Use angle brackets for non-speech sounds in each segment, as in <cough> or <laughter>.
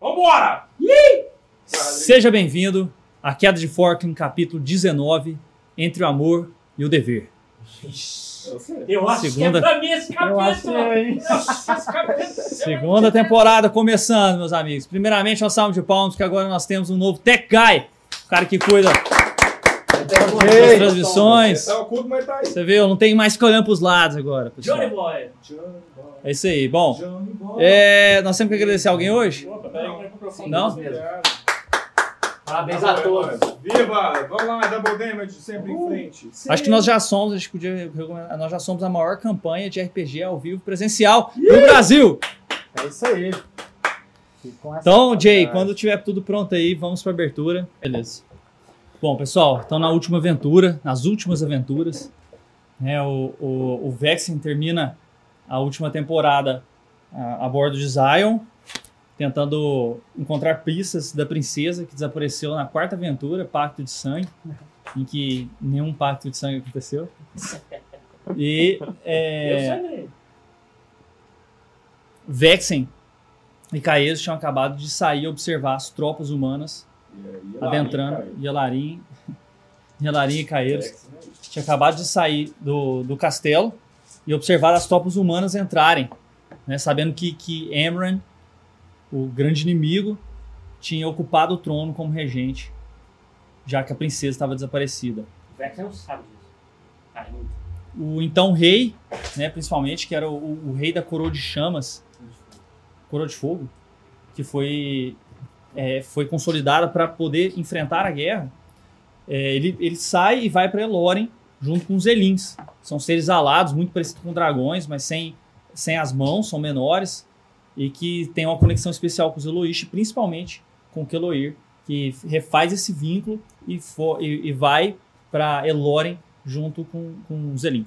Vambora! Seja bem-vindo à Queda de Forkling, capítulo 19, Entre o Amor e o Dever. Eu acho Segunda- que é pra mim esse Eu acho que capítulo. é, hein? Eu acho que esse capítulo- Segunda temporada começando, meus amigos. Primeiramente, uma salva de palmas, porque agora nós temos um novo Tech Guy, o cara que cuida das Ei, transmissões. Tá oculto, mas tá aí. Você viu, não tem mais que olhando pros lados agora. pessoal. Johnny Boy. Johnny Boy, É isso aí. Bom, Johnny Boy. é, nós temos que agradecer alguém hoje? Tá Opa, peraí que eu vou pro fundo. Não? Obrigado. Parabéns a todos. Viva! Vamos lá, Double Damage, sempre em frente. Acho que nós já somos, a gente podia recomendar, nós já somos a maior campanha de RPG ao vivo presencial do Brasil. É isso aí. Fique com essa Então, Jay, vontade. quando tiver tudo pronto aí, vamos para abertura. Beleza. Bom, pessoal, então na última aventura, nas últimas aventuras, né, o, o, o Vexen termina a última temporada a, a bordo de Zion, tentando encontrar pistas da princesa que desapareceu na quarta aventura, Pacto de Sangue, em que nenhum pacto de sangue aconteceu. E Eu é, sangrei. Vexen e Caeso tinham acabado de sair observar as tropas humanas E aí, lá, adentrando. aí, <laughs> Yelarim, Yelarim e cara. Caeiros tinha acabado de sair do, do castelo e observar as tropas humanas entrarem, né, sabendo que, que Emran, o grande inimigo, tinha ocupado o trono como regente, já que a princesa estava desaparecida. O é um Vex não sabe disso. Ainda. O então rei, né, principalmente, que era o, o- o rei da coroa de chamas, coroa de fogo, que foi, é, foi consolidada para poder enfrentar a guerra, é, ele, ele sai e vai para Eloren junto com os Elins. São seres alados, muito parecidos com dragões, mas sem, sem as mãos, são menores, e que tem uma conexão especial com os Eloish, principalmente com o Keloir, que refaz esse vínculo e, fo- e, e vai para Eloren junto com, com os Elin.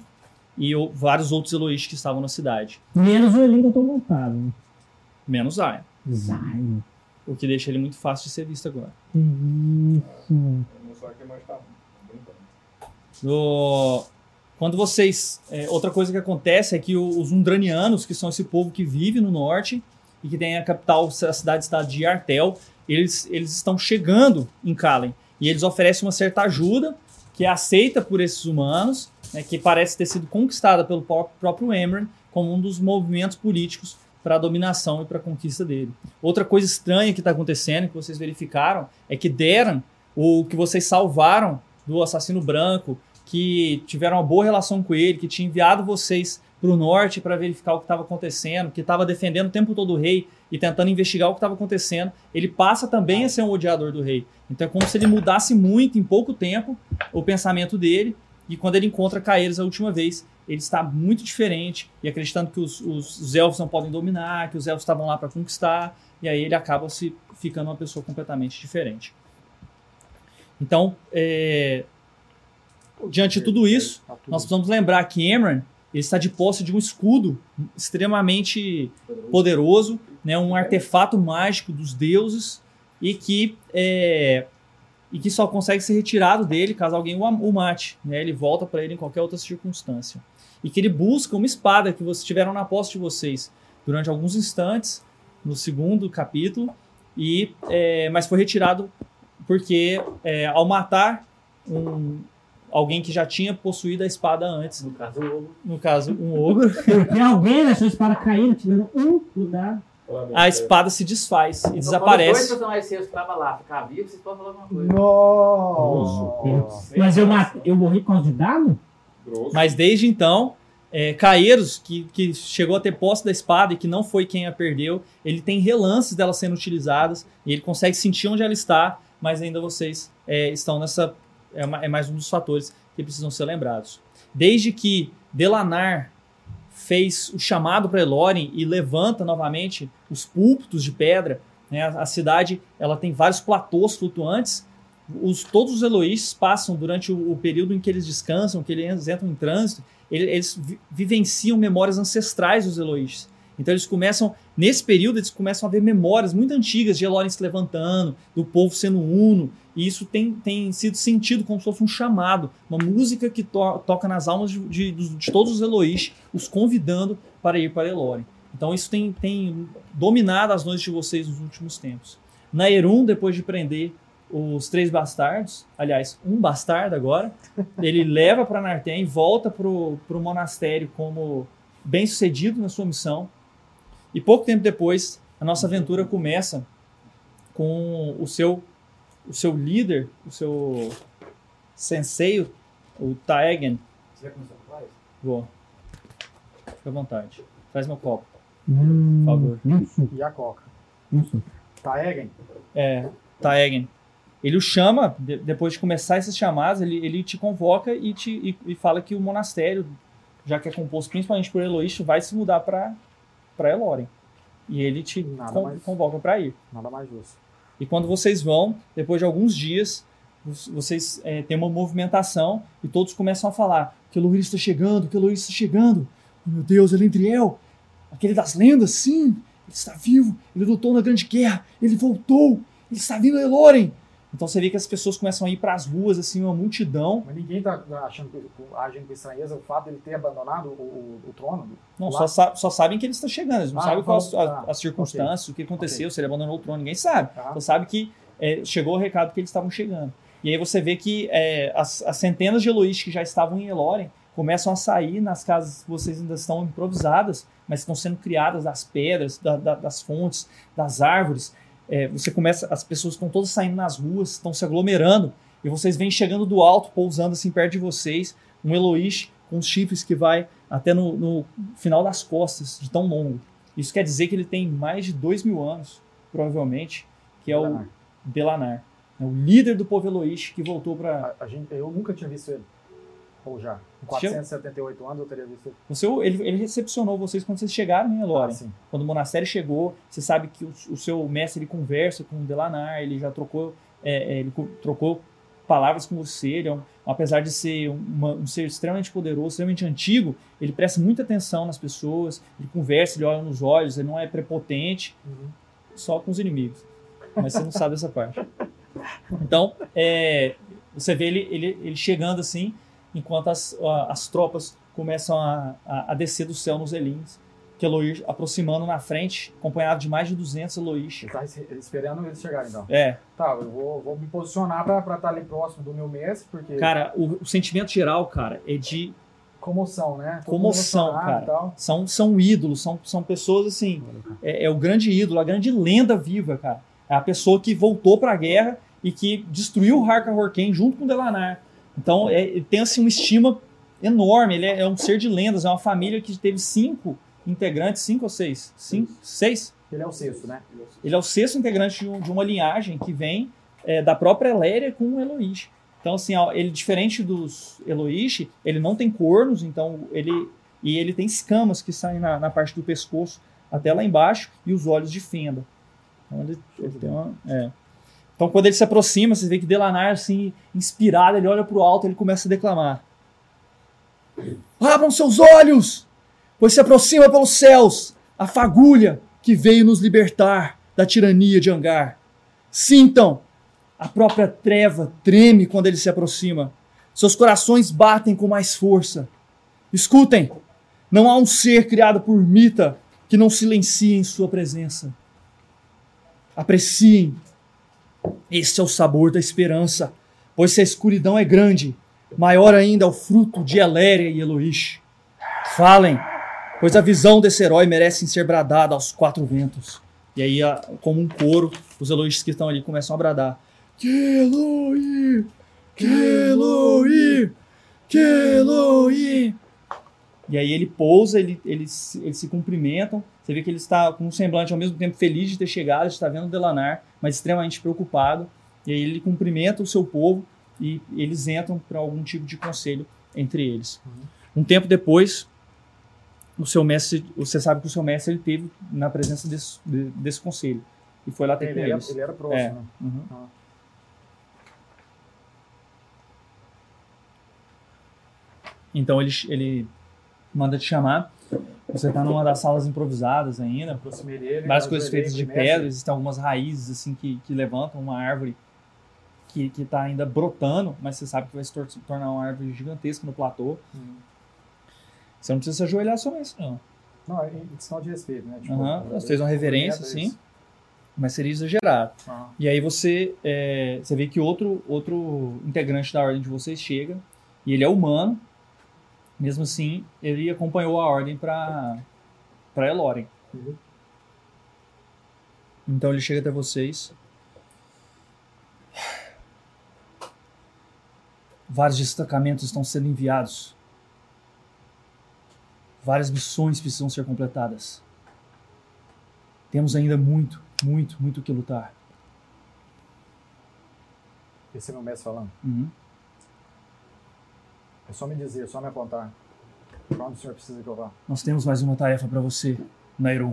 E o- vários outros Eloish que estavam na cidade, Menos o Elinho que eu tô montado. menos Zion. Zayn. O que deixa ele muito fácil de ser visto agora. Isso. Eu não sou aqui, mas tá brincando. No- Quando vocês. é, outra coisa que acontece é que o- os Undranianos, que são esse povo que vive no norte e que tem a capital, a cidade-estado de Artel, eles, eles estão chegando em Kalen. E eles oferecem uma certa ajuda, que é aceita por esses humanos, né, que parece ter sido conquistada pelo pró- próprio Emran como um dos movimentos políticos para a dominação e para a conquista dele. Outra coisa estranha que está acontecendo, que vocês verificaram, é que Deran, o que vocês salvaram do assassino branco, que tiveram uma boa relação com ele, que tinha enviado vocês para o norte para verificar o que estava acontecendo, que estava defendendo o tempo todo o rei e tentando investigar o que estava acontecendo, ele passa também a ser um odiador do rei. Então é como se ele mudasse muito em pouco tempo o pensamento dele. E quando ele encontra Caeiros a última vez, ele está muito diferente e acreditando que os, os- os elfos não podem dominar, que os elfos estavam lá para conquistar. E aí ele acaba se ficando uma pessoa completamente diferente. Então, é, diante de tudo isso, nós precisamos lembrar que Emran ele está de posse de um escudo extremamente poderoso, né, um artefato mágico dos deuses e que é, e que só consegue ser retirado dele caso alguém o, am- o mate, né? Ele volta para ele em qualquer outra circunstância e que ele busca uma espada que vocês tiveram na posse de vocês durante alguns instantes no segundo capítulo e é, mas foi retirado porque é, ao matar um, alguém que já tinha possuído a espada antes, No caso, o Lobo. no caso, um ogro, Tem alguém nessa espada caindo, tirando um cuidado. Parabéns, a cara. espada se Então, desfaz e Então, Quando dois desaparece. personagens seus estavam lá, ficar vivo, vocês podem falar alguma coisa. Nossa. Mas eu, matei, eu morri por causa de dado? Grosso. Mas desde então, é, Caeiros, que, que chegou a ter posse da espada e que não foi quem a perdeu, ele tem relances dela sendo utilizadas e ele consegue sentir onde ela está, mas ainda vocês é, estão nessa. É, ma- é mais um dos fatores que precisam ser lembrados. Desde que Delanar fez o chamado para Eloren e levanta novamente os púlpitos de pedra, né, a, a cidade ela tem vários platôs flutuantes os, todos os Eloís passam durante o, o período em que eles descansam, que eles entram em trânsito, ele- eles, vi- vivenciam memórias ancestrais dos Eloís. Então eles começam, nesse período, eles começam a ver memórias muito antigas de Elorin se levantando, do povo sendo um uno, e isso tem, tem sido sentido como se fosse um chamado, uma música que to- toca nas almas de, de- dos- de todos os Eloís, os convidando para ir para Elorin. Então isso tem, tem dominado as noites de vocês nos últimos tempos. Na Erun, depois de prender os três bastardos, aliás, um bastardo agora, ele <laughs> leva para Nartem e volta para o monastério como bem sucedido na sua missão. E pouco tempo depois, a nossa aventura começa com o seu o seu líder, o seu sensei, o Taegen. Você já começou com isso? Vou. Fica à vontade. Traz meu copo. Hum, Por favor. E um suco, E a coca. e um suco. Tá, Egen? É, Taegen. Ele o chama, de- depois de começar essas chamadas, ele, ele te convoca e, te, e, e fala que o monastério, já que é composto principalmente por Eloísio, vai se mudar para Eloren. E ele te Nada con- mais. convoca para ir. Nada mais justo. E quando vocês vão, depois de alguns dias, vo- vocês eh, têm uma movimentação e todos começam a falar que o Luís está chegando, que o Luís está chegando. Oh, meu Deus, Elendriel, aquele das lendas, sim, ele está vivo, ele lutou na Grande Guerra, ele voltou, ele está vindo a Eloren. Então você vê que as pessoas começam a ir para as ruas, assim, uma multidão. Mas ninguém tá achando que, agindo com estranheza o fato dele ter abandonado o, o- o trono. Não, Lá- só, sa- só sabem que ele está chegando, eles não Ah, sabem quais as, vamos- ah, as circunstâncias, o que aconteceu, se ele abandonou o trono, ninguém sabe. Tá? Você sabe que é, chegou o recado que eles estavam chegando. E aí você vê que é, as, as centenas de Eloís que já estavam em Eloren começam a sair nas casas que vocês ainda estão improvisadas, mas estão sendo criadas das pedras, da- da- das fontes, das árvores. É, você começa, as pessoas estão todas saindo nas ruas, estão se aglomerando, e vocês vêm chegando do alto, pousando assim perto de vocês, um Eloís com os chifres que vai até no, no final das costas, de tão longo. Isso quer dizer que ele tem mais de dois mil anos, provavelmente, que é o, Belanar. Belanar, né, o líder do povo Eloís que voltou para A- a gente- eu nunca tinha visto ele. Ou já. Com Deixa eu- 478 anos eu teria visto ele. Assim, você ele, ele recepcionou vocês quando vocês chegaram em Eloren. sim. Quando o monastério chegou, você sabe que o, o seu mestre ele conversa com o Delanar, ele já trocou é, é, ele co- trocou palavras com você, ele é um- apesar de ser uma- um ser extremamente poderoso, extremamente antigo, ele presta muita atenção nas pessoas, ele conversa, ele olha nos olhos, ele não é prepotente, Uhum. só com os inimigos. Mas você não sabe essa parte. Então, é, você vê ele, ele, ele chegando assim, enquanto as, a- as tropas começam a, a, a descer do céu nos Elins, que é Eloís aproximando na frente, acompanhado de mais de 200 Eloís. Ele tá es- esperando eles chegarem então. É, Tá, eu vou, vou me posicionar pra estar ali próximo do meu mestre, porque. cara, o, o sentimento geral, cara, é de. comoção, né? Todo Comoção, mundo emocionado cara. e tal. São, são ídolos, são, são pessoas assim. É, é o grande ídolo, a grande lenda viva, cara. É a pessoa que voltou pra guerra e que destruiu o Harka Horken junto com o Delanar. Então, é, ele tem assim uma estima enorme. Ele é, é um ser de lendas, é uma família que teve cinco integrantes, cinco ou seis? Cinco? Seis? Ele é o sexto, né? Ele é o sexto integrante de, um- de uma linhagem que vem é, da própria Eléria com o Eloís. Então, assim, ó, ele, diferente dos Eloís, ele não tem cornos, então ele. E ele tem escamas que saem na, na parte do pescoço até lá embaixo e os olhos de fenda. Então, ele, ele tem uma- é. Então, quando ele se aproxima, você vê que Delanar, assim, inspirado, ele olha pro alto e ele começa a declamar: Abram seus olhos! pois se aproxima pelos céus a fagulha que veio nos libertar da tirania de Angar. Sintam, a própria treva treme quando ele se aproxima. Seus corações batem com mais força. Escutem, não há um ser criado por Mita que não silencie em sua presença. Apreciem. Este é o sabor da esperança, pois se a escuridão é grande, maior ainda é o fruto de Eléria e Eloís. Falem, pois a visão desse herói merece ser bradada aos quatro ventos. E aí, a- como um coro, os Eloís que estão ali começam a bradar. Keloí! Keloí! Keloí! E aí ele pousa, ele, eles, eles se cumprimentam. Você vê que ele está com um semblante ao mesmo tempo feliz de ter chegado, de estar vendo o Delanar, mas extremamente preocupado. E aí ele cumprimenta o seu povo e eles entram para algum tipo de conselho entre eles. Um tempo depois, o seu mestre, você sabe que o seu mestre ele teve na presença desse, de- desse conselho e foi lá ter Ele com era, eles. ele era próximo, É. né? Uhum. Ah. Então ele, ele manda te chamar. Você tá numa das salas improvisadas ainda. Aproximei dele. Várias coisas feitas de ajoelhei, pedra, existem algumas raízes assim que, que levantam uma árvore que, que tá ainda brotando, mas você sabe que vai se tor- se tornar uma árvore gigantesca no platô. Hum. Você não precisa se ajoelhar só nisso, não. mestre. Não, é em questão de respeito, né? Tipo, Aham, eu- você fez uma eu- eu- reverência, eu- sim. Mas seria exagerado. Ah. E aí você, é, você vê que outro, outro integrante da ordem de vocês chega, e ele é humano, mesmo assim, ele acompanhou a ordem pra, pra Eloren. Uhum. Então ele chega até vocês. Vários destacamentos estão sendo enviados. Várias missões precisam ser completadas. Temos ainda muito, muito, muito o que lutar. Esse é meu mestre falando. Uhum. É só me dizer, é só me apontar. Pra onde o senhor precisa que eu vá? Nós temos mais uma tarefa para você, Nairon.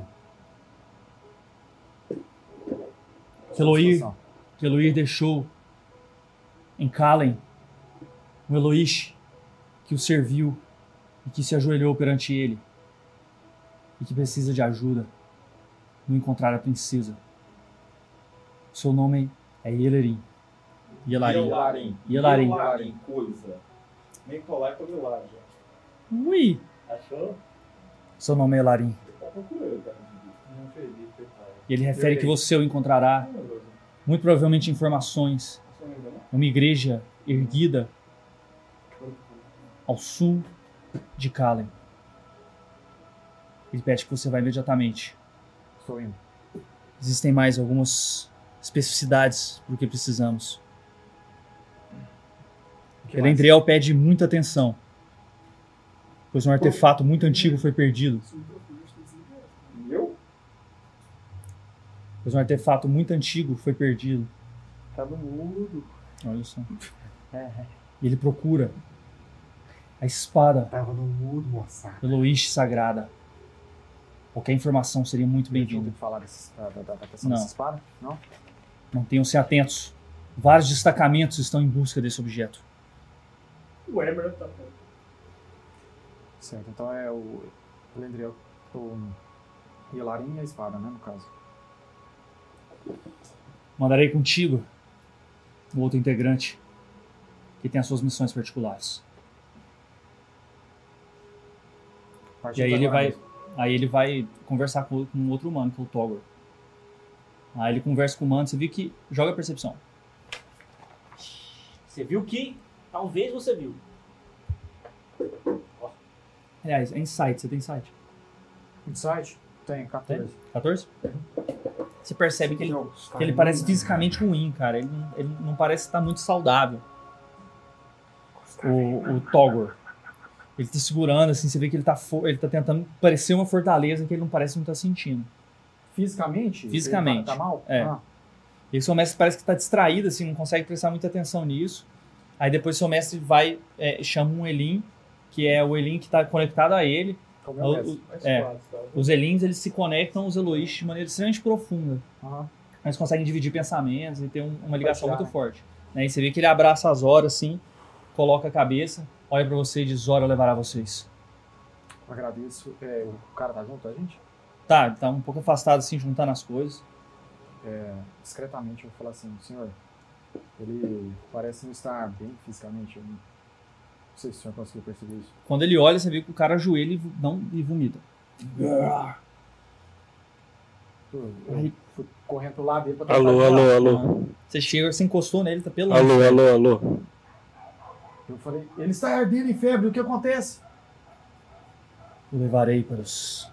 Eloy, Situação. Eloy deixou em Kalen um Eloish que o serviu e que se ajoelhou perante ele e que precisa de ajuda no encontrar a princesa. Seu nome é Yelerin. Yelarin. Yelarin. Yelarin. Yelarin, coisa. Nem colar é e colar, gente. Ui! Achou? Seu nome é Yelarin. Tá procurando, cara. Não acredito, cara. E ele refere que você o encontrará, muito provavelmente informações uma igreja erguida ao sul de Kallen. Ele pede que você vá imediatamente. Estou indo. Existem mais algumas especificidades do que precisamos. é O que mais? Elendriel pede muita atenção, pois um artefato muito antigo foi perdido. Eu? Pois um artefato muito antigo foi perdido. Tá no mundo. Olha só. E ele procura a espada Tava no mudo, moçada. Eloish sagrada. Qualquer informação seria muito Eu tinha bem-vinda. ouvido falar desse- da, da, da questão Não. dessa espada? Não? Mantenham-se atentos. Vários destacamentos estão em busca desse objeto. O Emerald tá Certo, então é o Lendriel, o Yelarin e a espada, né, no caso. Mandarei contigo o outro integrante que tem as suas missões particulares. A partir E aí de ele agora vai, mesmo. aí ele vai conversar com, com um outro humano, que é o Togor. Aí ele conversa com o humano, você vê que joga a percepção. Você viu que? Talvez você viu. Aliás, é insight, você tem insight. Insight? Tem, 14. 14? Você percebe que ele, Não, é. que ele parece fisicamente ruim, cara. Ele, não- ele não parece estar muito saudável. o, o Togor. Ele tá segurando, assim, você vê que ele tá, fo- ele tá tentando parecer uma fortaleza que ele não parece não tá sentindo. Fisicamente? Fisicamente. Ele Tá, tá mal? É. Ah, E o seu mestre parece que tá distraído, assim, não consegue prestar muita atenção nisso. Aí depois seu mestre vai, é, chama um Elin, que é o Elin que tá conectado a ele. como O- eu mesmo. o- é, tá? os Elins, eles se conectam aos Eloís de maneira extremamente profunda. Aham. Eles conseguem dividir pensamentos e ter um- uma ligação Compartilhar, muito forte. né? E você vê que ele abraça as horas, assim, coloca a cabeça, olha pra você e diz, Zora levará vocês. Eu Agradeço. É, o cara tá junto a gente? Tá, ele tá um pouco afastado, assim, juntando as coisas. Discretamente eu vou falar assim, senhor, ele parece não estar bem fisicamente. Eu não não sei se o senhor conseguiu perceber isso. Quando ele olha, você vê que o cara ajoelha e, vo- não, e vomita. Eu, Aí- eu fui correndo pro lado dele pra tentar Alô, ajudar. alô, alô. Você chega, você encostou nele, tá pelando. Alô, alô, alô. Eu falei, ele está ardendo em febre, o que acontece? O levarei para os...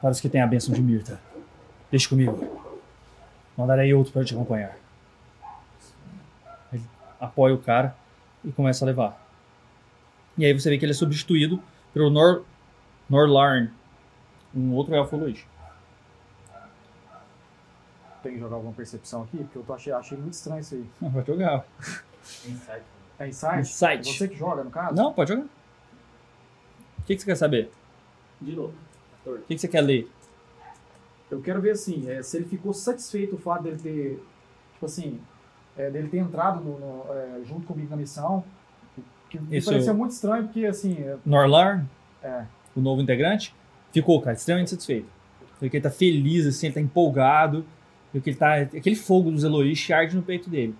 Para os que têm a bênção de Mirta. Deixe comigo. Mandarei outro para te acompanhar. Ele apoia o cara e começa a levar. E aí você vê que ele é substituído pelo Nor... Norlarn. Um outro elfo Luiz. Tem que jogar alguma percepção aqui, porque eu tô achei, achei muito estranho isso aí. Vai jogar. Insight. É insight? Insight. É Você que joga, no caso? Não, pode jogar. O que, que você quer saber? De novo. O que, que você quer ler? Eu quero ver assim, é, se ele ficou satisfeito o fato dele ter, tipo assim, é, dele ter entrado no- no, é, junto comigo na missão. Que me Isso. pareceu muito estranho, porque assim, é, Norlarn, É. o novo integrante, ficou, cara, extremamente satisfeito. Porque ele tá feliz, assim, ele tá empolgado. Porque ele tá. Aquele fogo dos Eloís arde no peito dele.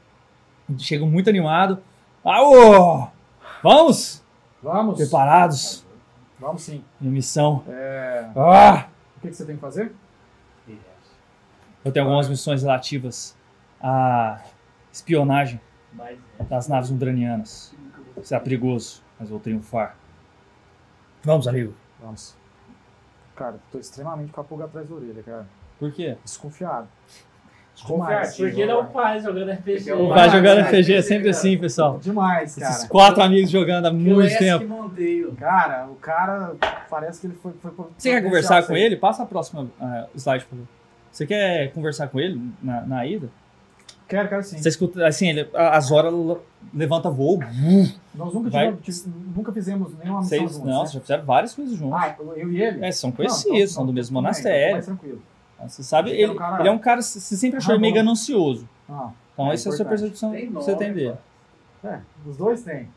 Ele Chega muito animado. Aô! Vamos? vamos, Preparados? Vamos sim. Minha missão. É. Ah! O que, que você tem que fazer? Eu tenho algumas missões relativas à espionagem Mas é das naves undranianas. Será perigoso, mas vou triunfar. Vamos, amigo. Vamos. Cara, tô extremamente com a pulga atrás da orelha, cara. Por quê? Desconfiado. Desconfiado. Demais. Porque ele é o um pai jogando RPG. é o Vai Vai, jogando vai, RPG é sempre assim, pessoal. Demais, Esses cara. quatro amigos jogando há muito tempo. Monteiro. Cara, o cara parece que ele foi. foi Você quer assim. conversar com ele? Passa a próxima ah, slide, por favor. Você quer conversar com ele na, na ida? Quero, quero sim. Você escuta, assim, ele, a- as horas l- levanta voo. Nós nunca, Vai- tivemos- tive- nunca fizemos nenhuma missão Vocês, juntos, não, né? vocês já fizeram várias coisas juntos. Ah, eu eu e ele? É, são Não, conhecidos, então- são do mesmo tudo bem, monastério. Mais tranquilo. Você sabe, Ele é um ele, cara- ele é um cara que se sempre achou Ah, meio bom. ganancioso. Ah, Então, É essa é a sua importante. percepção Tem que você tem nome, dele. é, os dois têm.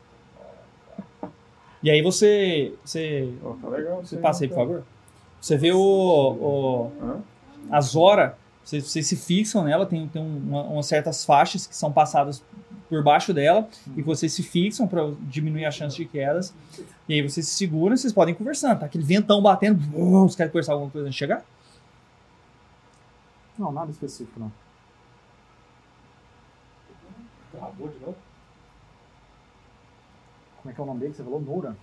E aí você. Você, Ó, tá legal. você passa aí, por favor. Você vê o. o Hã? a Zora, vocês, vocês se fixam nela, tem, tem um, uma- umas certas faixas que são passadas por baixo dela e que vocês se fixam para diminuir a chance de quedas. E aí vocês se seguram e vocês podem conversando. Tá aquele ventão batendo, brum, vocês querem conversar alguma coisa antes de chegar? Não, nada específico, não. Travou de novo? Como é que é o nome dele que você falou? Noura?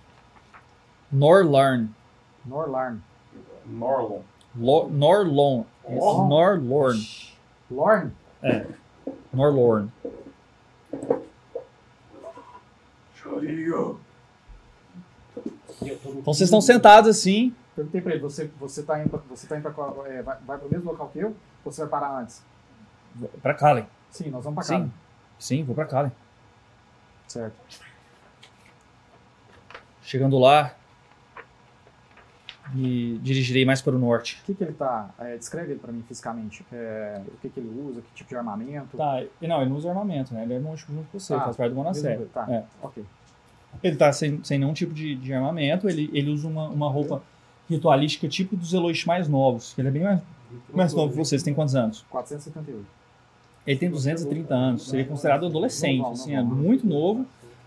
Norlarn. Norlarn. Norlon. Lo- Norlon. Oh. Norlorn. Lorn? Norlorn. Chorinho. Então vocês estão sentados assim, Perguntei pra ele, você, você tá indo pra, você tá indo pra qual- é, vai, vai pro mesmo local que eu? Ou você vai parar antes? para Kalen. Sim, nós vamos pra casa. Sim. Sim, vou para Kalen. Certo. Chegando lá, me dirigirei mais para o norte. O que que ele tá... é, descreve ele pra mim fisicamente. É, o que que ele usa, que tipo de armamento. Tá, e não, ele não usa armamento, né? Ele é monge junto com você, Ah, ele faz parte do Mesma monastério. coisa, Tá, É. ok. Ele tá sem, sem nenhum tipo de, de armamento, ele, ele usa uma, uma roupa ritualística tipo dos Eloish mais novos, que ele é bem mais, mais novo que vocês, tem quantos anos? 478. Ele tem 230 anos, seria considerado adolescente, assim, é muito novo.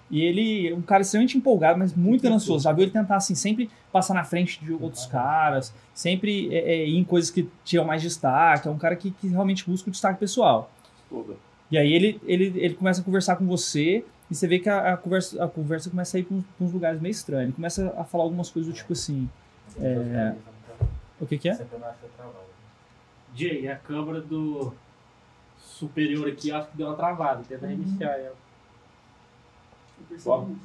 E ele é um cara extremamente empolgado, mas muito ganancioso. Já viu ele tentar, assim, sempre passar na frente de outros caras, sempre é, é, ir em coisas que tiram mais destaque. É um cara que, que realmente busca o destaque pessoal. Toda. E aí ele, ele, ele começa a conversar com você e você vê que a, a conversa, a conversa começa a ir para uns, pra uns lugares meio estranhos. Ele começa a falar algumas coisas do tipo assim. É. O que, que é? tá Jay, é a câmera do superior aqui acho que deu uma travada. Tenta reiniciar ela.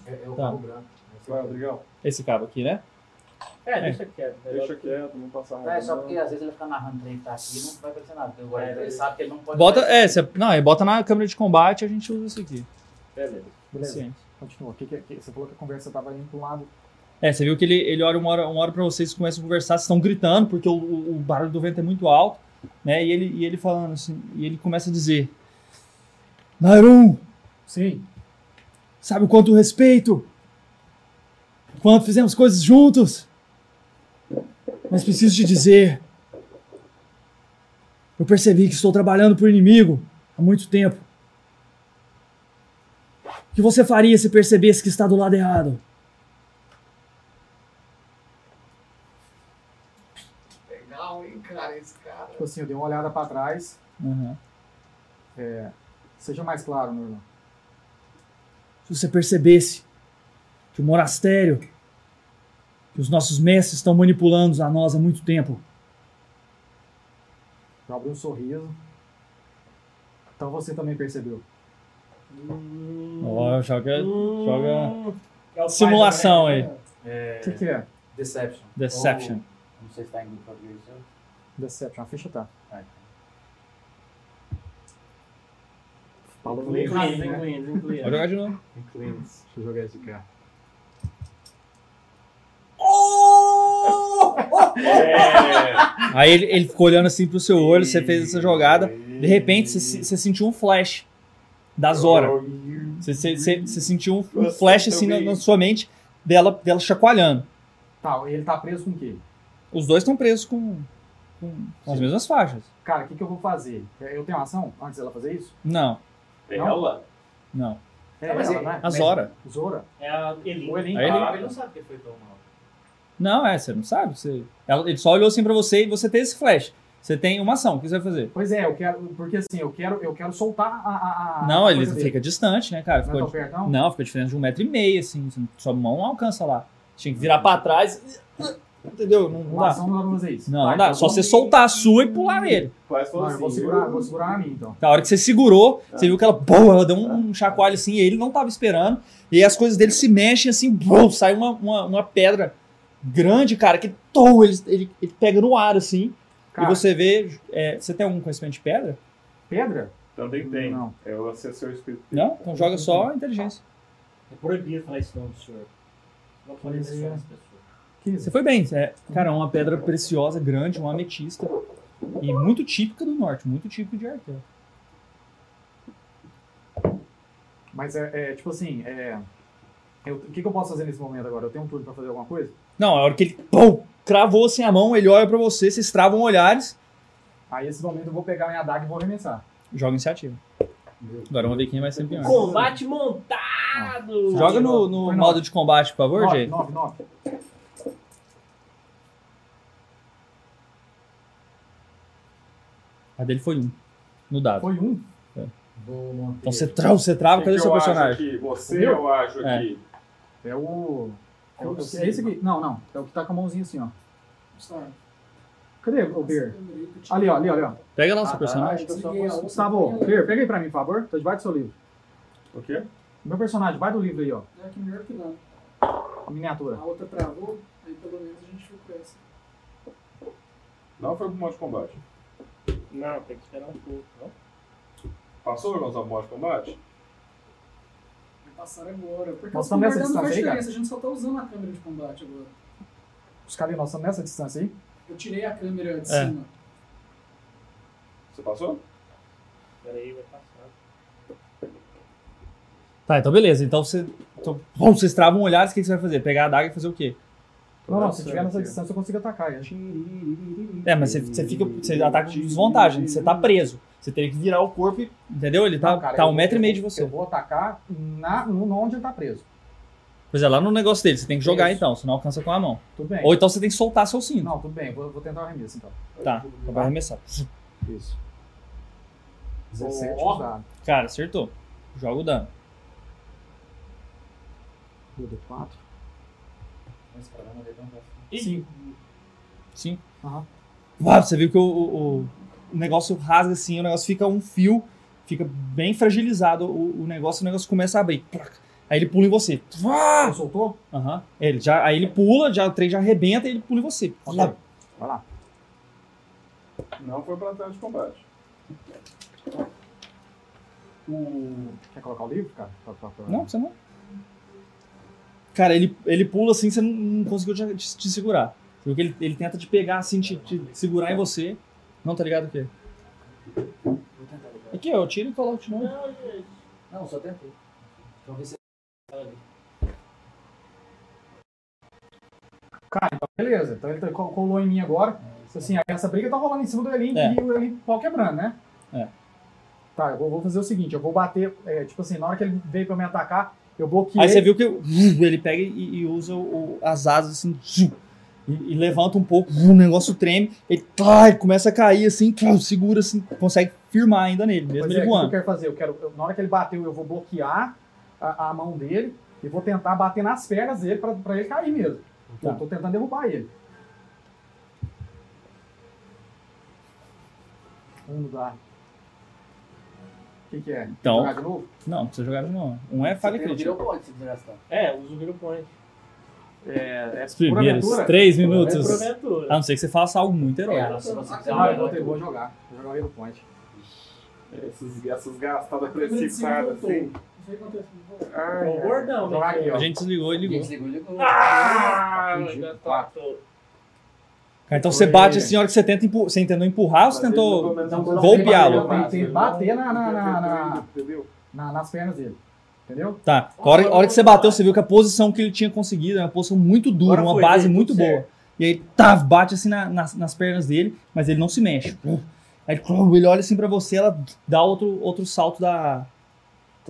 É o Tá. carro né? branco. Vai, Rodrigão. Esse cabo aqui, né? É, deixa quieto. melhor. Deixa quieto, não passa É, mais. só porque às vezes ele fica narrando trem que tá aqui e não vai acontecer nada. Porque agora É, ele sabe que ele não pode. Bota, é, você, não, é, bota na câmera de combate e a gente usa isso aqui. Assim. Beleza. Beleza. Sim. Continua. O que é, que, que- você falou que a conversa tava indo pra um lado. É, você viu que ele, ele olha uma hora, uma hora pra vocês e começa a conversar, vocês estão gritando, porque o, o- o barulho do vento é muito alto, né? E ele, e ele falando assim, e ele começa a dizer: Nairun, Sim. sabe o quanto eu respeito? o Quanto fizemos coisas juntos? Mas preciso te dizer. Eu percebi que estou trabalhando para o inimigo há muito tempo. O que você faria se percebesse que está do lado errado? Legal, hein, cara, esse cara. Tipo assim, eu dei uma olhada pra trás. Uhum. É, Seja mais claro, meu irmão. Se você percebesse que o monastério, que os nossos mestres estão manipulando a nós há muito tempo. Eu abri um sorriso. Então você também percebeu. Ó, é joga, joga É o pai Simulação jogando- O que, que é? Deception. Deception. Ou- não sei se tá em grupo português. eu- Deception. A ficha tá. Ah, então. Falou no Incluindo, né? incluindo, incluindo. jogar de <laughs> novo. Deixa eu jogar esse cara. É. Aí ele, ele ficou olhando assim pro seu olho, você fez essa jogada. De repente, você, se- você sentiu um flash da Zora. Você, você- você- você sentiu um- um Você flash assim na, também. na sua mente dela, dela chacoalhando. Tá, ele tá preso com o quê? Os dois estão presos com, com- com as mesmas faixas. Cara, o que, que eu vou fazer? É, Eu tenho ação antes dela fazer isso? Não, Ela? não. É, mas ela, é- né? A Zora. Zora. É a Elin. Ou ele Aí ele- Ele não sabe que foi tão mal. Não, é, você não sabe. Você... Ela- Ele só olhou assim pra você e você tem esse flash. Você tem uma ação, o que você vai fazer? Pois é, eu quero. Porque assim, eu quero, eu quero soltar a. a- a- não, a ele coisa dele. fica distante, né, cara? Não é Ficou tão perto, não? Não, fica a diferença de um metro e meio, assim. você não- Sua mão não alcança lá. Tinha que virar pra trás. Entendeu? Não, não Uma dá. ação não dá pra fazer isso. Não, não Tá, dá. então Só vamos- você soltar a sua e pular nele. Quase falou Não, assim. eu vou segurar, vou segurar na minha então. Na hora que você segurou, você viu que ela, bom, ela deu um, um chacoalho assim, e ele não tava esperando. E aí as coisas dele se mexem assim, bom, sai uma, uma, uma pedra grande, cara, que tom, ele, ele, ele pega no ar assim. Cara, E você vê. é, você tem algum conhecimento de pedra? pedra? Também tem. Não. É o assessor espírito. Não? Então joga só inteligência. É proibido falar esse nome do senhor. Não pode mencionar essa pessoa. Você foi bem. É, cara, é uma pedra preciosa, grande, uma ametista. E muito típica do norte, muito típico de Artel. Mas é, é, tipo assim, é. eu- O que, que eu posso fazer nesse momento agora? Eu tenho um turno pra fazer alguma coisa? Não, a hora que ele pum, cravou assim a mão, ele olha pra você, vocês travam olhares, Aí nesse momento eu vou pegar minha adaga e vou arremessar. joga iniciativa. Agora vamos ver quem vai ser pior. Combate montado! É. Joga no, no Foi modo de combate, por favor, Nove, Jay. nove, nove. A dele foi um. No dado. Foi um. Do Monteiro. Então você trava, você trava, cadê seu personagem? Você Meu? eu acho É. aqui. É o. É, o- Eu é sei, esse aqui? Não, não. É o que tá com a mãozinha assim, ó. Gustavo. Cadê o Beer? Ali, ó, ali, ó, ali, ó. Pega lá o seu Ah, Acho personagem. que eu só um consigo- Gustavo, Beer, pega aí pra mim, por favor. Tá debaixo do seu livro. O quê? Meu personagem, vai do livro aí, ó. Não é que melhor que nada. A miniatura. A outra travou, aí pelo menos a gente ficou com essa. Não foi pro modo de combate. Não, tem que esperar um pouco. Não? Passou pra usar o modo de combate? Vai passar agora. Porque Nós nós estamos estamos nessa não faz distância aí, diferença, a gente só tá usando a câmera de combate agora. Os caras, nós estamos nessa distância aí. Eu tirei a câmera de É. cima. Você passou? Espera aí, vai passar. Tá, então beleza. Então você. Então, bom, vocês travam olhares, o que que você vai fazer? Pegar a adaga e fazer o quê? Não, não, se Nossa, tiver nessa cara. distância eu consigo atacar. eu acho. É, mas você, você fica. Você ataca de desvantagem, né? você tá preso. Você teria que virar o corpo e. Entendeu? Ele tá, Não, cara, tá eu um vou- metro e meio de Eu você. vou atacar na, no, no onde ele tá preso. Pois é, lá no negócio dele, você tem que jogar Isso. então, senão alcança com a mão. Tudo bem. Ou então você tem que soltar seu cinto. Não, tudo bem. Vou, vou tentar o arremesso então. Tá, então vai arremessar. Isso. 17 Ó. usado. Cara, acertou. Joga o dano. Meu Deus, 4. Esse programa dele não vai ficar. Ih, 5. Sim. Aham. Uau, você viu que o, o, o- o negócio rasga assim, o negócio fica um fio, fica bem fragilizado o, o negócio, o negócio começa a abrir. Plac. Aí ele pula em você. Ah! Uau! Soltou? Aham. Ele já, aí ele pula, já, o trem já arrebenta e ele pula em você. Ok. Lá. Vai lá. Não foi pra trás de combate. O... Quer colocar o livro, cara? Pra- pra- pra- Não, você não. Cara, ele, ele pula assim, você não, não conseguiu te, te- te segurar. Você viu que ele, ele tenta te pegar assim, te, te segurar em você. Não, tá ligado o quê? Vou tentar ligar. Aqui, ó, eu tiro e coloco de novo. Não, só tentei. Então vê se Beleza. Então ele tá- col- colou em mim agora. Assim, aí essa briga tá rolando em cima do Elin É. e o Elin pau quebrando, né? É. Tá, eu vou vou fazer o seguinte. Eu vou bater... é, tipo assim, na hora que ele veio pra me atacar, eu bloqueei. Aí você viu que uh, <laughs> ele pega e, e usa o- o- as asas assim, zu, e, e levanta um pouco, uh, o negócio treme, ele tá, e começa a cair assim, tá, segura assim, consegue firmar ainda nele, mesmo Pois é, ele o que eu voando. quero fazer? Eu quero, eu- na hora que ele bateu, eu vou bloquear a, a mão dele e vou tentar bater nas pernas dele pra, pra ele cair mesmo. Tá. Eu tô tentando derrubar ele. Um dá. O que, que é? Então- Jogar de novo? Não, não precisa jogar de novo. Um é falha ele crítica. virou ponte se desgastar. É, usa o Hero Point. É, é Os primeiros aventura? três É minutos. por aventura. A não ser que você faça algo muito herói. É, se você quiser Ah, um eu vou, ter- herói. vou jogar. Vou jogar o Hero Point. Essas, essas gastadas Câmera de cima precipitadas voltou. assim. Não sei o que aconteceu. voltou. Então, Ai, Ô, ai. É gordão, Jogar né? aqui, ó. A gente desligou e Ninguém ligou. desligou, ligou. Ah, ainda tá todo. Cara, então você Oi. bate assim, na hora que você tenta empurrar, você tentou empurrar ou você Mas ele não tentou... pelo menos não Então, consegue golpeá-lo. bater no braço, Tem que ele bater não- na- na- na- na- Entendeu? Na- nas pernas dele. Entendeu? Tá, a hora, a hora que você bateu, você viu que a posição que ele tinha conseguido era uma posição muito dura, Agora uma foi, né? base deu tudo muito boa. certo. E aí, tá, bate assim na- nas, nas pernas dele, mas ele não se mexe. Aí ele olha assim pra você, ela dá outro, outro salto da, da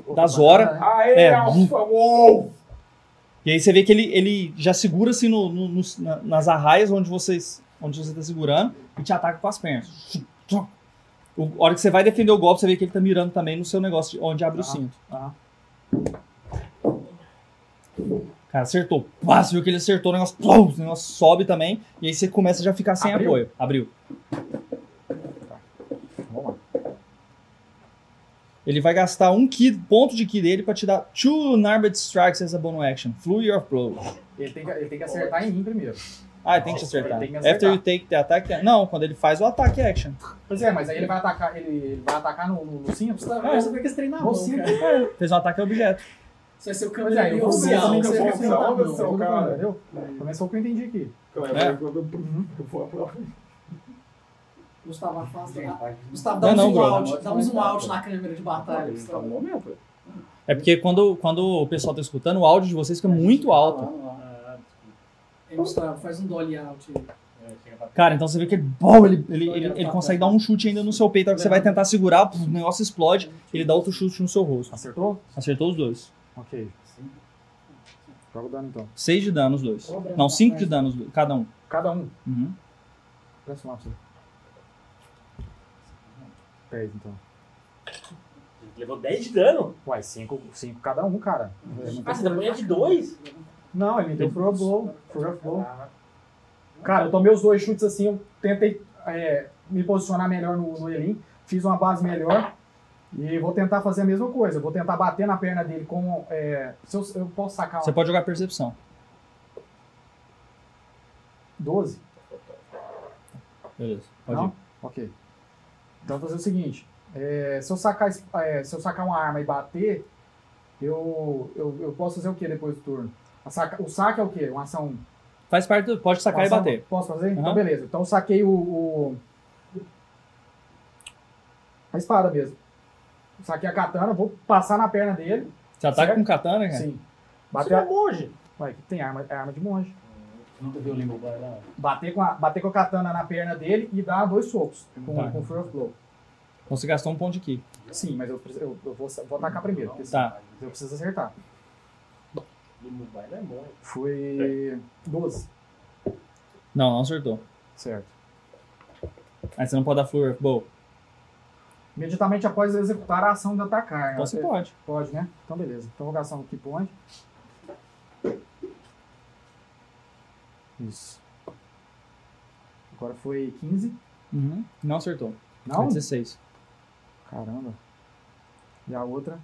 Outra Zora. bacana, né? Aê, É, Alfa Wolf! E aí você vê que ele, ele já segura assim no- no- nos- na- nas arraias onde, vocês, onde você tá segurando e te ataca com as pernas. O, a hora que você vai defender o golpe, você vê que ele tá mirando também no seu negócio de onde abre o cinto. tá. Cara, acertou. Pá, você viu que ele acertou, o negócio, plum, o negócio sobe também. E aí você começa já a ficar sem Abriu? apoio. Abriu. Vamos lá. Ele vai gastar um ki, ponto de ki dele pra te dar two Narbed Strikes as a bonus action. Flew your blow. Ele tem que, ele tem que acertar em mim primeiro. Ah, ele tem que te acertar. Ele tem que acertar. After you take the attack... Não, quando ele faz o ataque action. Pois é, mas aí ele vai atacar, ele, ele vai atacar no, no, no cinto? Tá É, vendo? Você vê que esse trem na mão, Você- cara. Fez um ataque ao objeto. Isso vai ser o Pois câmera é, eu vou oficial. oficial, começar Você é eu vai vou ser começar, o eu vou câmera. começar. cara. Entendeu? Começou o que eu entendi aqui. Então, é Gustavo, afasta. Gente, dá- vai- Gustavo, Não, dá um não, zoom Bruno. out. Dá um zoom out na câmera de batalha, tá Gustavo. É porque quando, quando o pessoal tá escutando, o áudio de vocês fica muito alto. Ah, Ei, Gustavo, faz um dolly out. aí. é, chega pra- Cara, então você vê que ele, bom, ele, ele, ele, ele consegue dar um chute ainda no seu peito. A hora que você vai tentar segurar, puf, o negócio explode. Ele dá outro chute no seu rosto. Acertou? Acertou os dois. Ok. Joga o dano então. Seis de dano os dois. Não, cinco de dano os dois, cada um. Cada um. Uhum. Presta lá pra você. 10 então. Levou 10 de dano? Uai, 5 cada um, cara. Ah, você também é de 2? Não, ele me deu Frog Blow. Free of Blow. Cara, eu tomei os dois chutes assim, eu tentei é, me posicionar melhor no, no Elin, fiz uma base melhor e vou tentar fazer a mesma coisa. Vou tentar bater na perna dele com. é, se eu, eu posso sacar um Você uma pode jogar percepção. 12? Beleza. Pode Não? ir. Ok. Então eu vou fazer o seguinte: é, se, eu sacar, es- é, se eu sacar uma arma e bater, eu, eu, eu posso fazer o que depois do turno? A saca- o saque é o quê? Uma ação. Faz parte do. Pode sacar uma e ação- bater. Posso fazer? Aham. Então beleza. Então eu saquei o, o- A espada mesmo. Saquei a katana, vou passar na perna dele. Você ataca Certo? com katana, cara? Sim. Bater a... monge. Ué, que tem arma, é arma de monge. Nunca viu o Limbo Boy lá? Bater com, a, bater com a katana na perna dele e dar dois socos com, Tá. com Fury of Blow. Então você gastou um ponto de ki. Sim, mas eu, preciso- eu, eu vou, vou atacar primeiro, porque Tá. eu preciso acertar. Limbo Boy não é bom. Foi É. 12. Não, não acertou. Certo. Aí você não pode dar Fleur. Bow. Imediatamente após executar a ação de atacar. Então você É, pode. Pode, né? Então beleza. Então vou gastar um key point. Isso. Agora foi 15. Uhum. Não acertou. É Não? 16. Caramba. E a outra?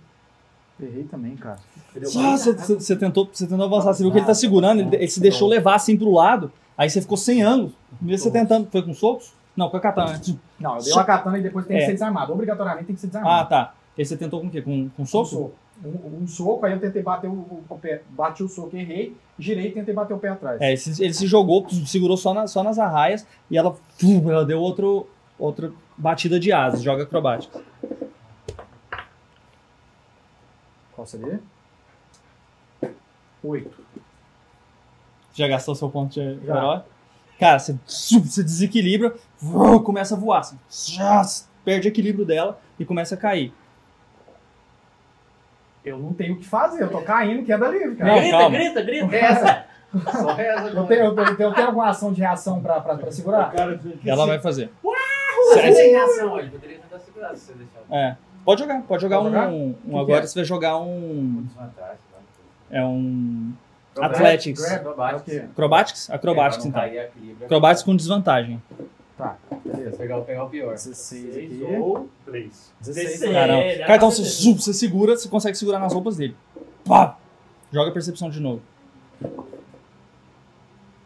Errei também, cara. Só, você, você- você tentou, você tentou avançar, você viu que ele tá segurando, ele, ele se deixou levar assim pro lado, aí você ficou sem ângulo. Mesmo você tentando. Foi com socos? Não, foi com a katana. né? Não, eu dei Só- uma katana e depois tem que É. ser desarmado. Obrigatoriamente tem que ser Ah, desarmado. tá. Aí você tentou com o quê? Com, com um soco? soco. Um, um soco, aí eu tentei bater o, o- o pé. Bati o soco, errei, girei e tentei bater o pé atrás. É, ele se, ele se jogou, segurou só, na- só nas arraias e ela, pum, ela deu outro, outra batida de asas, joga acrobática. Qual seria? 8. Já gastou seu ponto de Já. herói? Cara, você, você desequilibra, vrum, começa a voar. Assim, já perde o equilíbrio dela e começa a cair. Eu não tenho o que fazer, eu tô caindo, queda livre, cara. Não, grita, calma. grita, grita, Reza. Só reza Eu tenho, eu, tenho, eu tenho alguma ação de reação pra, pra, pra segurar? Ela vai fazer. assim? Você tem reação, ó, ele poderia tentar segurar se você deixar. É. Pode jogar, pode jogar Pode um. jogar? um que agora é? você vai jogar um. Desvantagem, né? É um. Acrobatics. Athletics. Grab. Acrobatics. É o quê? Acrobatics? É, Acrobatics, então. Acrobatics com desvantagem. Tá, beleza. Pegar o pegar o pior. 16 3 aqui. ou 3. 16. Caramba. Cara, então você, zup, você segura, você consegue segurar nas roupas dele. Pá! Joga a percepção de novo.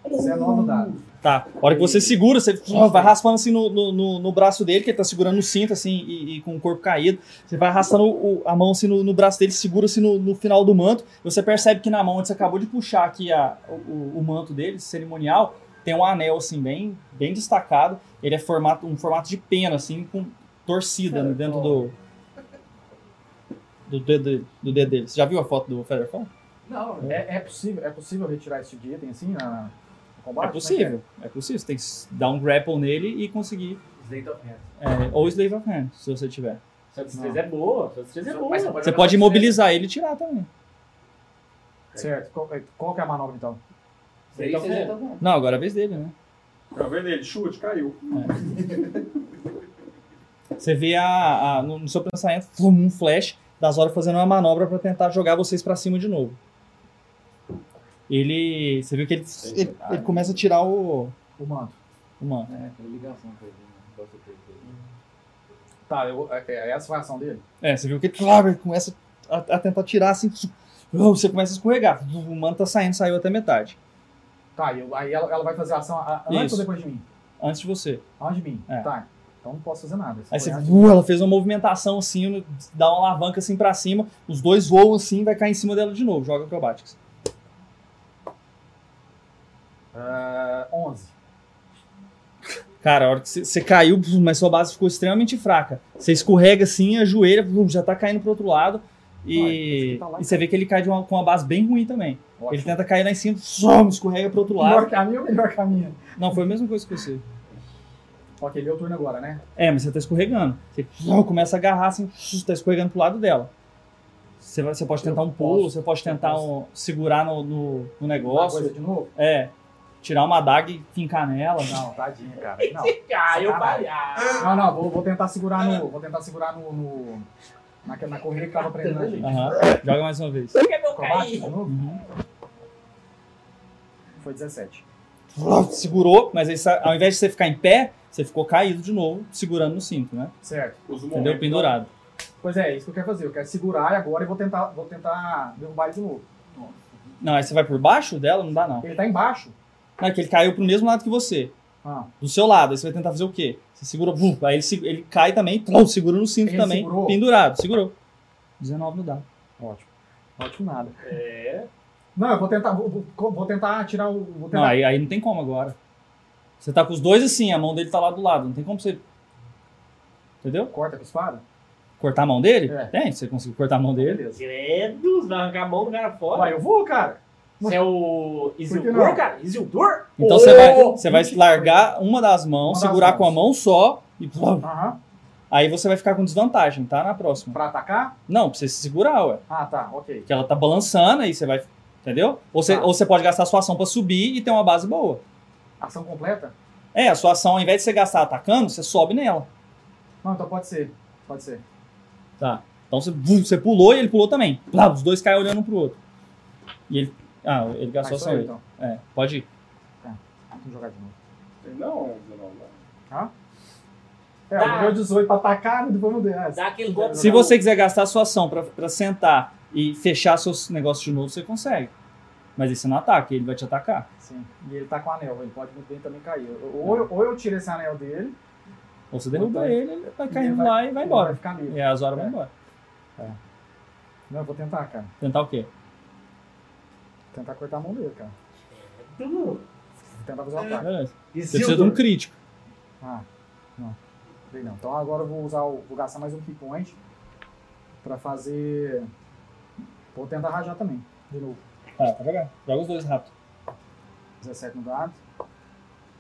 19 no dado. Tá. A hora que você segura, você ó, vai raspando assim no, no, no- no braço dele, que ele tá segurando no cinto, assim, e, e com o corpo caído. Você vai arrastando o- a mão assim no, no braço dele, segura assim no, no final do manto. E você percebe que na mão onde você acabou de puxar aqui a- o, o manto dele, cerimonial, tem um anel assim, bem, bem destacado. Ele é formato, um formato de pena, assim, com torcida né, dentro do. Do dedo, dele- do dedo dele. Você já viu a foto do Featherfall? Não, É, é possível, é possível retirar esse de item assim na, na- no combate? É possível. É possível. Você tem que s- dar um grapple nele e conseguir. Slate of Hand. É, ou Slave of Hand, se você tiver. Só que 3 é boa. Só que 3 é boa. Mas Você pode imobilizar ele e tirar também. Certo. Qual, qual que é a manobra então? Seria Então, seja tão tá bom. Não, agora é a vez dele, né? Tá vendo ele? Chute, caiu. Você vê a, a- no, no seu pensamento flum, um flash da Zora fazendo uma manobra pra tentar jogar vocês pra cima de novo. Ele. Você viu que ele, ele, ele começa a tirar o, O manto. o manto. É, aquela ligação com ele, né? Gosto de ter. Tá, eu, é, é essa a ação dele? É, você viu que claro, ele <laughs> começa a, a tentar tirar assim. Você começa a escorregar. O manto tá saindo, saiu até metade. Tá, eu, aí ela, ela vai fazer a ação a- antes Isso. ou depois de mim? Antes de você. Antes de mim. É. Tá. Então não posso fazer nada. Aí você, Foi antes- uh, ela fez uma movimentação assim, dá uma alavanca assim pra cima, os dois voam assim, vai cair em cima dela de novo, joga acrobatics. Ah, 11. Cara, a hora que você- você caiu, bum, mas sua base ficou extremamente fraca. Você escorrega assim, a joelha bum, já tá caindo pro outro lado. E, Olha, tá lá, e você vê que ele cai de uma- com uma base bem ruim também. Ele Ótimo. tenta cair lá em cima, som, escorrega pro outro Melhor lado. caminho ou melhor caminho? Não, foi a mesma coisa que você. Ok, meu turno agora, né? É, mas você tá escorregando. Você bum, começa a agarrar assim, bum, tá escorregando pro lado dela. Você, vai- você pode tentar um pulo, você pode tentar um- segurar no, no- no negócio. Coisa de novo? É. Tirar uma adaga e fincar nela. Não, tadinha, cara. Aí Não. <laughs> Caiu, Caralho. palhaço. ah. Não, não, vou, vou tentar segurar no. Vou tentar segurar no. no na, na corrida que tava prendendo a gente. Aham. Joga mais uma vez. Acrobática de novo? Uhum. Foi 17. Segurou, mas aí, sa- ao invés de você ficar em pé, você ficou caído de novo, segurando no cinto, né? Certo. Usa o Entendeu? momento. Pendurado. Pois é, isso que eu quero fazer. Eu quero segurar agora e vou tentar, vou tentar derrubar ele de novo. Não, aí você vai por baixo dela, não dá não. Ele tá embaixo. Não, é que ele caiu pro mesmo lado que você. Ah. Do seu lado, aí você vai tentar fazer o quê? Você segura, vum, aí ele, se- ele cai também, plum, segura no cinto Ele também, segurou? pendurado, segurou. 19 não dá. Ótimo. Ótimo nada. É. Não, eu vou tentar. Vou, vou- vou tentar tirar o. Vou Não, tentar. aí, aí não tem como agora. Você tá com os dois assim, a mão dele tá lá do lado, não tem como você. Entendeu? Corta com espada? Cortar a mão dele? É. Tem, você conseguiu cortar a mão dele. Beleza. Credos, vai arrancar a mão do cara fora. Uai, eu vou, cara. Você é o não? Isildur, cara? Isildur? Então você vai, você vai largar uma das mãos, Uma das segurar com a mãos. mão só e plum. Aham. aí você vai ficar com desvantagem, tá? Na próxima. Pra atacar? Não, pra você se segurar, ué. Ah, tá. Ok. Porque ela tá balançando aí você vai, entendeu? Ou você, Tá. ou você pode gastar a sua ação pra subir e ter uma base boa. Ação completa? É, a sua ação, ao invés de você gastar atacando, você sobe nela. Não, então pode ser. Pode ser. Então você, vum, você pulou e ele pulou também. Plá, os dois caem olhando um pro outro. E ele. Ah, ele Ah, gastou a sou ação eu, dele. então. É, pode ir. Vamos jogar de novo. Não, 19. não. É, Tá. eu deu 18 pra atacar e depois não dei. Ah, Dá aquele golpe. Se você quiser gastar a sua ação pra, pra sentar e fechar seus negócios de novo, você consegue. Mas aí você não ataca, ele vai te atacar. sim. E ele tá com anel, ele pode muito bem também cair. Ou eu, ou eu tiro esse anel dele, Ou você derruba Então, ele, ele vai caindo vai- lá e vai ele embora. vai ficar livre. E a Zora vai É. embora. Não, eu vou tentar, cara. Tentar o quê? Tentar cortar a mão dele, cara. É, Vou tentar fazer um ataque. Beleza. Você precisa de um Isildur. crítico. Ah, não. Sei não. Então agora eu vou usar o. Vou gastar mais um key point pra fazer. Vou tentar rajar também. De novo. Ah, pra jogar. Joga os dois rápido. 17 no dado.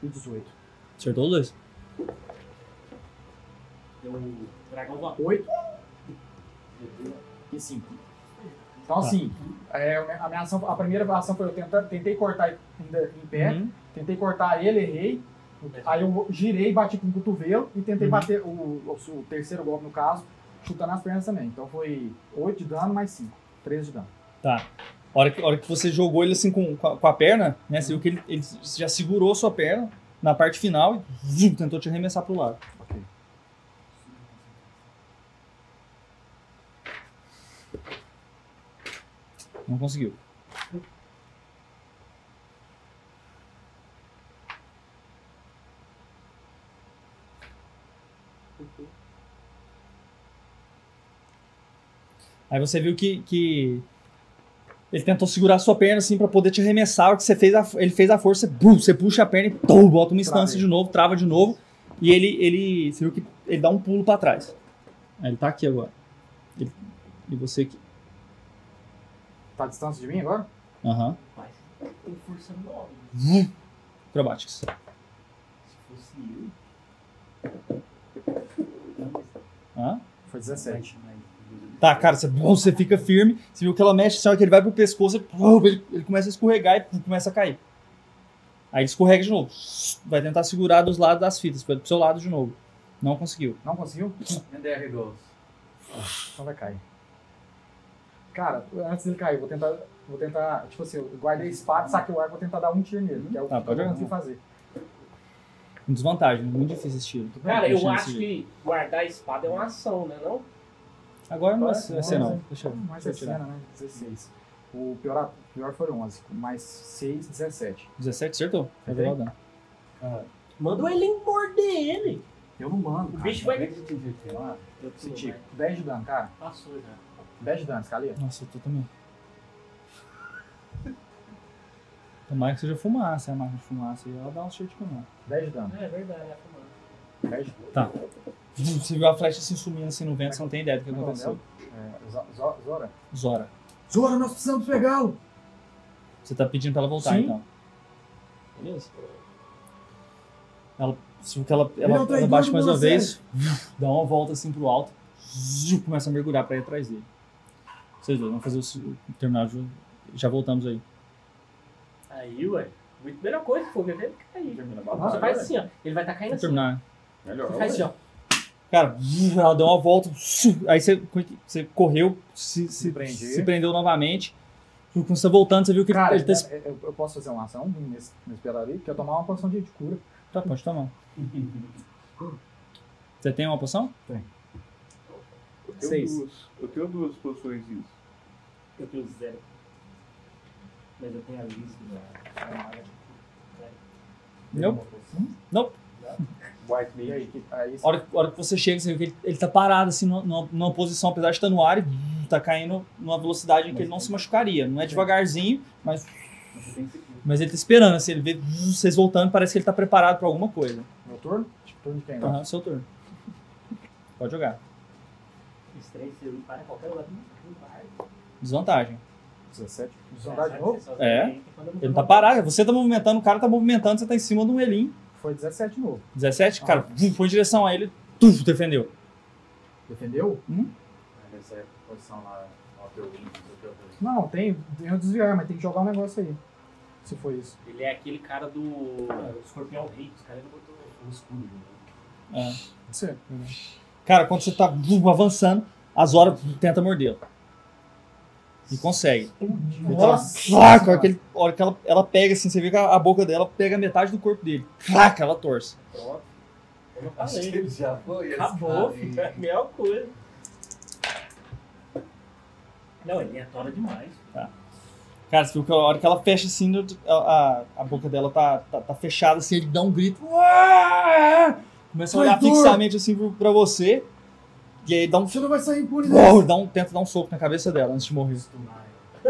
E 18. Acertou os dois. Deu um dragão voador. 8 e 5. Então, Tá. assim, é, a, minha ação- a primeira ação foi eu tenta- tentei cortar ele ainda em pé, Uhum. tentei cortar ele, errei. Aí eu girei, bati com o cotovelo e tentei Uhum. bater o, o, o terceiro golpe, no caso, chutando as pernas também. Então foi 8 de dano mais 5. 13 de dano. A hora, que, a hora que você jogou ele assim com, com, a, com a perna, né? Você viu que ele, ele já segurou sua perna na parte final e zum, tentou te arremessar pro lado. Ok. Não conseguiu. Aí você viu que, que ele tentou segurar a sua perna assim pra poder te arremessar. O que você fez, a- ele fez a força, bum, você puxa a perna e tum, bota uma instância Travei. de novo, trava de novo. E ele, ele, você viu que ele dá um pulo pra trás. Aí ele tá aqui agora. Ele- e você aqui. Tá à distância de mim agora? Aham. Mas tem força nova. Acrobatics. Se fosse eu. Hã? Foi 17. Mas- mas- Tá, cara, você, bom, você fica firme. Você viu que ela mexe, sabe que ele vai pro pescoço, você- bom, ele, ele começa a escorregar e pum, começa a cair. Aí ele escorrega de novo. Vai tentar segurar dos lados das fitas, foi pro seu lado de novo. Não conseguiu. Não conseguiu? And there he goes. Então vai cair. Cara, antes dele cair, vou tentar. Vou tentar. Tipo assim, eu guardei a espada, saquei o arco, vou tentar dar um tiro nele, que é o Tá, que eu pode consegui fazer. Com desvantagem, muito difícil esse tiro. Cara, eu Mexendo acho nesse- que guardar a espada é uma ação, né? Não? Agora não vai ser, Agora vai ser não, não. né? Deixa eu, Mais deixa eu tirar. cena, né? 16. O pior, o pior foi 11, com mais 6, 17. 17, acertou. Vai virar o dano. Manda o Elin morder ele. Eu não mando. O cara. bicho vai. Esse tipo, 10 de dano, cara. né? Passou já. 10 de dano, escalei. Nossa, eu tô também. Tomara que seja fumaça, é a máquina de fumaça. E ela dá um chute com ela. 10 de dano. É verdade, é fumando. 10 de dano. <laughs> Você viu a flecha assim sumindo assim no vento, você não tem ideia do que Como é o aconteceu. É, Zo- Zo- Zora. Zora, Zora, nós precisamos pegá-lo! você tá pedindo pra ela voltar Sim. então. Beleza. Ela, você viu que ela, é um ela, ela traidor bate do mais uma Monastério. vez, <laughs> dá uma volta assim pro alto, ziu, começa a mergulhar pra ir atrás dele. Vocês dois vão fazer o se- terminar o jogo. Já voltamos aí. Aí, ué. Muito melhor coisa, pô, que ele cair. Termina a Você Ah, batalha. é. faz velho. assim, ó. Ele vai estar caindo Vamos assim. terminar. Melhor. Você faz assim, ó. Cara, ela deu uma volta, aí você, é você correu, se, se, Prendeu. se prendeu novamente. E Quando você tá voltando, você viu que ele- Cara, é- ele tá. eu- eu, eu posso fazer uma ação ruim nesse, nesse pedaço ali, porque eu tomar uma poção de de cura. Tá, pode tomar. Você tem uma poção? Eu tenho Seis. duas. Eu tenho duas posições isso. Eu tenho zero. Mas eu tenho a né? Liz lá. Não. White E aí, Mage. que, aí A hora, que- a hora que você chega, você vê que ele, ele tá parado assim numa- numa, numa posição, apesar de estar no ar, e tá caindo numa velocidade em que ele não se machucaria. Não é devagarzinho, mas. Mas ele tá esperando, assim, ele vê vocês voltando, parece que ele tá preparado pra alguma coisa. meu turno? Tipo, turno de quem? Aham, seu turno. Pode jogar. Os três, você para em qualquer lugar. não vai. Desvantagem. 17. Desandar de novo? Você só É. tem que quando eu não Ele tô tá parado, você tá movimentando, o cara tá movimentando, você tá em cima de um Elim. Foi 17 de novo. 17, cara, vum, foi em direção a ele, tuf, defendeu. Defendeu? Nessa época, a posição lá, ó, teu win, teu teu win. Não, tem. Tem que desviar, mas tem que jogar um negócio aí. Se foi isso. Ele é aquele cara do É, escorpião rei. Os caras não botou um escudo. Você. Cara, quando você tá vum, avançando, a Zora tenta mordê-lo. E consegue. Ele tá- Clac, a hora que ele- a hora que ela, ela pega assim, você vê que a, a boca dela pega metade do corpo dele. Clac, ela torce. Eu não Acho que falei. ele já foi. esse Acabou, cara, filho. É a melhor coisa. Não, ele é tora demais. Cara, você viu que a hora que ela fecha assim, a, a, a boca dela tá, tá, tá fechada assim, ele dá um grito. "Uá!" Começa a olhar Traidor! fixamente assim pro- pra você. E aí dá um. Você não vai sair impune Uou, dá um tenta dar um soco na cabeça dela antes de morrer.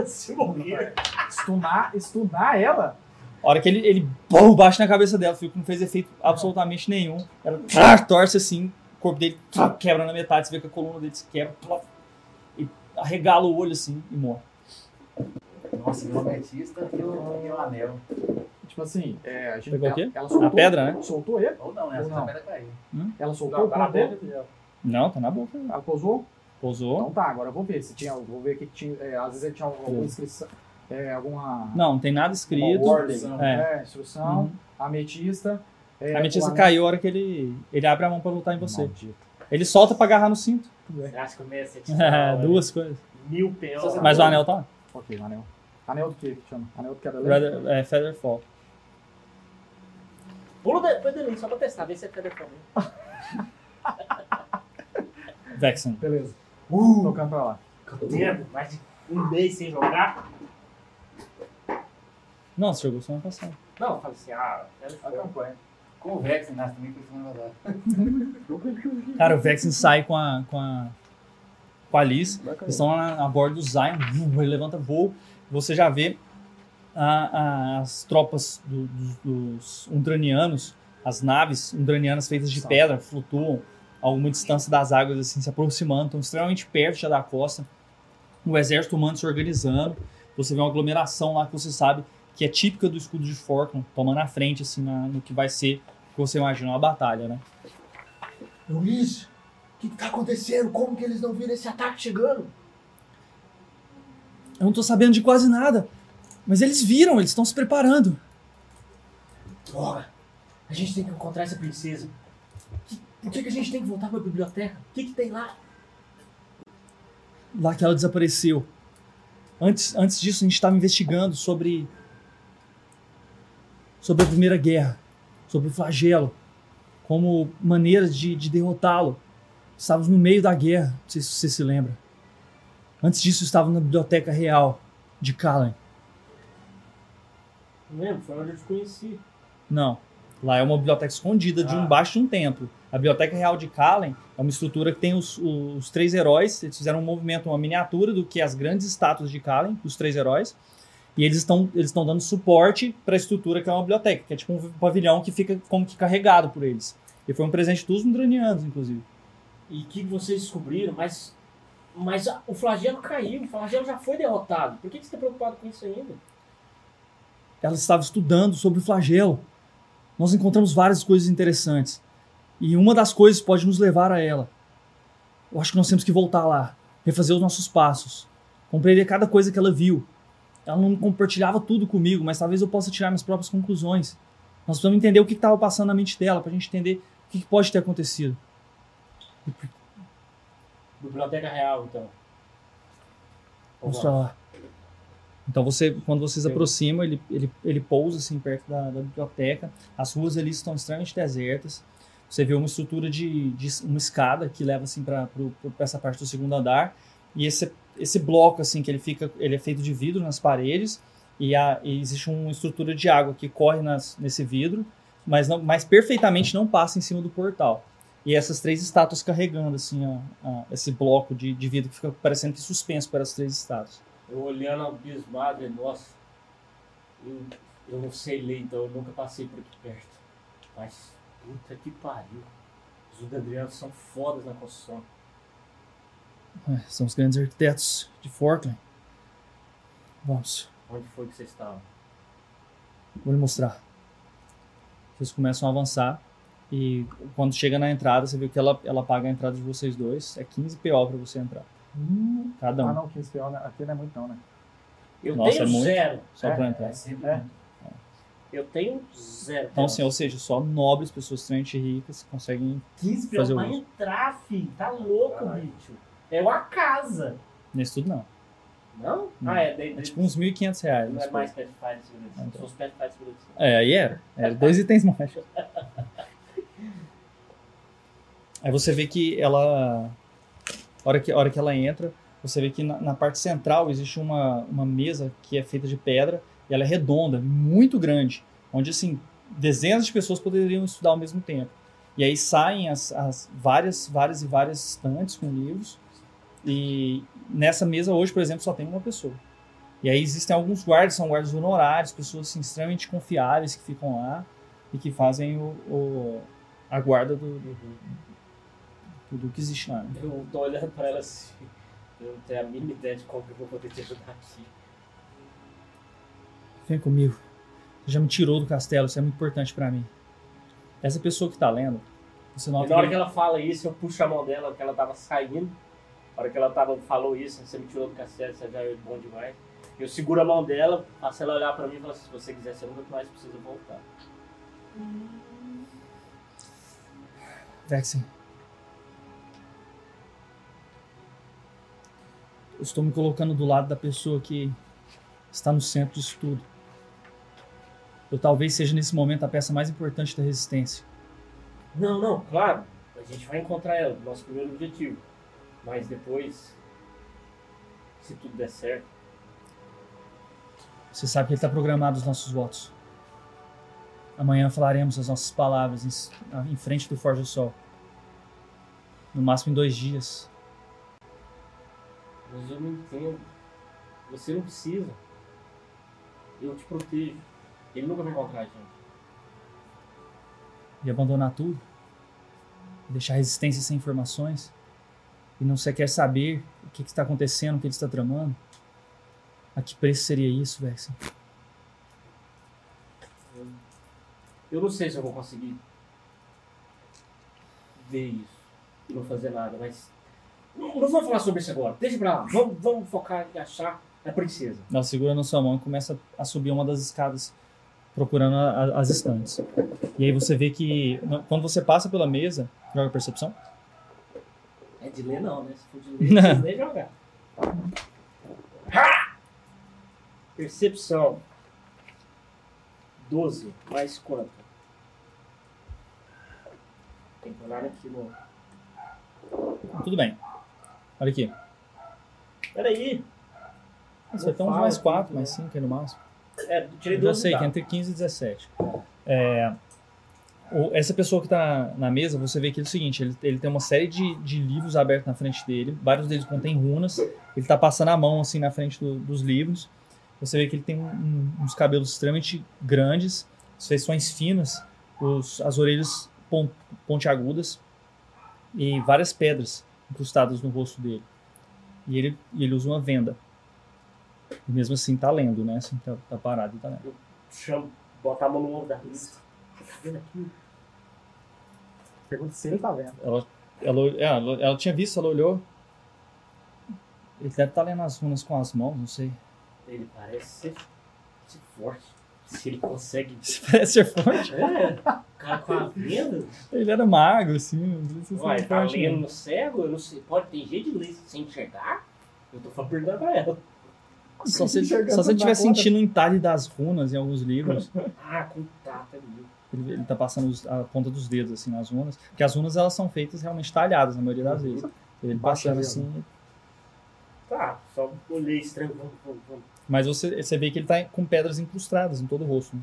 Se morrer. Stunar, stunar ela? A hora que ele, ele bom, bate na cabeça dela, viu que não fez efeito absolutamente nenhum. Ela tá, torce assim, o corpo dele tá, quebra na metade, você vê que a coluna dele se quebra, plof, e arregala o olho assim e morre. Nossa, meu ametista e o e o anel. Tipo assim, é, a gente. Pegou o ela- quê? Ela soltou, A pedra, né? soltou ele? Ou não, né? Ou Essa não. câmera caiu. Ela soltou tá Não, o para a corpo dele? boca, Daniel. Não, tá na boca. Ela pousou? Pousou. Então tá, agora eu vou ver se tinha. Vou ver o que que tinha. é, às vezes tinha alguma inscrição. é, alguma. Não, não tem nada escrito. Uma ordem, É. é, instrução. Uhum. Ametista. é, A ametista o caiu a hora que ele, ele abre a mão pra lutar em você. Maldito. Ele solta pra agarrar no cinto. Você acha que o Messi é <laughs> É, titular? Duas coisas. Mil peões. Mas o anel tá lá. Ok, o anel. Anel do que que chama? Anel do que é da lei? Rather- é, Feather Fall. Pula depois dele, só pra testar, ver se é telefone. Vexen. Beleza. Uh! Tocando pra lá. Tempo, mais de um mês sem jogar. Não, você jogou semana passada. Não, eu falei assim, ah, A campanha. Com o Vex, nasce também com esse nome lá. Cara, o Vexen sai com a, com a, com a Liz. Eles estão lá na, a bordo do Zion. vum, Ele levanta voo. Você já vê a- a- as tropas do- do- dos Undranianos, as naves Undranianas feitas de pedra, flutuam a alguma distância das águas, assim, se aproximando. Estão extremamente perto já da costa. O exército humano se organizando. Você vê uma aglomeração lá que você sabe que é típica do escudo de Forkland, tomando a frente, assim, na- no que vai ser, o que você imagina, uma batalha, né? Luiz, o que que tá acontecendo? Como que eles não viram esse ataque chegando? Eu não tô sabendo de quase nada. Mas eles viram, eles estão se preparando. Droga! A gente tem que encontrar essa princesa. Que- Por que, que a gente tem que voltar pra biblioteca? O que, que tem lá? Lá que ela desapareceu. Antes, antes disso, a gente estava investigando sobre. sobre a Primeira Guerra. Sobre o flagelo. Como maneiras de, de derrotá-lo. Estávamos no meio da guerra, não sei se você se lembra. Antes disso, estávamos na Biblioteca Real de Callan. Não lembro, foi onde eu te conheci. Não. Lá é uma biblioteca escondida de um Ah. baixo de um templo. A Biblioteca Real de Kallen é uma estrutura que tem os, os três heróis. Eles fizeram um movimento, uma miniatura do que é as grandes estátuas de Kallen, os três heróis. E eles estão eles estão dando suporte para a estrutura que é uma biblioteca, que é tipo um pavilhão que fica como que carregado por eles. E foi um presente dos Mundranianos, inclusive. E o que vocês descobriram, mas. Mas a- o flagelo caiu, o flagelo já foi derrotado. Por que que você está preocupado com isso ainda? ela estava estudando sobre o flagelo. Nós encontramos várias coisas interessantes. E uma das coisas pode nos levar a ela. Eu acho que nós temos que voltar lá, refazer os nossos passos, compreender cada coisa que ela viu. Ela não compartilhava tudo comigo, mas talvez eu possa tirar minhas próprias conclusões. Nós precisamos entender o que estava passando na mente dela, para a gente entender o que que pode ter acontecido. Biblioteca Real, então. Vamos pra lá. Então você, quando vocês aproximam, ele, ele, ele pousa assim perto da, da biblioteca. As ruas ali estão extremamente desertas. Você vê uma estrutura de, de es- uma escada que leva assim para essa parte do segundo andar. E esse, esse bloco assim que ele fica, ele é feito de vidro nas paredes e, a, e existe uma estrutura de água que corre nas, nesse vidro, mas não, mas perfeitamente não passa em cima do portal. E essas três estátuas carregando assim a- a- esse bloco de, de vidro que fica parecendo que suspenso para as três estátuas. Eu olhando abismado, eu, nossa. Eu, eu não sei ler, então eu nunca passei por aqui perto. Mas, puta que pariu. Os Udandrianos são fodas na construção. É, São os grandes arquitetos de Forkland. Vamos, Onde foi que vocês estavam? vou lhe mostrar. Vocês começam a avançar e quando chega na entrada, você vê que ela, ela paga a entrada de vocês dois. É 15 PO para você entrar. Cada Ah, um, não, 15 pior, né? aqui não é muito não, né? Eu Nossa, tenho é muito. zero. só para entrar. Eu tenho zero. Então, assim, ou seja, só nobres, pessoas extremamente ricas conseguem 15 fazer pra o- entrar, filho. Tá louco, bicho. É uma casa. nesse tudo, não. Não? Não. Ah, é. De, É de, tipo uns 1.500 reais. não mas é mais coisa. Pet Fights Village. Ah, São então. os Pet Fights Village. É, aí era. Era dois itens mais. Aí você vê que ela. A hora que, a hora que ela entra, você vê que na, na parte central existe uma, uma mesa que é feita de pedra e ela é redonda, muito grande, onde assim, dezenas de pessoas poderiam estudar ao mesmo tempo. E aí saem as, as várias, várias e várias estantes com livros. E nessa mesa hoje, por exemplo, só tem uma pessoa. E aí existem alguns guardas, são guardas honorários, pessoas assim, extremamente confiáveis que ficam lá e que fazem o, o- a guarda do, do, do- do que existe lá. né? Eu tô olhando pra ela assim. Eu não tenho a mínima ideia de como que eu vou poder te ajudar aqui. Vem comigo. Você já me tirou do castelo, isso é muito importante pra mim. Essa pessoa que tá lendo, você E nota na hora que- que ela fala isso, eu puxo a mão dela, porque ela tava saindo. Na hora que ela tava, falou isso, você me tirou do castelo, você já é bom demais. Eu seguro a mão dela, faço ela olhar pra mim e falo assim, se você quiser, você nunca mais precisa voltar. Vexen. Eu estou me colocando do lado da pessoa que está no centro disso tudo. Eu talvez seja nesse momento a peça mais importante da resistência. Não, não, claro. A gente vai encontrar ela, nosso primeiro objetivo. Mas depois, se tudo der certo, Você sabe que ele está programado os nossos votos. Amanhã falaremos as nossas palavras em, s- em frente do Forja Sol. No máximo em dois dias. mas eu não entendo. Você não precisa. Eu te protejo. Ele nunca vai encontrar a gente. e abandonar tudo, deixar a resistência sem informações e não sequer saber o que, que está acontecendo, o que ele está tramando. A que preço seria isso, Vex? Eu não sei se eu vou conseguir ver isso. não fazer nada, mas. Não, não vamos falar sobre isso agora. Deixa pra lá. Vamos, vamos focar em achar a princesa. Ela segura na sua mão e começa a subir uma das escadas, procurando a- a- as estantes. E aí você vê que, na- quando você passa pela mesa, joga percepção. É de ler não, né? Se for de <laughs> ler, não precisa nem jogar. Percepção. 12. Mais quanto? Tem que olhar aqui no. Tudo bem. Olha aqui. Peraí! Você tem uns mais 4, mais 5 aí no máximo. É, tirei Eu já 12. sei, dá. que é entre 15 e 17. É, o- essa pessoa que tá na mesa, você vê que é o seguinte, ele, ele tem uma série de, de livros abertos na frente dele, vários deles contêm runas, ele tá passando a mão assim na frente do- dos livros, você vê que ele tem um- um- uns cabelos extremamente grandes, as feições finas, os- as orelhas pon- pontiagudas e várias pedras incrustadas no rosto dele. E ele, e ele usa uma venda. E mesmo assim tá lendo, né? Assim, tá, tá parado e tá lendo. Chama, bota a mão no ombro da Rita. Pergunta se ele tá vendo. Ela, ol- é, ela, ela tinha visto, ela olhou. Ele deve estar lendo as runas com as mãos, não sei. <laughs> Ele parece ser, ser forte. Se ele consegue. Isso parece ser forte. O cara com a venda. Ele era magro, assim. Não sei se Ué, ele tá forte, lendo não. no cego? Eu não sei. Pode ter jeito de ler sem enxergar? Eu tô só perguntando pra ela. Só se, Enxergando só se ele na estiver conta. sentindo o entalhe das runas em alguns livros, Ah, contato ali. ele, ele tá passando os- a ponta dos dedos, assim, nas runas. Porque as runas, elas são feitas realmente talhadas, na maioria Uhum. das vezes. Ele passando assim. Tá, só olhei estranho. Vamos, vamos, vamos. Mas você, você vê que ele tá com pedras incrustadas em todo o rosto. né?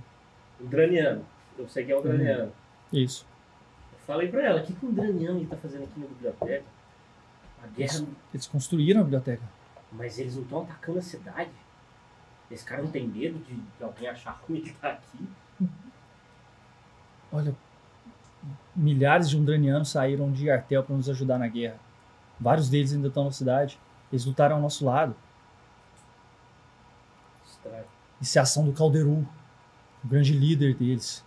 O Draniano. Eu sei que é o Draniano. Isso. Eu falei pra ela, o que, que o Draniano tá fazendo aqui na biblioteca? A guerra. Eles construíram a biblioteca. Mas eles não estão atacando a cidade. Esse cara não tem medo de, de alguém achar ruim que tá aqui. Olha, milhares de undranianos saíram de Artel para nos ajudar na guerra. Vários deles ainda estão na cidade. Eles lutaram ao nosso lado. Estranho. Isso é a ação do Calderu, o grande líder deles.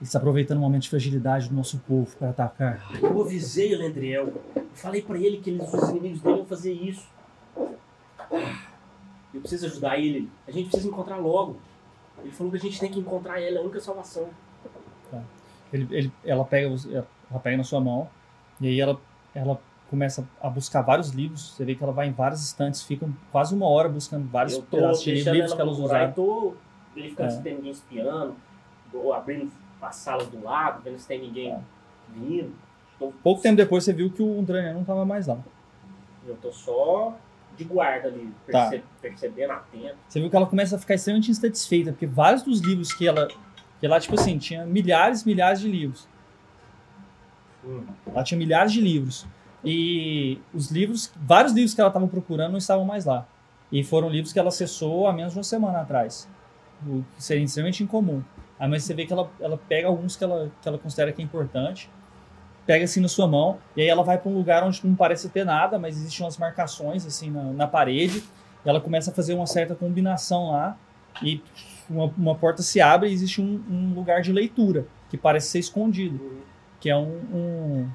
Ele está aproveitando o momento de fragilidade do nosso povo para atacar. Ai, eu avisei o Landriel. Eu falei pra ele que eles, os inimigos dele iam fazer isso. Eu preciso ajudar ele. A gente precisa encontrar logo. Ele falou que a gente tem que encontrar ela, é a única salvação. Ele- ele- ela, pega, os- ela pega na sua mão e aí ela, ela começa a buscar vários livros. Você vê que ela vai em várias estantes, fica quase uma hora buscando vários eu tô pedaços de deixando livros ela que elas procurar. Eu usaram. tô verificando É. se tem ninguém espiando, ou abrindo a sala do lado, vendo se tem ninguém É. vindo. Tô- Pouco tempo depois você viu que o Undraniano não estava mais lá. Eu tô só de guarda ali, Tá. perce- percebendo, atento. Você viu que ela começa a ficar extremamente insatisfeita, porque vários dos livros que ela. Que ela, tipo assim, tinha milhares, milhares de livros. Hum. Ela tinha milhares de livros. E os livros, vários livros que ela estava procurando não estavam mais lá. E foram livros que ela acessou há menos de uma semana atrás. O que seria extremamente incomum. Aí, mas você vê que ela, ela pega alguns que ela, que ela considera que é importante, pega assim na sua mão, e aí ela vai para um lugar onde não parece ter nada, mas existem umas marcações assim na, na parede. E ela começa a fazer uma certa combinação lá, e uma, uma porta se abre e existe um, um lugar de leitura, que parece ser escondido. Que é um, um-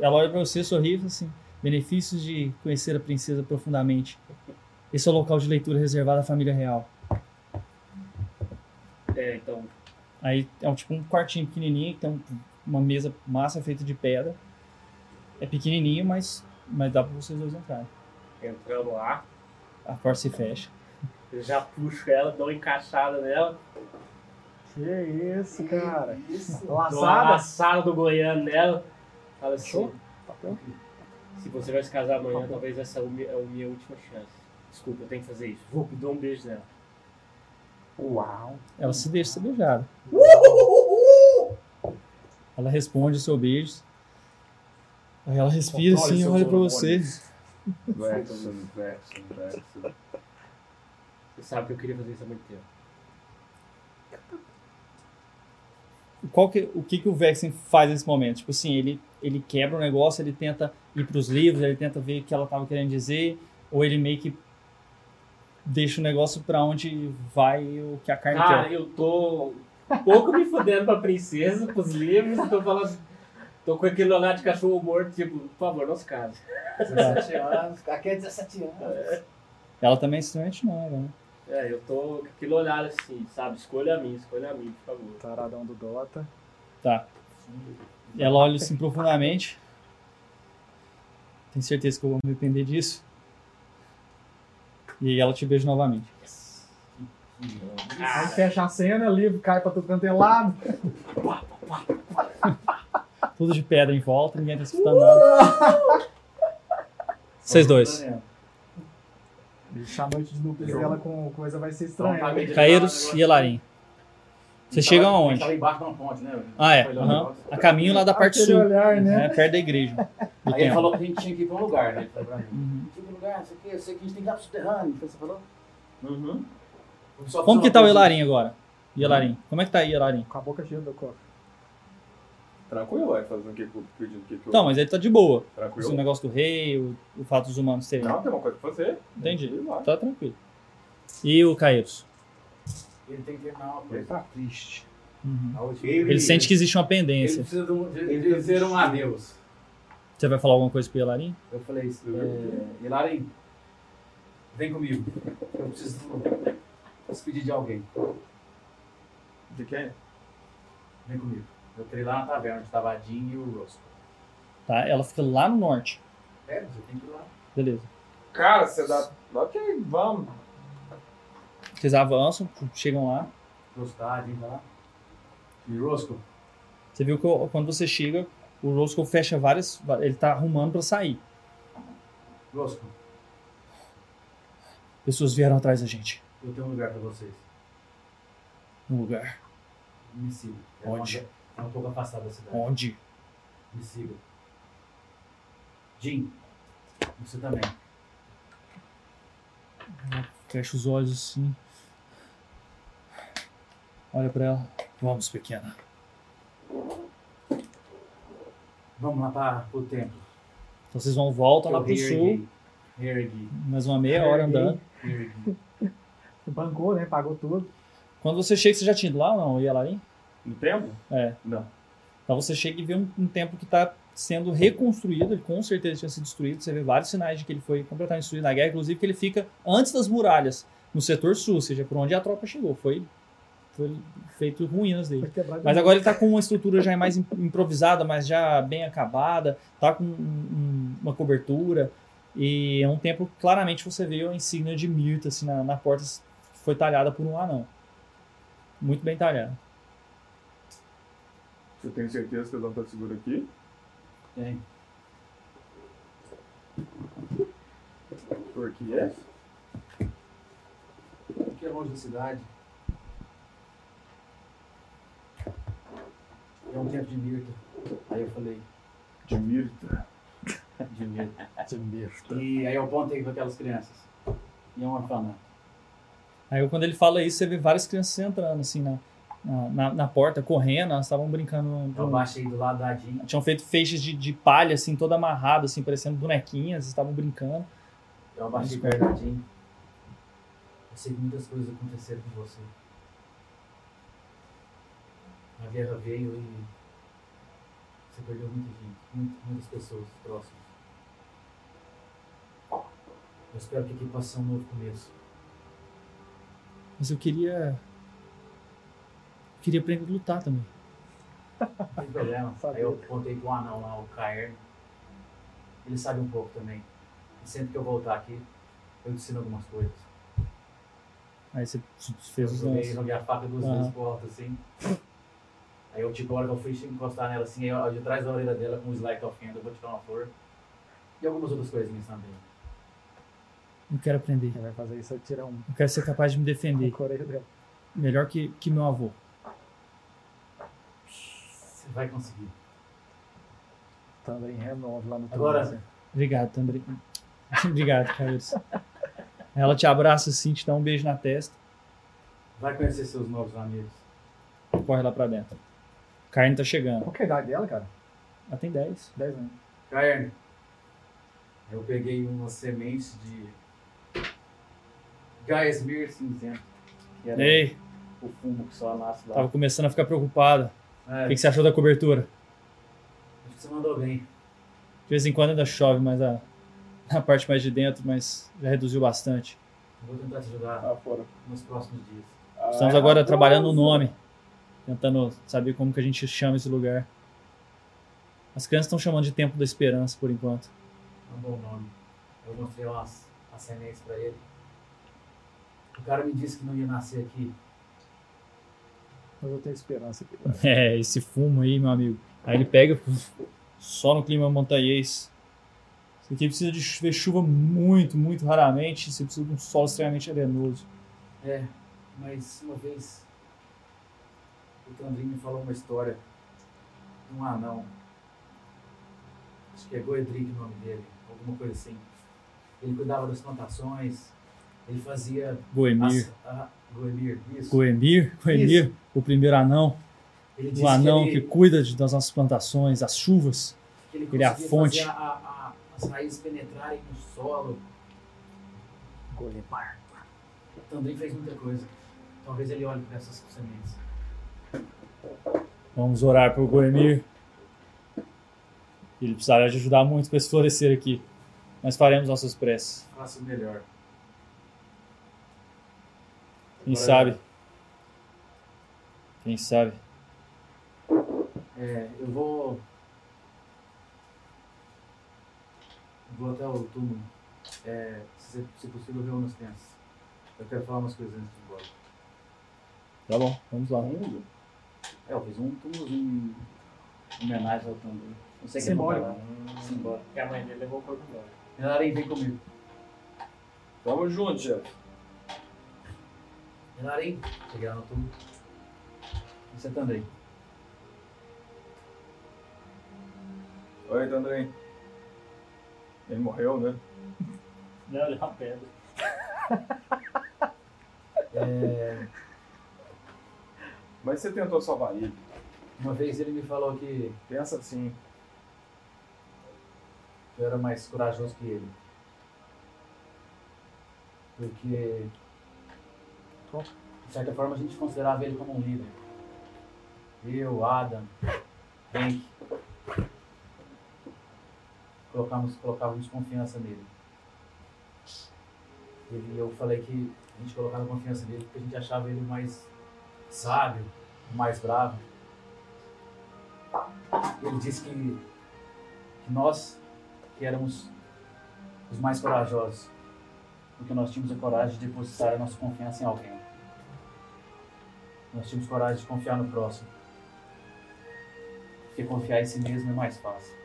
Ela olha pra você, sorri e fala assim: benefícios de conhecer a princesa profundamente. Esse é o local de leitura reservado à família real. É, então, Aí é um, tipo um quartinho pequenininho, que tem um- uma mesa massa feita de pedra. É pequenininho, mas, mas dá pra vocês dois entrarem. entrando lá, A porta se fecha. eu já puxo ela, dou uma encaixada nela. Que isso, cara. Dou uma Laçada? laçada do goiano nela. Fala assim, Tá Papel? se você vai se casar amanhã, talvez essa é o mi- é a minha última chance. Desculpa, eu tenho que fazer isso. Vou dou um beijo nela. Uau. Ela se deixa ser beijada. Ela responde o seu beijo. Aí ela respira Controle assim e seus olha pra hormônios. você. Verso, verso, verso. Você sabe que eu queria fazer isso há muito tempo. qual que, o que, que o Vexen faz nesse momento? Tipo assim, ele, ele quebra o negócio, ele tenta ir para os livros, ele tenta ver o que ela estava querendo dizer, ou ele meio que deixa o negócio para onde vai o que a É, então. carne Cara, quer. eu tô um pouco me fudendo pra princesa, pros livros, eu tô falando. Tô com aquele olhar de cachorro morto, tipo, por favor, não se case. 17 anos, aqui é 17 anos. Ela também é extremamente nova, né? É, eu tô com aquele olhar assim, sabe? Escolha a mim, escolha a mim, por favor. Taradão do Dota. Ela olha assim profundamente. Tenho certeza que eu vou me arrepender disso. E ela te beija novamente. Ah. Aí fecha a cena, livro cai pra tudo quanto é lado. Tudo de pedra em volta, ninguém tá escutando nada. <laughs> Vocês dois. Ixi, a noite de núcleos dela com coisa vai ser Então, tá estranha. né? meio de- Caeiros e Elarim. Vocês Tava- chegam aonde? Tava embaixo de uma ponte, né? Ah, é. Foi lá o aham. negócio. A caminho lá da parte Aquele sul. olhar, né? né, Perto da igreja. Do Aí ele templo. falou que a gente tinha que ir pra um lugar, né? Ele falou pra mim. Uhum. Tinha que ir pra um lugar, não sei o quê, eu sei que a gente tem que ir lá pro subterrâneo. Foi o que Você falou? Uhum. Só Como que uma tá o coisa. Elarim agora? Yelarim. Como é que tá aí, Yelarim? Com a boca cheia do copo. Tranquilo, vai fazendo o que eu pedindo o que que eu. Então, mas ele tá de boa. O Tranquilo. negócio do rei, o, o fato dos humanos terem. Não, tem uma coisa pra fazer. é Entendi. Sei lá. Tá tranquilo. E o Caeiros? Ele tem que terminar uma Ele coisa. tá triste. A última. Ele sente que existe uma Ele pendência. precisa de, um, de, Ele de precisa- ser um adeus. Você vai falar alguma coisa pro Yelarim? Eu falei isso. É, Hilarim, vem comigo. Eu preciso despedir de alguém. De quem? Vem comigo. Eu queria ir lá na taverna onde tava a Jean e o Rosco. Tá? Ela fica lá no norte. É, você tem que ir lá. Beleza. Cara, você dá. Ok, vamos. Vocês avançam, chegam lá. Rosco tá, a Jean tá lá. E Rosco, Você viu que o- quando você chega, o Roscoe fecha várias. Ele tá arrumando pra sair. Rosco, Pessoas vieram atrás da gente. eu tenho um lugar pra vocês. No lugar. Me siga. É Onde? uma- É um pouco afastado da cidade. Onde? Me siga. Jim, você também. Fecha os olhos assim. Olha pra ela. Vamos, pequena. Vamos lá para o templo. Então vocês vão voltam lá Eu pro sul, reergui. Reergui. mais uma meia hora andando. Reergui. Bancou, né? Pagou tudo. Quando você chega, você já tinha ido lá ou não, Yalarim? No tempo? É. Não. Então você chega e vê um, um templo que tá sendo reconstruído, ele com certeza tinha sido destruído. Você vê vários sinais de que ele foi completamente destruído na guerra, inclusive que ele fica antes das muralhas, no setor sul, ou seja, por onde a tropa chegou. Foi, foi feito ruínas dele. Foi quebrado. Mas agora ele tá com uma estrutura já mais im- improvisada, mas já bem acabada, tá com um- um- uma cobertura. E é um templo, claramente você vê a insígnia de Mirta, assim, na, na porta, que foi talhada por um anão. Muito bem talhada. Eu tenho certeza que o Dom tá seguro aqui. É. Tem. Porque é. Aqui é longe da cidade. É um tempo de Mirta. Aí eu falei. De Mirta. De Mirta. E aí eu apontei para aquelas crianças. E é um orfanato. Aí quando ele fala isso, você vê várias crianças entrando, assim, na, na, na- na porta, correndo, elas estavam brincando. Eu no- baixei do lado da Jean. Tinham feito feixes de, de palha, assim, toda amarrada, assim, parecendo bonequinhas, estavam brincando. Eu abaixei perto da Jean. Eu sei que muitas coisas aconteceram com você. A guerra veio e você perdeu muita gente, muito- muitas pessoas próximas. Eu espero que aqui possa ser um novo começo. Mas eu queria. Eu queria aprender a lutar também. Não tem problema. Sabia. Aí eu contei com o anão lá, o Cairn. Ele sabe um pouco também. E sempre que eu voltar aqui, eu ensino algumas coisas. Aí você Eu fez os joguei, lances. joguei a faca duas Aham. vezes pro alto assim. Aí eu, tipo, a hora que eu fui encostar nela assim, aí eu, de trás da orelha dela com um slide of hand, eu vou tirar uma flor. E algumas outras coisinhas também. Não quero aprender. Quem vai fazer isso é tirar um Eu quero ser capaz de me defender. coreia dela. Melhor que, que meu avô. Você vai conseguir. Também renova lá no Agora- túmulo, assim. Obrigado, também. <laughs> Obrigado, Carlos. Ela te abraça assim, te dá um beijo na testa Vai conhecer seus novos amigos. e corre lá pra dentro. Carne tá chegando. Qual que é a idade dela, cara? Ela tem 10. 10 anos. Cairn, eu peguei uma semente de Gaesmir cinzento. Que era Ei, o fumo que só nasce lá. tava começando a ficar preocupada. É, O que, que você achou da cobertura? acho Você mandou bem. De vez em quando ainda chove, mas a, <laughs> a parte mais de dentro, mas já reduziu bastante. Vou tentar te ajudar Ah, fora. nos próximos dias. Estamos Ah, agora ah, trabalhando o nome, tentando saber como que a gente chama esse lugar. As crianças estão chamando de Tempo da Esperança por enquanto. <laughs> É um bom nome. Eu mostrei umas, umas sementes pra ele. O cara me disse que não ia nascer aqui. Mas eu tenho esperança aqui. É, esse fumo aí, meu amigo. Aí ele pega <laughs> só no clima montanhês. Isso aqui precisa de chover chuva muito, muito raramente. Você precisa de um solo extremamente arenoso. É, mas uma vez o Tandrin me falou uma história de um anão. Acho que é Goedrig o nome dele, alguma coisa assim. Ele cuidava das plantações, ele fazia. Goemir. as- a- Goemir, isso. Goemir, Goemir, o primeiro anão, Ele disse o um anão que, ele- cuida de- das nossas plantações, as chuvas. que ele ele é a conseguia fonte. fazer a- a- as raízes penetrarem no solo. Goemir. O Tandrin fez muita coisa. Talvez ele olhe para essas sementes. Vamos orar por Goemir. Ele precisará de ajudar muito para esse florescer aqui. Mas faremos nossas preces. Faça o melhor. Quem sabe? Quem sabe? É, eu vou. Vou até o túmulo. É, se, se possível, reúna as crianças. Eu quero falar umas coisas antes de ir embora. Tá bom, vamos lá. Mundo? É, eu fiz um túmulo em homenagem ao túmulo. Não sei Simbólico. que Simbólico. Porque a mãe dele levou o corpo embora. Renarem, vem comigo. Tamo junto, chefe. Renarem, cheguei lá no túmulo. E você também. Oi, Tandrin. Ele morreu, né? Não, ele é uma pedra. Mas você tentou salvar ele. Uma vez ele me falou que Pensa assim. eu era mais corajoso que ele. Porque, de certa forma, a gente considerava ele como um líder. Eu, Adam, Hank. Colocávamos, colocávamos confiança nele. E eu falei que a gente colocava confiança nele porque a gente achava ele o mais sábio, o mais bravo. Ele disse que, que nós que éramos os mais corajosos, porque nós tínhamos a coragem de depositar a nossa confiança em alguém. Nós tínhamos coragem de confiar no próximo, porque confiar em si mesmo é mais fácil.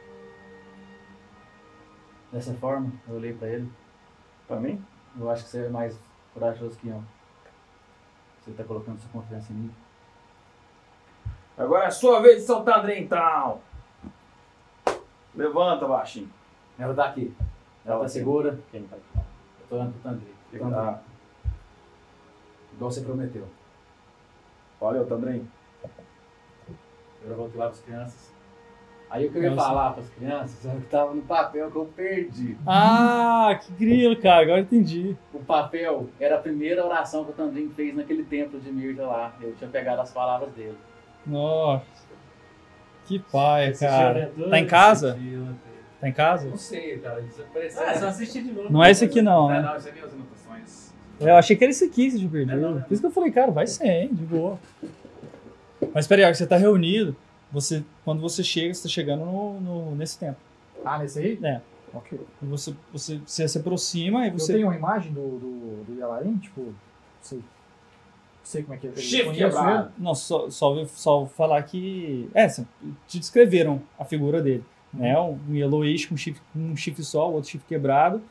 Dessa forma, eu olhei para ele, Pra mim? eu acho que você é mais corajoso que eu. Você está colocando sua confiança em mim. Agora é a sua vez de saltar, Tandrin, então. Levanta, baixinho. Ela tá aqui. Ela tá segura. Quem tá aqui? Eu tô olhando pro Tandri. Fica lá. Igual você prometeu. Valeu, Tandrin. Eu voltei lá para as crianças. Aí o que eu ia Nossa. falar para as crianças <laughs> era o que estava no papel que eu perdi. Ah, que grilo, cara. Agora eu entendi. O papel era a primeira oração que o Tandrin fez naquele templo de Mirta lá. Eu tinha pegado as palavras dele. Nossa. Que paia, Esse cara. gerador- Tá em casa? E eu- Tá em casa? Não sei, cara. Desapareceu. Ah, é só assistir de novo. Não é esse aqui não, né? não, isso é minhas anotações. É, Eu achei que era esse aqui que você tinha Não, não, perdido. não. Por isso que eu falei, cara, vai sem, de boa. Mas peraí, a hora que você tá reunido, você, quando você chega, você tá chegando no, no- nesse tempo. Ah, nesse aí? É. Ok. E Você, você, você se aproxima e Eu você. tenho uma imagem do, do, do Yalarin, tipo, não sei. Não sei como é que é. Eu Chifre conheço quebrado. ele. Não, só, só, ouvi- só falar que. É, assim, te descreveram a figura dele. Né? Uhum. Um yellowish com um chifre, com um chifre só, o outro chifre quebrado.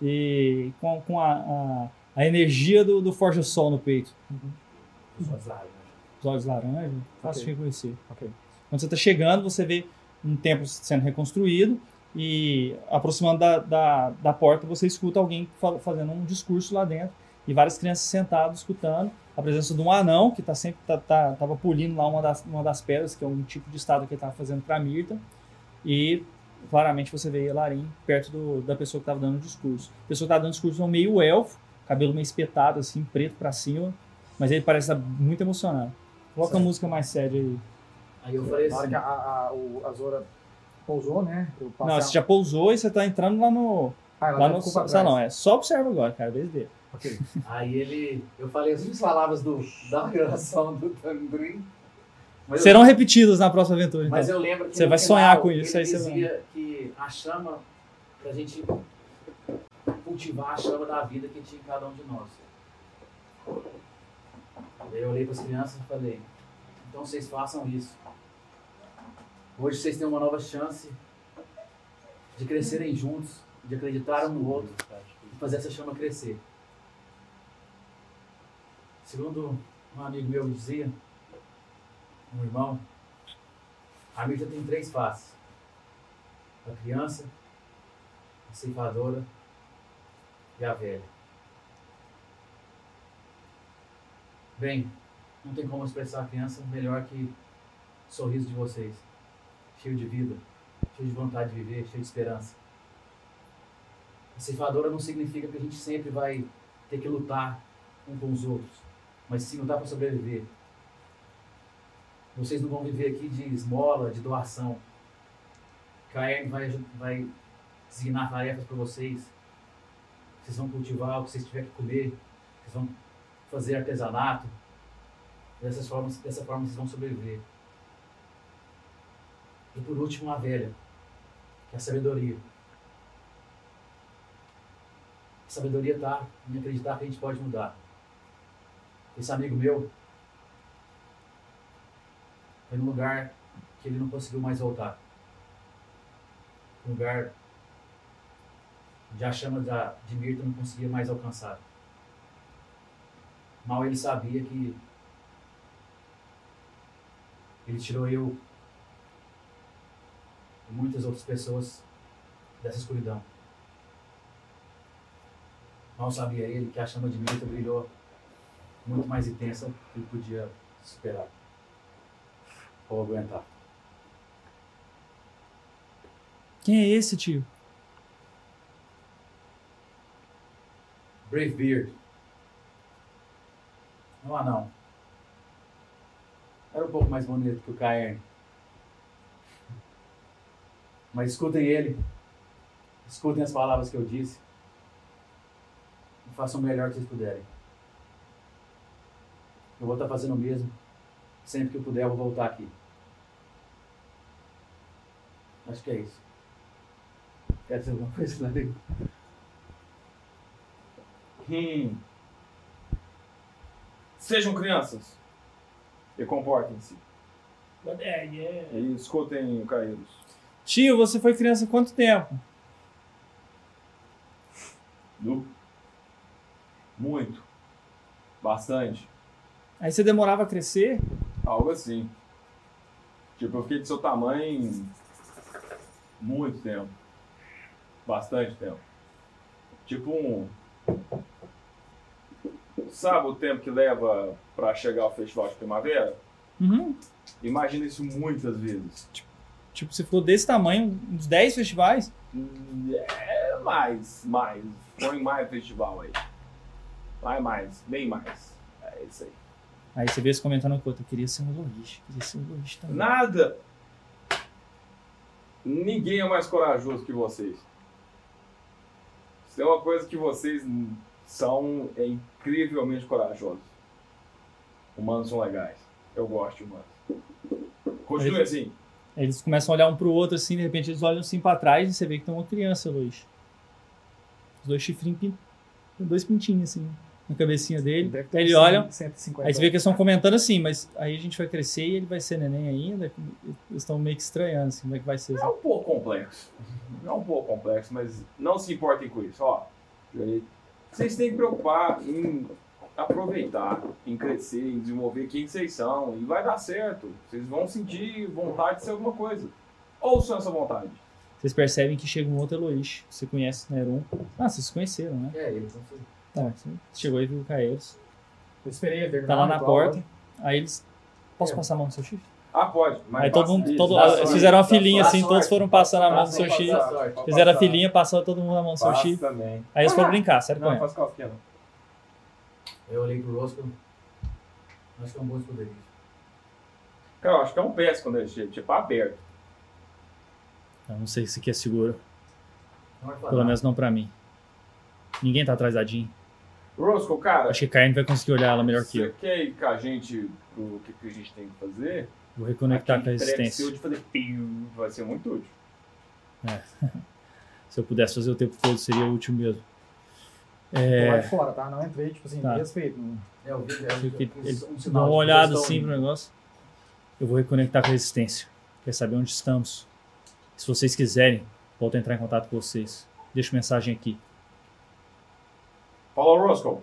E com, com a, a, a energia do, do Forja Sol no peito. Os olhos laranja, fácil de reconhecer. Ok. Quando você está chegando, você vê um templo sendo reconstruído e aproximando da, da, da porta, você escuta alguém fa- fazendo um discurso lá dentro e várias crianças sentadas escutando. A presença de um anão que tá sempre tá, tá- tava polindo lá uma das, uma das pedras, que é um tipo de estátua que ele estava fazendo para Mirta. E claramente você vê Elarim perto do- da pessoa que estava dando o discurso. A pessoa que estava dando o discurso é um meio elfo, cabelo meio espetado, assim, preto para cima, mas ele parece estar muito emocionado. Coloca a música mais séria aí. Aí eu falei Na hora assim, que a, a, a, o, a Zora Pousou, né? Eu Não, você já pousou e você tá entrando lá no. Ah, ela Lá já no ficou pra salão, trás. é. Só observa agora, cara, desde Aí ele. Eu falei as últimas palavras do, da oração do Tandrin. mas eu- Serão repetidas na próxima aventura, então. Mas eu lembro que Você no vai final, sonhar com isso, ele aí você vai- dizia que a chama, pra gente cultivar a chama da vida que tinha em cada um de nós. Daí eu olhei para as crianças e falei, então vocês façam isso. Hoje vocês têm uma nova chance de crescerem juntos, de acreditar um no outro e fazer essa chama crescer. Segundo um amigo meu dizia, um irmão, a mídia tem três faces: a criança, a ceifadora e a velha. Bem, não tem como expressar a criança melhor que o sorriso de vocês, cheio de vida, cheio de vontade de viver, cheio de esperança. A ceifadora não significa que a gente sempre vai ter que lutar um com os outros, mas sim lutar para sobreviver. Vocês não vão viver aqui de esmola, de doação. Caerne vai, aju- vai designar tarefas para vocês. Vocês vão cultivar o que vocês tiverem que comer. Vocês vão fazer artesanato. Dessas formas, dessa forma vocês vão sobreviver. E por último, a velha, que é a sabedoria. A sabedoria está em acreditar que a gente pode mudar. Esse amigo meu, foi num lugar que ele não conseguiu mais voltar. Um lugar onde a chama da, de Mirta não conseguia mais alcançar. Mal ele sabia que ele tirou eu e muitas outras pessoas dessa escuridão. Mal sabia ele que a chama de Mirta brilhou muito mais intensa do que ele podia esperar ou aguentar. Quem é esse, tio? Brave Beard. Não há não. Era um pouco mais bonito que o Cairn. Mas escutem ele. Escutem as palavras que eu disse. E façam o melhor que vocês puderem. Eu vou estar fazendo o mesmo. Sempre que eu puder, eu vou voltar aqui. Acho que é isso. Quer dizer alguma coisa, Larry? Hum. Sejam crianças e comportem-se. E escutem o Caíros. Tio, você foi criança há quanto tempo? Du? Muito. Bastante. Aí você demorava a crescer? Algo assim. Tipo, eu fiquei do seu tamanho muito tempo. Bastante tempo. Tipo um. Sabe o tempo que leva pra chegar ao festival de primavera? Uhum. Imagina isso muitas vezes. Tipo, você ficou desse tamanho, uns 10 festivais? É mais, mais. Põe mais festival aí. Vai mais, bem mais. É isso aí. Aí você vê se comentando com outro, eu queria ser um logista, queria ser um logista também. Nada! Ninguém é mais corajoso que vocês. Se tem uma coisa que vocês n- são é incrivelmente corajosos. Humanos são legais. Eu gosto de humanos. Continue Aí- assim. Aí eles começam a olhar um pro outro assim, de repente eles olham assim pra trás e você vê que tem uma criança, Luiz. Os dois chifrinhos, pin- dois pintinhos assim, na cabecinha dele. Deve ter Aí eles uns olham, 150. aí você vê que eles estão comentando assim, mas aí a gente vai crescer e ele vai ser neném ainda. Eles estão meio que estranhando assim, como é que vai ser. É um pouco complexo. É um pouco complexo, mas não se importem com isso. Ó, vocês têm que preocupar em aproveitar, em crescer, em desenvolver quem vocês são. E vai dar certo. Vocês vão sentir vontade de ser alguma coisa. Ouçam essa vontade. Vocês percebem que chega um outro Eloís. Você conhece o Neron. Ah, vocês se conheceram, né? É, ele não sei. Tá, você chegou aí e viu o Caeiros. Eu esperei ele terminar Tá lá o na ritual, porta. Aí eles. É. Posso passar a mão no seu chifre? Ah, pode. Mas Aí todo passa. mundo. Todo, Dá eles sorte. fizeram uma Dá filinha sorte. assim, todos foram passando a mão Tá, no Passa, seu passa, chifre. passa, passa. Fizeram a filinha, passou todo mundo a mão no seu Passa chifre. também. Aí eles foram brincar, sério com Não, ela. faz cosquinha. não. Eu olhei pro Roscoe. Acho que é um bom esconderijo. Cara, eu acho que é um péssimo quando ele chega, tipo, aberto. Eu não sei se aqui é seguro. Não vai Pelo falar. menos não pra mim. Ninguém tá atrás da Jean. Roscoe, cara, Acho que a Karen vai conseguir olhar ela melhor que você eu. quer ir com a gente pro que, que a gente tem que fazer? Vou reconectar com a Aquele treco seu resistência. de fazer piu, vai ser muito útil. Se eu pudesse fazer o tempo todo, seria útil mesmo. Tô lá É. de fora, tá? Não entrei, tipo assim, Tá. respeito. não- É, eu vi, Acho que é, um- ele um Dá sinal uma de olhada sugestão. assim pro negócio. Eu vou reconectar com a resistência. Quer saber onde estamos? Se vocês quiserem, volto a entrar em contato com vocês. Deixo mensagem aqui. Falou, Roscoe.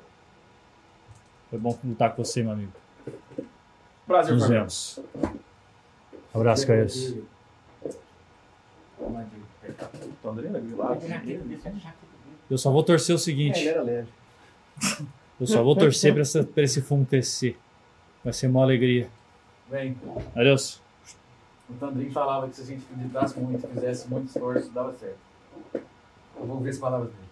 Foi É bom lutar com você, meu amigo. Prazer, Nos Fernando. vemos. Abraço, Caius. Tô andando ali, lá. assim, né? Eu só vou torcer o seguinte. era leve. <laughs> Eu só vou torcer pra, essa- pra esse fumo crescer. Vai ser uma alegria. Bem, Adeus. o Tandrin falava que se a gente acreditasse muito, fizesse muito esforço, dava certo. Eu vou ver as palavras dele.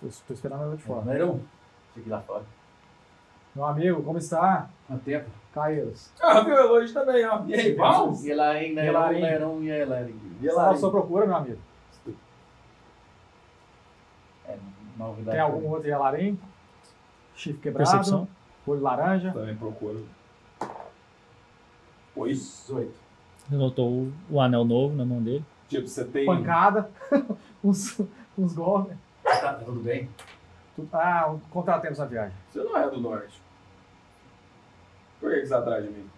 Tô, tô esperando ela de Uhum. fora. Primeiro, cheguei lá fora. Meu amigo, como está? Quanto tempo? Caios. Ah, viu o elogio também, ó. E aí, vamos? Yelarim, né? Yelarim. Nerão, Nerão e Yelarim. Está à sua procura, meu amigo. É, novidade. Tem algum outro Yelarim? Chifre quebrado, Percepção. olho laranja. Também procuro. Oi. 18. Ele Notou o- o anel novo na mão dele. Tipo, você tem. pancada, <laughs> uns, uns golpes. Tá, tá tudo bem? Tu- Ah, um contratemos na viagem. Você não é do norte. Por que que você tá atrás de mim?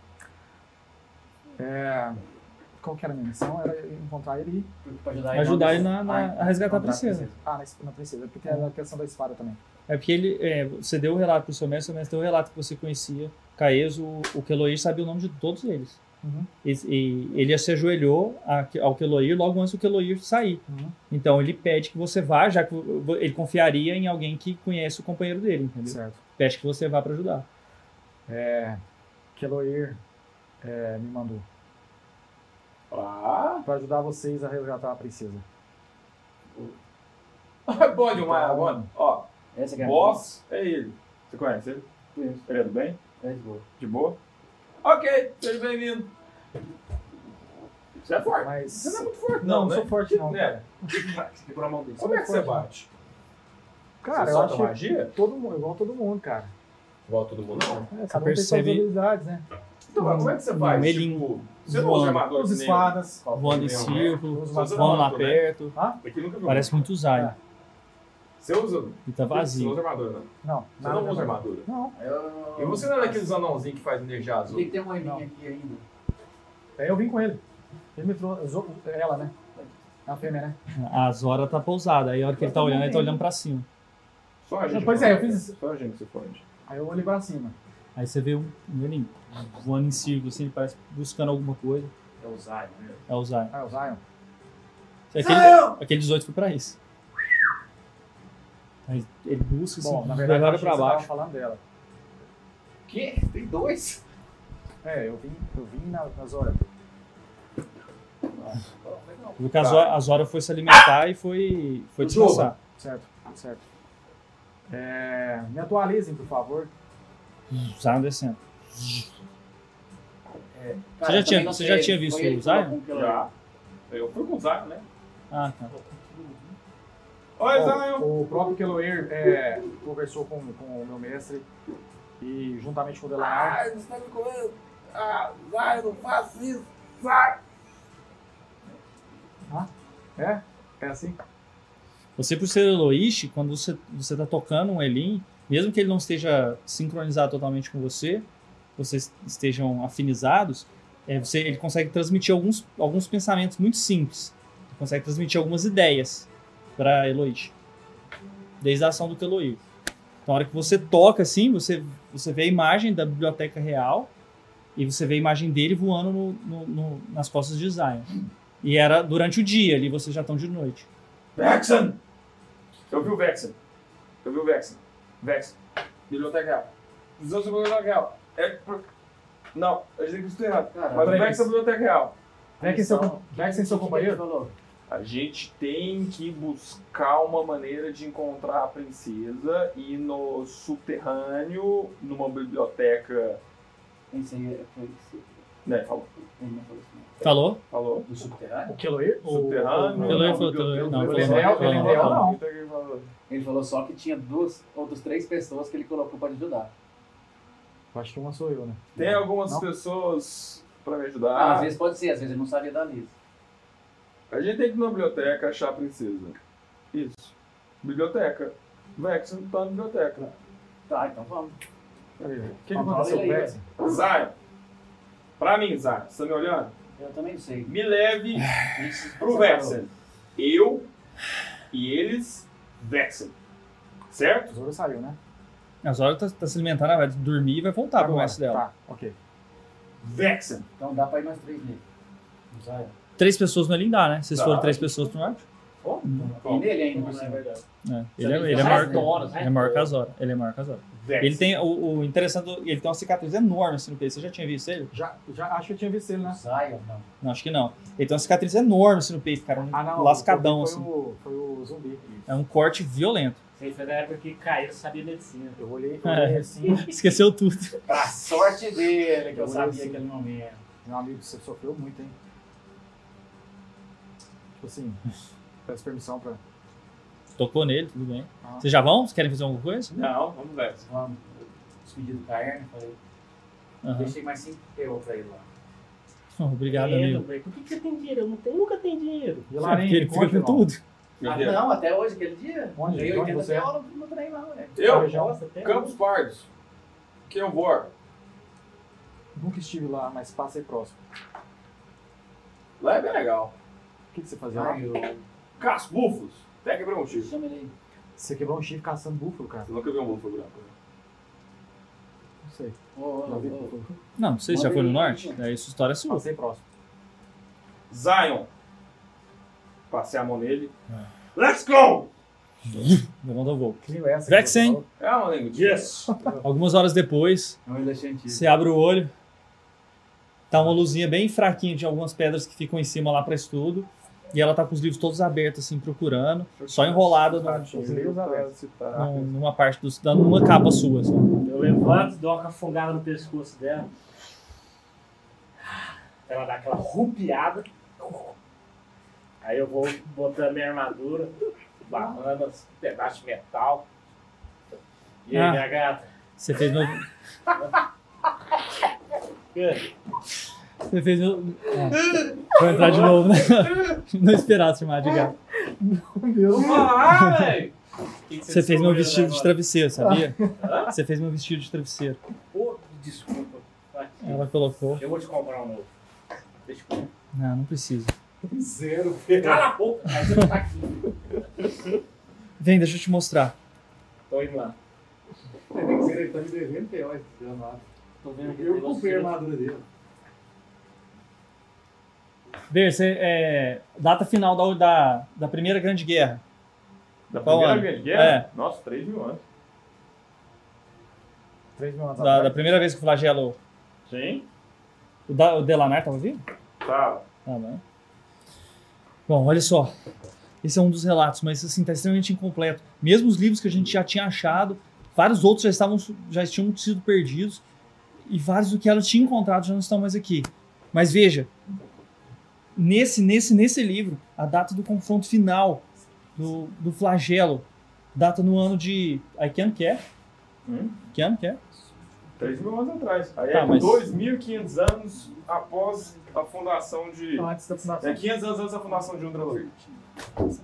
Qual que era a minha missão? Era encontrar ele e. Pra ajudar em Ajudar ele nome- Ah, na, na- a resgatar a princesa. Ah, na, na princesa, porque tem a questão da espada também. É porque ele, é, você deu o relato pro seu mestre, o mestre deu o relato que você conhecia. Caeso, o Keloir sabia o nome de todos eles. Uhum. E, e ele se ajoelhou a- ao Keloir logo antes do Keloir sair. Uhum. Então ele pede que você vá, já que o- ele confiaria em alguém que conhece o companheiro dele, entendeu? Certo. Pede que você vá pra ajudar. Que Eloir é, me mandou <laughs> Ah, pra ajudar vocês a resgatar a princesa. É bom demais Então, agora. Ó, Essa que é a boss é ele. Você conhece ele? Conheço. Ele é do bem? É de boa. De boa? Ok, seja bem-vindo. Você é forte. Mas. Você não é muito forte, não, não, né? sou forte, não. Né? Cara, Segura a mão dele. Como é que você bate? Cara, você eu solta acho que magia? todo mundo, igual todo mundo, cara. Igual todo mundo, não. É, cada um tem suas Percebe- habilidades, né? Então, mas como é que você faz? melinho. Tipo, você não usa Voando. armadura Os que nem- espadas. Voando em Entendeu, círculo, Os voando lá voando, né? perto. Aqui nunca viu. Parece É. muito Zion. Você usa. E tá Você não vazio. usa armadura, não. Você Não, nada não usa dessa- armadura. Não, E você não é daqueles anãozinhos que faz energia azul? Tem que ter uma linha aqui ainda. é, eu vim com ele. Ele me trouxe. zo- Ela, né? É a fêmea, né? A Zora tá pousada. Aí a hora que ele é tá olhando, ele tá olhando pra cima. Só a gente. Pois é, eu pode. fiz- Só a gente se pode. Aí eu olhei pra cima. Aí você vê um Melim voando em círculo, assim, ele parece buscando alguma coisa. É o Zion, né? É o Zion. Ah, é o Zion. Aquele, aquele 18 foi pra isso. Aí ele busca, assim, Bom, na verdade, eu olha achei pra que você baixo. tava falando dela. Quê? Tem dois? É, eu vim, eu vim na, nas horas. Viu que a Tá. Zora, a Zora foi se alimentar e foi, foi descansar. Certo, certo. É, me atualizem, por favor. Zion descendo. Cara, já eu tinha- também não você sei, já tinha foi visto ele o que colocou Zion? um pelo- Já. Eu fui com o Zion, né? Ah, tá. Oi, Zion! Bom, o próprio Keloer é, conversou com, com o meu mestre e juntamente com o Delamar. você tá me comendo! Ah, Zion, não faça isso! É? É assim? Você, por ser Eloishi, quando você, você tá tocando um Elin, mesmo que ele não esteja sincronizado totalmente com você, vocês estejam afinizados, é, você, ele consegue transmitir alguns, alguns pensamentos muito simples. Ele consegue transmitir algumas ideias para Eloishi. Desde a ação do Keloir. Então, na hora que você toca, assim, você, você vê a imagem da biblioteca real e você vê a imagem dele voando no- no- no- nas costas de Zion. E era durante o dia, ali vocês já estão de noite. Vexen! Eu vi o Vexen. Eu vi o Vexen. Vexen. Biblioteca real. Visão sobre a biblioteca real. É... por- Não, eu disse que isso tá errado. Mas o peraí. Vexen é a biblioteca real. Vem aqui seu, vem aqui é seu companheiro. falou? A gente tem que buscar uma maneira de encontrar a princesa e no subterrâneo, numa biblioteca Esse aí é- foi esse. Né, falou. Ele não falou isso, não. Falou? Falou. Do subterrâneo? O Keloir? Subterrâneo. Ele não falou, ele não falou. falou. Ele não, ele não. Ele tá aqui falando. Ele falou só que tinha duas, outras três pessoas que ele colocou pra ajudar. Acho que uma sou eu, né? Tem algumas Não. pessoas pra me Ah, ajudar. às vezes pode ser, às vezes ele não sabia da lista. A gente tem que ir na biblioteca achar a princesa. Isso. Biblioteca. Vex não tá na biblioteca. Tá, então vamos. O que, que Fala aconteceu com aí, o velho. Zay! Pra mim, Zay, você tá me olhando? Eu também não sei. Me leve A gente se pro separou. Vexen. Eu e eles, Vexen. Certo? O Zoro saiu, né? As horas tá, tá se alimentando, ela vai dormir e vai voltar pro Agora. resto dela. Tá, ok. Vexen. Então dá pra ir mais três nele. Não sai? Três pessoas não é lindar, né? Se Tá. forem três pessoas, tu não acha? E nele ainda né? por cima. É. Ele, é, ele, é Resto maior, dele. né? ele é maior que as horas. Ele é maior que as horas. Vexen. Ele tem o, o interessante, do- ele tem uma cicatriz enorme assim no peito. Você já tinha visto ele? Já, já acho que eu tinha visto ele, né? Não sai, ó, não. Não, acho que não. Ele tem uma cicatriz enorme assim no peito, cara. Ah, Um lascadão, foi assim. O, foi o zumbi. É um corte violento. Isso É. aí foi da época que Caio sabia medicina. Eu olhei e falei assim, <laughs> Esqueceu tudo. Pra sorte dele, que eu Eu sabia assim. aquele momento. meu amigo, você sofreu muito, hein? Tipo assim, <laughs> peço <laughs> permissão pra... Tocou nele, tudo bem. Ah. Vocês já vão? Vocês querem fazer alguma coisa? <laughs> Não, vamos Vexen. Vamos. Despedi do Caerne, falei. Aham. Deixei mais cinco PO pra ele lá. Obrigado, Dinheiro, amigo. velho. Por que, que você tem dinheiro? Eu não tenho, nunca tenho dinheiro. E É, porque ele fica conta, com irmão. tudo. Meu Ah, Deus. não, até hoje, aquele dia. Onde? Veio Onde 80 você é? PO no no trem lá, moleque. Na Eu, região. até. Campos Pardos. Quem eu vou? Nunca estive lá, mas passei próximo. Lá é bem legal. O que, que você fazia lá? Aí eu- Casco Bufos. Até quebrou um chifre. Chama ele aí. Você quebrou um chifre caçando búfalo, cara. Você nunca viu um bufo branco, né? Não sei. Ô, ô, Já vi ô. búfalo. Não, não sei se já Manda foi no ele- norte. Daí sua história é sua. Passei próximo. Zion. Passei a mão nele. Ah. Let's go! Levanta o voo. Que língua é essa? Vexen. Que você É uma língua de Yes! Algumas horas depois, É um elefante. você abre o olho. Tá uma luzinha bem fraquinha de algumas pedras que ficam em cima lá pra estudo. E ela tá com os livros todos abertos, assim, procurando. Só enrolada num- falou? Os livros abertos. num- numa parte do. da- numa capa sua. assim. Eu levanto, dou uma cafungada no pescoço dela. Ela dá aquela rupiada. Aí eu vou botando minha armadura, barrando os pedaços de metal. E aí, Ah. minha gata? Você fez meu. Você fez meu. É. Vou entrar de novo, né? <laughs> Não esperava se chamar de gato. Ah, velho! Você fez meu né, vestido de travesseiro, sabia? Você fez meu vestido de travesseiro. Ô, desculpa. Ela colocou. Eu vou te comprar um novo. Desculpa. Não, não precisa. Cala a boca, cara, você não tá aqui. Vem, deixa eu te mostrar. Tô indo lá. Ele tá me devendo PO esse gramado. Tô vendo aqui. Eu comprei a armadura dele. Ver, você. É, data final da, da, da Primeira Grande Guerra. Da Qual primeira ano? grande guerra? Tá É. Nossa, 3 mil anos. 3 mil anos Da, da atrás. primeira vez que o flagelo. Sim. O, da, o Delanar tava vivo? Tá. Tá bom. Bom, olha só. Esse é um dos relatos, mas assim, tá extremamente incompleto. Mesmo os livros que a gente já tinha achado, vários outros já estavam já tinham sido perdidos e vários do que ela tinha encontrado já não estão mais aqui. Mas veja, nesse nesse nesse livro, a data do confronto final do, do flagelo data no ano de aí que ano que é? Hum? Que ano que é? 3 mil anos atrás. Aí Tá, é mas- 2.500 anos após a fundação de... Antes da É fundação. 500 anos antes da fundação de Undralur.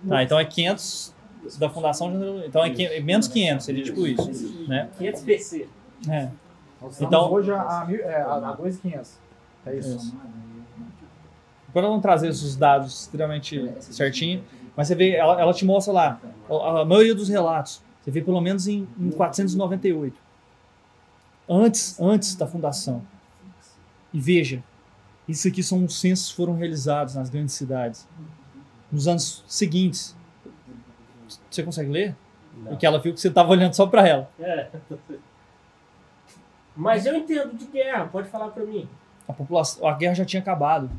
Tá, então é 500 da fundação de André- então é, que- é menos 500, seria tipo isso, né? 500 PC. É. Nós Então- estamos hoje a, a, mil- é, a, a 2,500. É isso. Isso. Para não trazer esses dados extremamente certinho, mas você vê, ela, ela te mostra lá, a, a maioria dos relatos, você vê pelo menos em, em 498. Antes, antes da fundação. E veja, isso aqui são os censos que foram realizados nas grandes cidades. Nos anos seguintes. Você consegue ler? Porque ela viu que você estava olhando só para ela. É. Mas eu entendo de guerra, pode falar pra mim. A, população, a guerra já tinha acabado.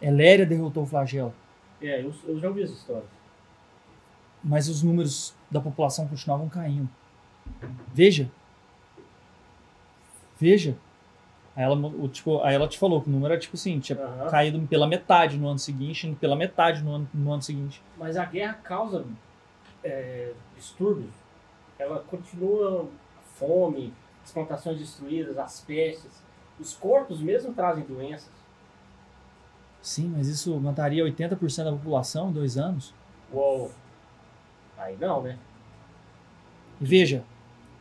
Eléria derrotou o flagelo. É, eu, eu já ouvi essa história. mas os números da população continuavam caindo. Veja. Veja. Aí ela, mo- o, tipo, aí ela te falou que o número era tipo assim, tinha Aham. caído pela metade no ano seguinte, indo pela metade no ano, no ano seguinte. Mas a guerra causa é, distúrbios. Ela continua a fome, as plantações destruídas, as pestes. Os corpos mesmo trazem doenças. Sim, mas isso mataria 80% da população em dois anos? Uou! Aí não, né? E veja,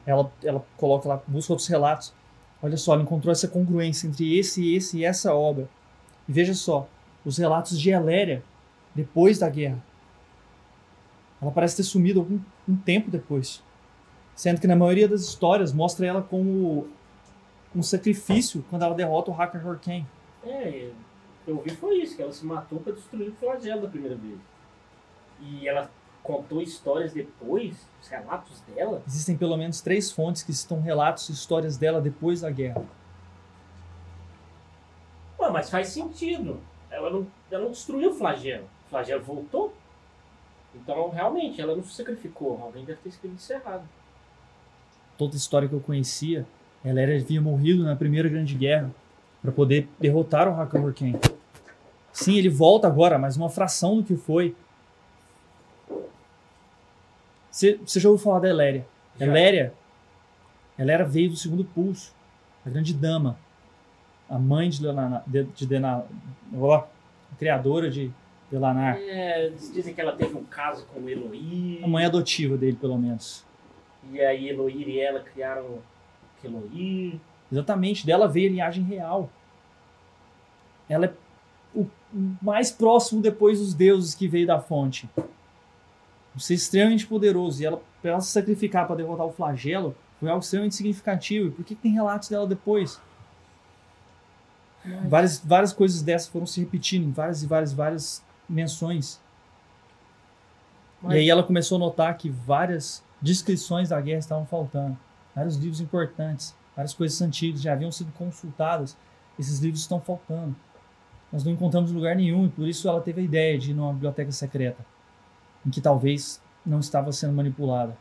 ela, ela coloca lá, busca outros relatos. Olha só, ela encontrou essa congruência entre esse, esse e essa obra. E veja só, os relatos de Eléria depois da guerra. Ela parece ter sumido algum um tempo depois. Sendo que na maioria das histórias mostra ela como um sacrifício quando ela derrota o Hacker Hurricane. É, o que eu vi foi isso, que ela se matou para destruir o flagelo da primeira vez. E ela contou histórias depois, os relatos dela. Existem pelo menos três fontes que citam relatos e histórias dela depois da guerra. Ué, mas faz sentido. Ela não, ela não destruiu o flagelo. O flagelo voltou. Então, realmente, ela não se sacrificou. Alguém deve ter escrito isso errado. toda a história que eu conhecia, ela era, havia morrido na Primeira Grande Guerra para poder derrotar o Hakan Hurricane. Sim, ele volta agora, mas uma fração do que foi. Você você já ouviu falar da Eléria? Já. Eléria, Eléria veio do segundo pulso, a grande dama, a mãe de Delanar, de, de Dena- ó, a criadora de Delanar, É, eles dizem que ela teve um caso com Eloir. a mãe adotiva dele, pelo menos. E aí Eloir e ela criaram o Eloir. Exatamente, dela veio a linhagem real. Ela é o mais próximo depois dos deuses que veio da fonte. Um ser extremamente poderoso. E ela, pra ela se sacrificar para derrotar o flagelo, foi algo extremamente significativo. E por que, que tem relatos dela depois? Várias, várias coisas dessas foram se repetindo em várias e várias, várias menções. E aí ela começou a notar que várias descrições da guerra estavam faltando. Vários livros importantes, várias coisas antigas já haviam sido consultadas. Esses livros estão faltando. Nós não encontramos em lugar nenhum e por isso ela teve a ideia de ir numa biblioteca secreta, em que talvez não estava sendo manipulada.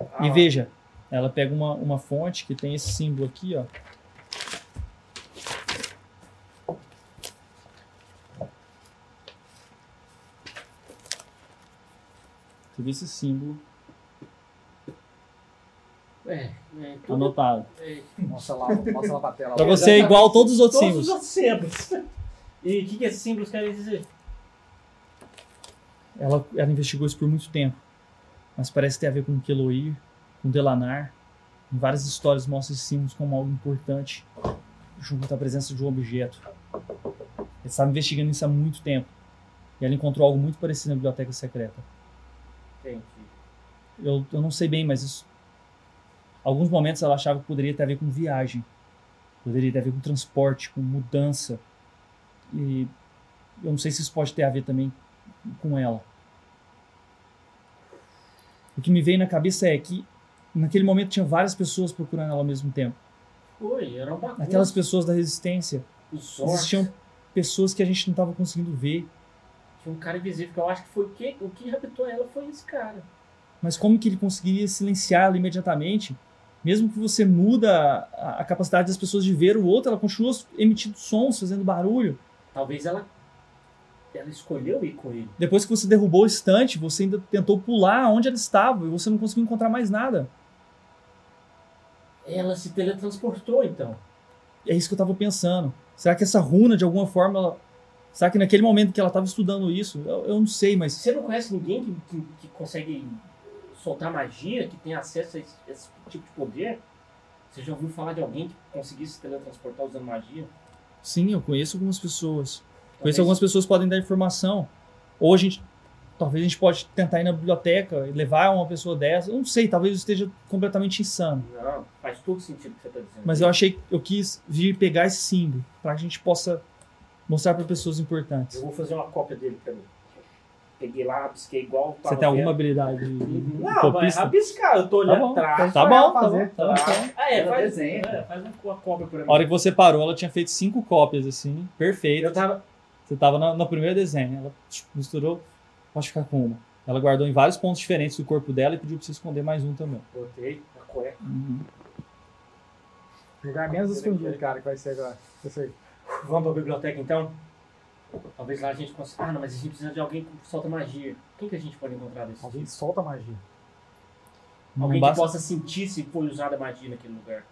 Ah. E veja, ela pega uma, uma fonte que tem esse símbolo aqui, ó. Você vê esse símbolo É, é, tudo anotado. Mostra lá, mostra lá pra tela. Pra você é igual a todos os outros Todos símbolos. os outros símbolos. E o que, que esses símbolos querem dizer? Ela, ela investigou isso por muito tempo. Mas parece ter a ver com Keloir, com Delanar. Em várias histórias mostra esses símbolos como algo importante junto à presença de um objeto. Ela estava investigando isso há muito tempo. E ela encontrou algo muito parecido na biblioteca secreta. Gente, Eu, eu não sei bem, mas isso. Alguns momentos ela achava que poderia ter a ver com viagem. Poderia ter a ver com transporte, com mudança. E eu não sei se isso pode ter a ver também com ela. O que me veio na cabeça é que naquele momento tinha várias pessoas procurando ela ao mesmo tempo. foi, era uma bagunça. Aquelas pessoas da resistência. Os orcs. Existiam pessoas que a gente não estava conseguindo ver. Tinha um cara invisível que eu acho que foi quem, o que raptou ela foi esse cara. Mas como que ele conseguiria silenciar ela imediatamente? Mesmo que você muda a, a capacidade das pessoas de ver o outro, ela continua emitindo sons, fazendo barulho. Talvez ela ela escolheu ir com ele. Depois que você derrubou o estante, você ainda tentou pular onde ela estava e você não conseguiu encontrar mais nada. Ela se teletransportou então. É isso que eu tava pensando. Será que essa runa, de alguma forma, ela... será que naquele momento que ela tava estudando isso, eu, eu não sei, mas Você não conhece ninguém que, que, que consegue soltar magia, que tem acesso a esse, esse tipo de poder? Você já ouviu falar de alguém que conseguisse se teletransportar usando magia? sim, eu conheço algumas pessoas. Talvez- Conheço algumas pessoas que podem dar informação. Ou a gente, talvez a gente pode tentar ir na biblioteca e levar uma pessoa dessa. Eu não sei, talvez eu esteja completamente insano. Não, faz todo sentido o que você está dizendo. Mas eu achei, eu quis vir pegar esse símbolo para que a gente possa mostrar para pessoas Eu importantes. vou fazer uma cópia dele pra mim. Peguei lá, rabisquei igual. Você tava tem alguma vendo. habilidade? Não, é vai copista? rabiscar, eu tô olhando bom. atrás. Tá Vai bom, lá tá fazer. bom, tá bom. Ah, é, Ela faz, desenha. né? é, faz uma cópia pra mim. A hora que você parou, ela tinha feito cinco cópias, assim, perfeito. Eu tava. Você tava na, na primeira desenho, ela misturou, pode ficar com uma. Ela guardou em vários pontos diferentes do corpo dela e pediu pra você esconder mais um também. Botei na cueca. Lugar menos escondido, cara, que vai ser agora. Isso aí. Vamos pra biblioteca então? Talvez lá a gente consiga. Ah, não, mas a gente precisa de alguém que solta magia. Quem que a gente pode encontrar desse Alguém tipo? solta magia. Não Alguém que basta- possa sentir se foi usada magia naquele lugar.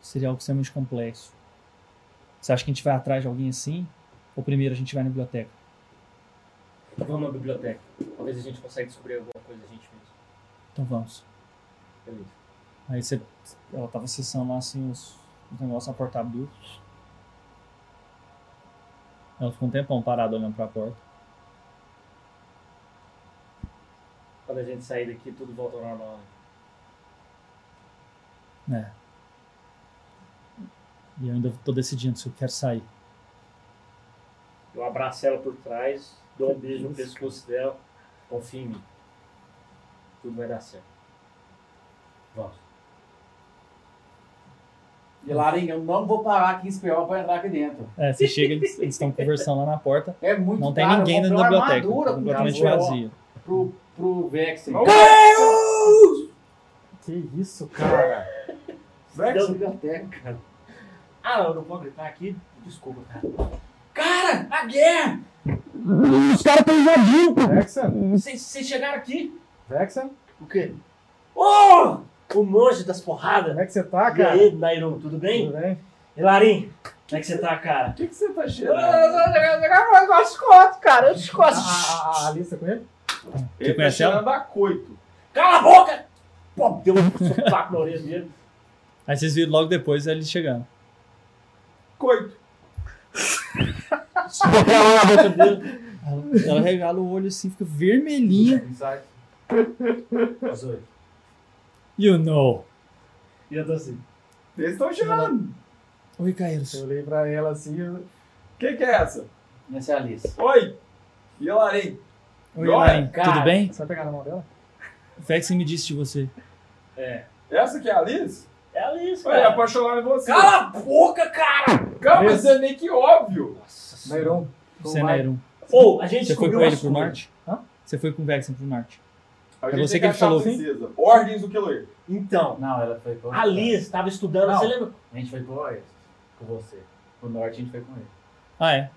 Seria algo extremamente complexo. Você acha que a gente vai atrás de alguém assim? Ou primeiro a gente vai na biblioteca? Vamos à biblioteca. Talvez a gente consiga descobrir alguma coisa a gente mesmo. Então vamos. Beleza. Aí você. Ela tava acessando lá assim os, os negócios, a porta abriu. Ela ficou um tempão parada olhando pra porta. Quando a gente sair daqui, tudo volta ao normal. né? É. E eu ainda tô decidindo se eu quero sair. Eu abraço ela por trás, dou um beijo no pescoço dela. Confia em mim. Tudo vai dar certo. Vamos. E Larinha, eu não vou parar aqui em espião pra entrar aqui dentro. É, você chega, eles estão conversando lá na porta. É muito Não tem caro, eu ninguém comprei dentro da uma biblioteca. armadura tá com Completamente casulo, ó, vazio. Pro, pro Vexen. Que isso, cara? Deu biblioteca. Ah, eu não vou gritar aqui. Desculpa, cara. Cara, a guerra! Os caras estão invadindo, pô. Vexen? Vocês vocês chegaram aqui? Vexen? O quê? Oh! O monge das porradas. Como é que você tá, E cara? aí, Nairon, tudo bem? Tudo bem? Hilarim, como é que você tá, cara? O que, que você tá Eu cheirando? eu escoto, cara. Eu A, escoto. a, a Alice tá com ele? Ele tá conhece cheirando a coito. Cala a boca! Pô, deu um sopapo na orelha dele. Aí vocês viram logo depois eles chegando. Coito. Ela regala o olho assim, fica vermelhinha. <laughs> Insight. 18. You know. E eu tô assim. Eles estão cheirando. Oi, Caíros. Eu olhei pra ela assim. eu- Quem que é essa? Essa é a Alice. Oi. E a Larim? Oi, Não, Elaine. cara. Tudo bem? Você vai pegar na mão dela? Vexen me disse de você. Essa que é a Alice? É a Alice, Olha, cara. apaixonado em você. Cala a boca, cara! Cara, mas é meio que óbvio. Nossa Nairon. Você é Nairon. Ou, a gente Você foi descobriu com ele umas pro coisas. norte? Hã? Você foi com o Vexen pro norte. A É gente você tem que ele achar a falou. princesa. Ordens do Killer. Então, Não, ela foi pro. a Liz tava estudando, Não. você lembra? A gente foi pro oeste. Com você. Pro norte a gente foi com ele. Ah, é.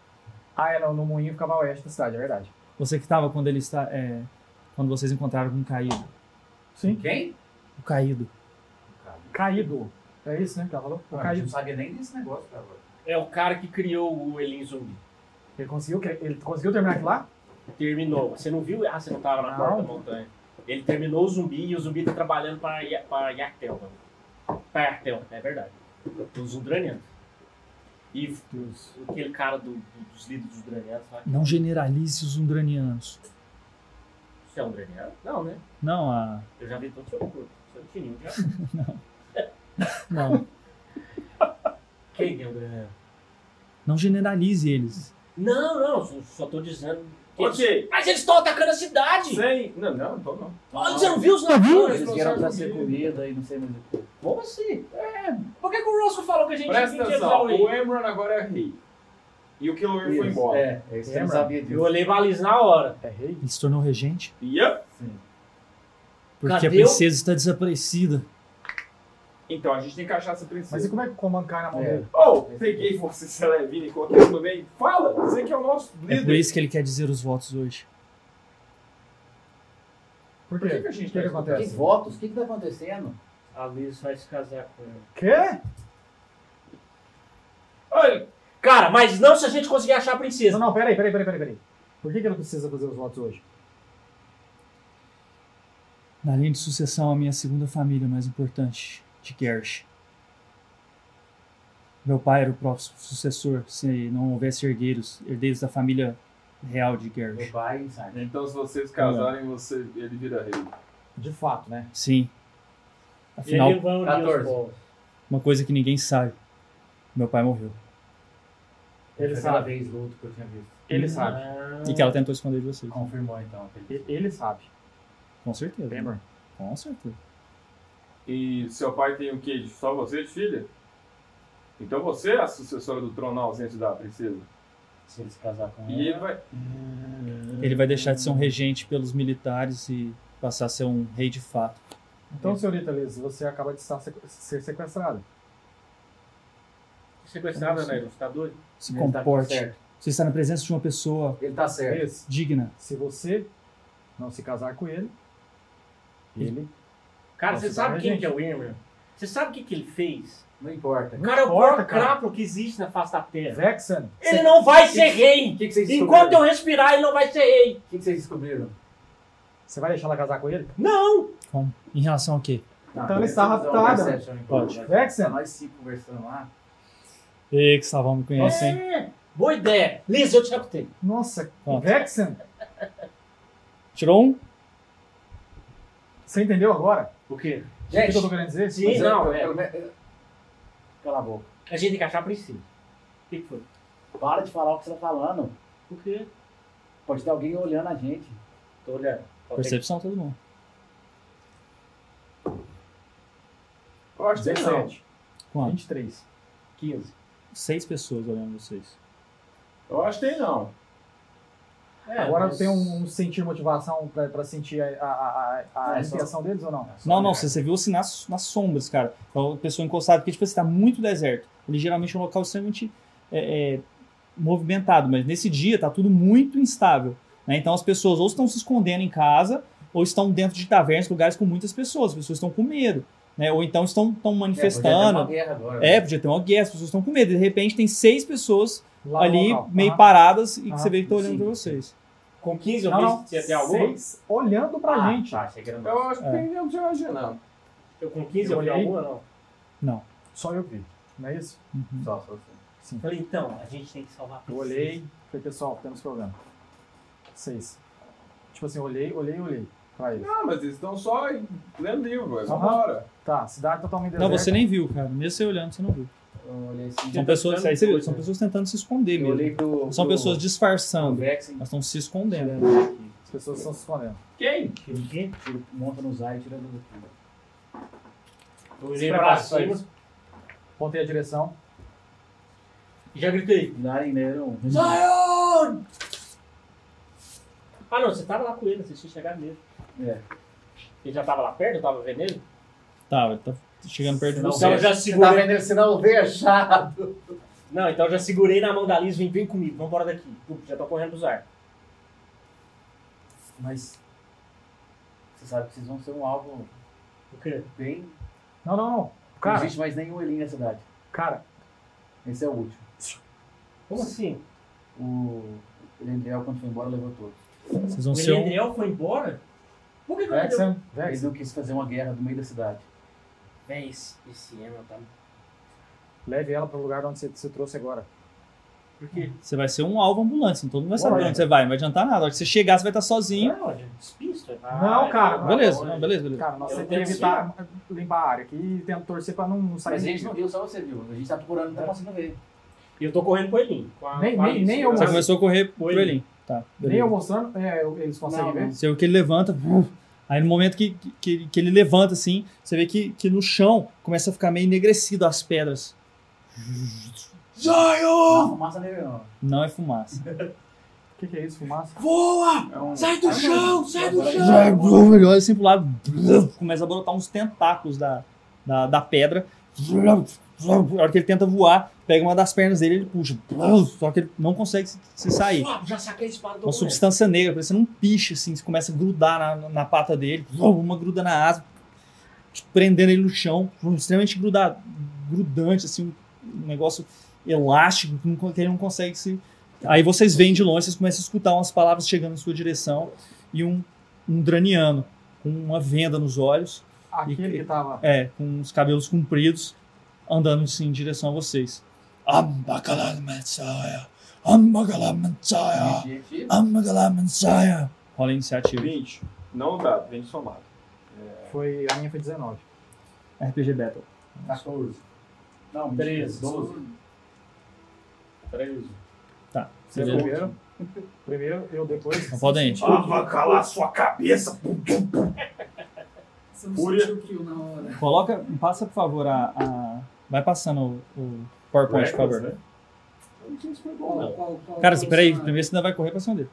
Ah, é, não, no moinho ficava a oeste da cidade, é verdade. Você que tava quando ele está. é, quando vocês encontraram com o caído. Sim. Quem? O caído. Caído. É isso, né? que Ela falou? O Ah, a gente caído. não sabia nem desse negócio, cara. É o cara que criou o Elin Zumbi. Ele conseguiu, cre- ele conseguiu terminar aquilo lá? Terminou. Você não viu? Ah, você não tava na Não. porta da montanha. Ele terminou o zumbi e o zumbi tá trabalhando pra, Ya- pra Yartel. mano. Pra Yartel, é verdade. Dos Udranianos. E f- aquele cara do- do- dos líderes dos Udranianos, sabe? Não generalize os undranianos. Você é um Udraniano? Não, né? Não, a. Eu já vi todo o seu corpo. Você não tinha nenhum <laughs> já. Não. Quem que é o Udraniano? não generalize eles. Não, não, só, só tô dizendo. que eles- Ok. Mas eles estão atacando a cidade! Sem... Não, não, não tô não. Olha, você não viu os navios? Eles vieram pra ser comida e não sei mais o que. Como assim? É. Por que, que o Rosco falou que a gente Presta tinha que avisar atenção. o Elin? O Emran agora é rei. E o Killer foi Isso, embora. É, é isso que eu não Lembra? sabia Eu disso. olhei pra Liz na hora. É rei? Ele se tornou regente? Yep. Porque Cadê a o- princesa está desaparecida. Então, a gente tem que achar essa Mas e princesa. como é que o comando cai na mão É. dele? Oh, peguei você, Celevina, e coloquei no meio. Fala, você que é o nosso É por líder. isso que ele quer dizer os votos hoje. Por Por que quê? que a O gente que, tá que escutando? Tem acontece? votos? O que que tá acontecendo? A Liz vai se casar com ele. Quê? Olha, Cara, mas não se a gente conseguir achar a princesa. Não, não, peraí, peraí, peraí, peraí. peraí. Por que, que ela precisa fazer os votos hoje? Na linha de sucessão, a minha segunda família mais importante, de Gersh. Meu pai era o próximo sucessor, se não houvesse herdeiros, herdeiros da família real de Meu Gersh. pai, né? insight. então se vocês casarem, você, ele vira rei. De fato, né? Sim. E Afinal, ele vai unir os 14. povos. uma coisa que ninguém sabe. Meu pai morreu. Ele Foi aquela sabe. vez luto que eu tinha visto. Ele sabe. E que ela tentou esconder de vocês. Confirmou então. aquele- E- Ele sabe. Com certeza. Lembra? Com certeza. E seu pai tem o quê? Só você de filha? Então você é a sucessora do trono ausente da princesa. Se ele se casar com É. E ela. ele vai. Ele vai deixar de ser um regente pelos militares e passar a ser um rei de fato. Então, senhorita Liz, você acaba de estar sequ- ser sequestrada. sequestrada, né? Você tá doido? Se Ele tá comporte. certo. Você está na presença de uma pessoa Ele tá certo. Esse, digna. É se você não se casar com ele, ele. Cara, Nossa, você sabe tá, quem gente. que é o Irmer? Você sabe o que, que ele fez? Não importa. O cara é o importa, pior cara. crápula que existe na face da terra. Vexen, Ele não vai ser O rei! que, que vocês descobriram? Enquanto eu respirar, ele não vai ser rei! O que, que vocês descobriram? você vai deixar ela casar com ele? Não! Como? Em relação a quê? Não, Então ele está vamos dar um uma raptada. perception aqui, Pode. vai. Vexen, Nós cinco conversando lá. Ei, Gustavão, me conhece, hein? É. Boa ideia! Liz, eu te captei. nossa, Pronto. Vexen, Tirou um? você entendeu agora? O quê? O que eu tô Gente, querendo dizer? Sim, não, é. Cala a boca. a gente tem que achar princípio. O que, que foi? Para de falar o que você tá falando. O quê? Pode ter alguém olhando a gente. Tô olhando. Ó, tem- Percepção, todo mundo. Eu acho que tem não. 17, Quanto? 23. 15. Seis pessoas olhando vocês. Eu acho que tem não. É, Agora mas- tem um, um sentir motivação pra, pra sentir a, a, a, a Ah, é só- intenção deles ou não? Não, não, você, você viu assim nas, nas sombras, cara. A pessoa encostada, porque, tipo, assim, tá muito deserto. Ele geralmente é um local extremamente é, é, movimentado, mas nesse dia tá tudo muito instável. né? Então as pessoas ou estão se escondendo em casa, ou estão dentro de tavernas, lugares com muitas pessoas. As pessoas estão com medo, né? Ou então estão, estão É, manifestando. podia ter uma guerra agora. É, podia ter uma guerra, as pessoas estão com medo. De repente tem seis pessoas Lá no ali, local. meio Aham. paradas, e que Ah, você vê que estão olhando sim. pra vocês. Com 15 eu Não, fiz. não, Você tem alguma? seis olhando pra Ah, gente. tá, achei que era um- Eu nossa. acho que tem não tinha imaginado. Eu com 15 eu Eu vi olhei. alguma, não? Só eu vi, não é isso? Só, só, só. Falei, então, a gente tem que salvar a Eu princesa. olhei, falei, pessoal, temos problema. Seis. Tipo assim, olhei, olhei, olhei pra eles. Ah, mas eles estão só em- lendo livro, é só Aham. uma hora. Tá, cidade totalmente Não, deserta. você nem viu, cara. Mesmo você olhando, você não viu. Eu olhei assim. São pessoas, Então, isso aí você viu, são pessoas tentando se esconder Eu mesmo. olhei pro. São pro- pessoas pro disfarçando. Vexen. Elas estão se escondendo. né? As pessoas estão se escondendo. Quem? Tira o quê? Tira, monta no zai e tira do. Eu olhei Vai pra pra cima. Pontei a direção. e Já gritei. Darem Neron. tá Zion! Ah não, você tava lá com ele, vocês tinham chegado nele. É. Ele já tava lá perto, eu tava vendo ele? Tá, ele tá chegando perto de Então você. eu já Você tá segurei. vendo esse não fechado? Não, então eu já segurei na mão da Liz, vem, vem comigo, vamos embora daqui. Pum, Já tô correndo pros ar. Mas. Você sabe que vocês vão ser um alvo O quê? bem. Não, não, não. Não Cara, existe mais nenhum Elin na cidade. cara, Esse é o último. Como assim? O Elendriel, quando foi embora, levou todos. Vocês O vão ser um... Elendriel foi embora? Por que que o Elendriel... Vexen, Ele Vexen, não quis fazer uma guerra no meio da cidade. Véi, esse, esse Emma tá. leve ela pro lugar de onde você, você trouxe agora. Por quê? Você vai ser um alvo ambulante, então todo mundo vai saber onde você vai. Não vai adiantar nada. A hora que você chegar, você vai estar sozinho. Não, gente, despisto. é. Não, cara, então, Beleza, olha. não, beleza, beleza. Cara, nós Eu temos que evitar limpar a área aqui e tentar torcer pra não, não sair Mas a gente ninguém. não viu, só você viu. A gente tá procurando, não tá conseguindo ver. E eu tô correndo com ele. Com a, Nem- com a nem- Liz. nem eu- Você começou a correr pro Oi. Elin. Tá, Nem eu beleza. mostrando, é, eu- eles conseguem Não, ver. não. Você vê que ele levanta. uf, Aí no momento que, que- que, ele- que ele levanta, assim, você vê que, que no chão começa a ficar meio enegrecido as pedras. Não, fumaça nele não. Não é fumaça. O que, que é isso, fumaça? É um... Sai do chão, sai é do chão! Já, blum, Ele olha assim pro lado. blum, Começa a brotar uns tentáculos da, da, da pedra. Blum, blum. A hora que ele tenta voar, pega uma das pernas dele e ele puxa. Blum, Só que ele não consegue se, se sair. Ah, já saquei a espada do Uma substância negra, parecendo um piche, assim. Você começa a grudar na, na pata dele. blum, Uma gruda na asa. Prendendo ele no chão. blum, Extremamente gruda, grudante, assim. Um negócio elástico que não- que ele não consegue se... Aí vocês veem de longe, vocês começam a escutar umas palavras chegando em sua direção. E um um draniano com uma venda nos olhos, Aquele E- que tava. é, com os cabelos compridos, andando assim em direção a vocês. Ambagalamansaya, Ambagalamansaya, Gente, Ambagalamansaya. Rola a iniciativa. 20. Não dá, 20 somado. Foi, a minha foi 19. RPG Battle. 14. Não, 13. 12. 13. Você é Beleza. primeiro. Primeiro, eu depois. Não podem ir. Ah, vai calar sua cabeça. Você não Fúria. sentiu o kill na hora. Coloca, passa por favor a. a- Vai passando o, o PowerPoint, por favor. Né? Eu não sei se foi bom, Qual, não. qual, qual, Cara, qual espera aí, cenário? primeiro você ainda vai correr pra cima dele.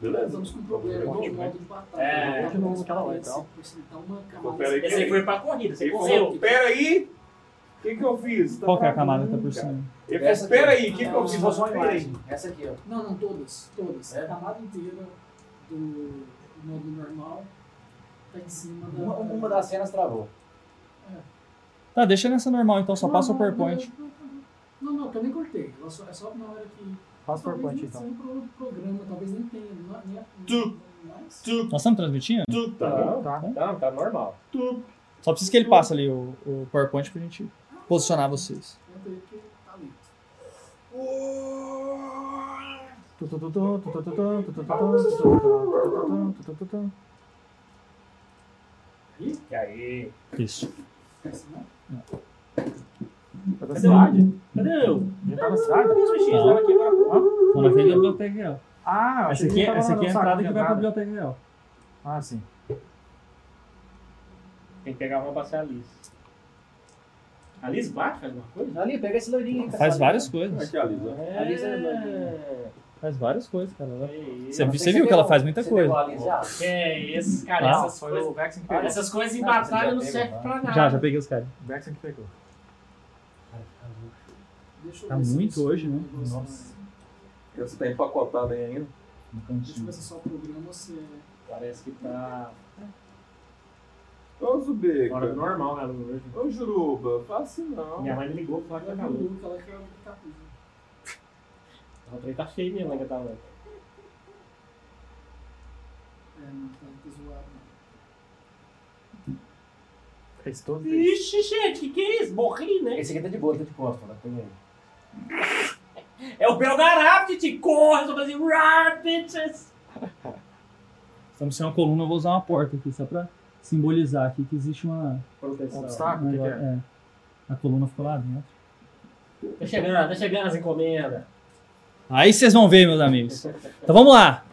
Beleza. tipo, Estamos com um problema aqui de né? modo de batalha. É, Vamos vamos calar, então. esse- esse dá uma camada. Pera aí. Esse aí foi pra corrida, você Ele correu. falou, pera aí. O que, que eu fiz? Tá Qual que é a travando, camada que tá por cara. cima? Ele falou, Essa espera aqui, aí, o que, que eu fiz? Então, Vou só Espera aí. aí, Essa aqui, ó. Não, não, todas. Todas. É? A camada inteira do do modo normal tá em cima da. Uma, uma das cenas travou. Tá, deixa nessa normal então, só Não, passa o não, PowerPoint. Não, não, não, não, que eu nem cortei. Ela só- é só na hora que. talvez Faz PowerPoint nem então. saia pro programa, talvez nem tenha. não- é, Nem a, mas- Nós estamos transmitindo? Tá, Tá. tá, tá normal. Só precisa que ele passe ali o, o PowerPoint pra gente posicionar vocês. Conta aí que tá lento. Tu, tu, tu, tu, tu, tu, tu, tu, tu, tu, tu, tu, tu, tu, tu, tu, tu, tu, tu. E aí? Isso. Tá na Cadê o rádio? cidade? Cadê eu? Já tá na cidade? Não, na frente da biblioteca real. Ah, Então, Essa achei aqui, que tava essa aqui é a no saco entrada de que vai pra entrada. biblioteca real. Ah, sim. Tem que pegar uma pra ser a Liz. A Liz bate, faz alguma coisa? Ali, pega esse loirinho aí. que tá Faz saindo. várias coisas. Aqui, a Lisa. A Lisa é doidinha. Faz várias coisas, cara. Ela- Você, Eu não viu- sei você se viu que ela pegou- faz muita você coisa. pegou a Lisa? Ah, Que é isso, cara? Não, essas, Foi o coisas, Vexen que pegou. essas coisas em Não, você batalha já não pegou, servem vai. pra nada. Já, já peguei os caras. pegou. Vexen que pegou. Deixa eu Tá ver se muito eu- hoje, né? Nossa. Você tá empacotado aí ainda. Deixa eu ver se é só o programa ou se é. Parece que tá Ô, Zubeca. fora do normal, né? Hoje. Ô, Juruba, faça assim, não. Minha mãe me ligou pra falar que tá Ela calor. que ela quer tá- ficar tudo. O trem tá cheio mesmo, né? Que tá lá. É, não, tá muito zoado. não. Fez todo Ixi, gente, que que é isso? Morri, né? Esse aqui tá de boa, tá de costa, tá pegando. É o Belgarapt, corre, só fazer rabbits. Estamos sem uma coluna, eu vou usar uma porta aqui, só pra simbolizar aqui que existe uma. um Proteção. obstáculo, o que que é? é. A coluna ficou lá dentro. Tá chegando, tá chegando as encomendas. Aí vocês vão ver, meus amigos. Então vamos lá.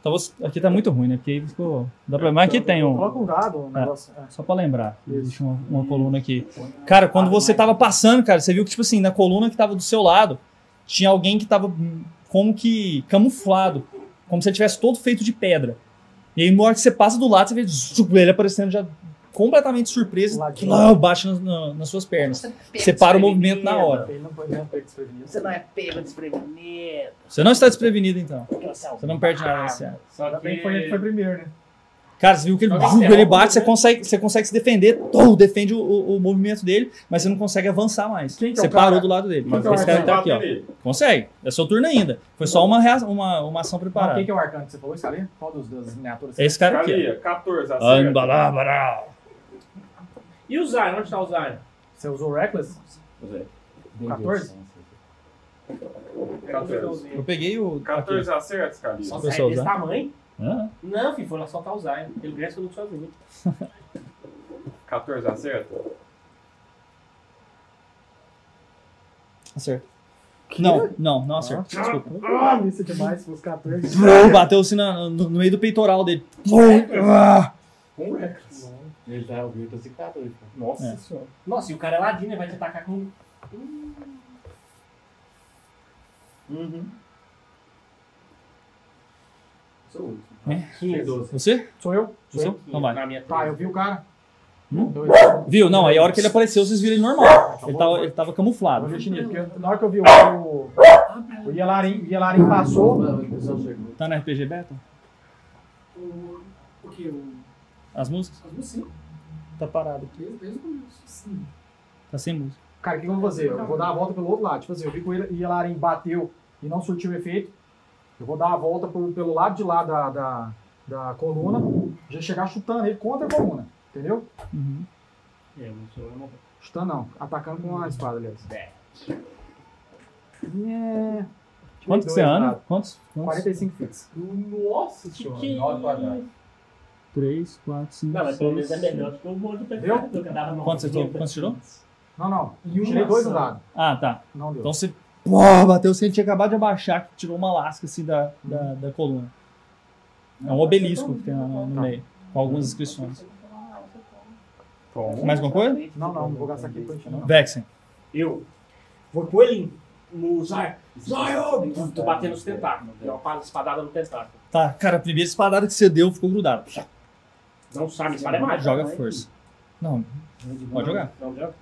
Então, vos- aqui tá muito ruim, né? Porque aí ficou. Dá pra... Mas aqui tem um. Coloca um dado, um negócio. é. Só pra lembrar, que existe uma, uma coluna aqui. Cara, quando você tava passando, cara, você viu que, tipo assim, na coluna que tava do seu lado, tinha alguém que tava hum, como que camuflado. Como se ele tivesse todo feito de pedra. E aí, na hora que você passa do lado, você vê zup, ele aparecendo já completamente surpreso. Ladinho. Que lá, bate nas, na- nas suas pernas. Você para o movimento na hora. Ele não pode ter desprevenido. Você não é pego desprevenido. Você não está desprevenido, então. Você Você não perde nada nesse ano. Só Ainda que... bem que foi ele que foi primeiro, né? Cara, você viu que ele, Joga bum, esse ele terror, bate, você né? consegue, você consegue se defender, tum, defende o, o- o movimento dele, mas você não consegue avançar mais. Quem que é você o cara? parou do lado dele. então, Quem que é o Esse cara que tá aqui, ó. Nele. Consegue. É seu turno ainda. Foi só uma, rea- uma, uma ação Mas preparada. Quem que é o arcano que você falou? Isso ali? Qual dos das miniaturas? É esse cara aqui. Galinha, 14, ó. acerta. Ambalá, E o Zion? Onde tá o Zion? Você usou o Reckless? é 14? Tá 14. Eu peguei o. Aqui. 14 acertos, Calinha. Só O o Zion pessoal é desse usa. tamanho? Hã? Não, filho, foi lá soltar o Zion. Ele cresce que eu luto sozinho. 14 acertos? Acerta. Não, não, não acerta. Desculpa. Ah, missa demais, se fosse 14. Bum, Bateu-se na- no, no meio do peitoral dele. Bum, ah. Um Reckless. Ele tá o Vitor Cicador. Nossa É. senhora. Nossa, e o cara é ladino, ele vai te atacar com. Uhum. Sou o último. É. 15, 12. Você? Sou eu? Sou Você? eu? Então vai. Na minha Tá, turma. eu vi o cara. Hum? Eu, Viu? Não, aí a hora que ele apareceu, vocês viram ele Tá, normal. Ele tava, ele tava camuflado. eu meti nele, porque eu- na hora que eu vi o. O Yelarin, o Yelarin passou. Tá na RPG Beta? O, o que? O, As músicas? as músicas? Tá parado. Desde, desde o começo. Sim. Tá sem música. Cara, o que eu vou fazer? Eu vou dar a volta pelo outro lado. Tipo assim, eu vi que o Yelarin bateu e não surtiu efeito. Eu vou dar a volta por- pelo lado de lá da, da, da coluna. Já chegar chutando ele contra a coluna. Entendeu? Uhum. É, não sou eu, não. Chutando não. Atacando com a espada, aliás. É. É. Quanto que você tá. anda? Quantos? Quantos? 45 fits. Nossa senhora. Que- Nove quadrados. 3, 4, 5, Não, mas pelo menos é 6, melhor do que o mundo Viu? que eu dava no Quanto você tirou? 90. Quanto você tirou? Não, não. E uma Tirei dois ação. dados. Ah, tá. Não deu. Então você. Pô, bateu você tinha acabado de abaixar, que tirou uma lasca assim da, da, Hum. da coluna. É um obelisco então que tem lá no, no meio, com algumas inscrições. Mais alguma coisa? Não, não, não vou gastar aqui pra gente não. Vexen. Eu vou com ele no Zion. Zion! Tô batendo os tentáculos. Deu uma pala- espadada no tentáculo. Tá, cara, a primeira espadada que você deu ficou grudada. Não sabe, espada é mágica. Joga força. Não, pode jogar. Não joga?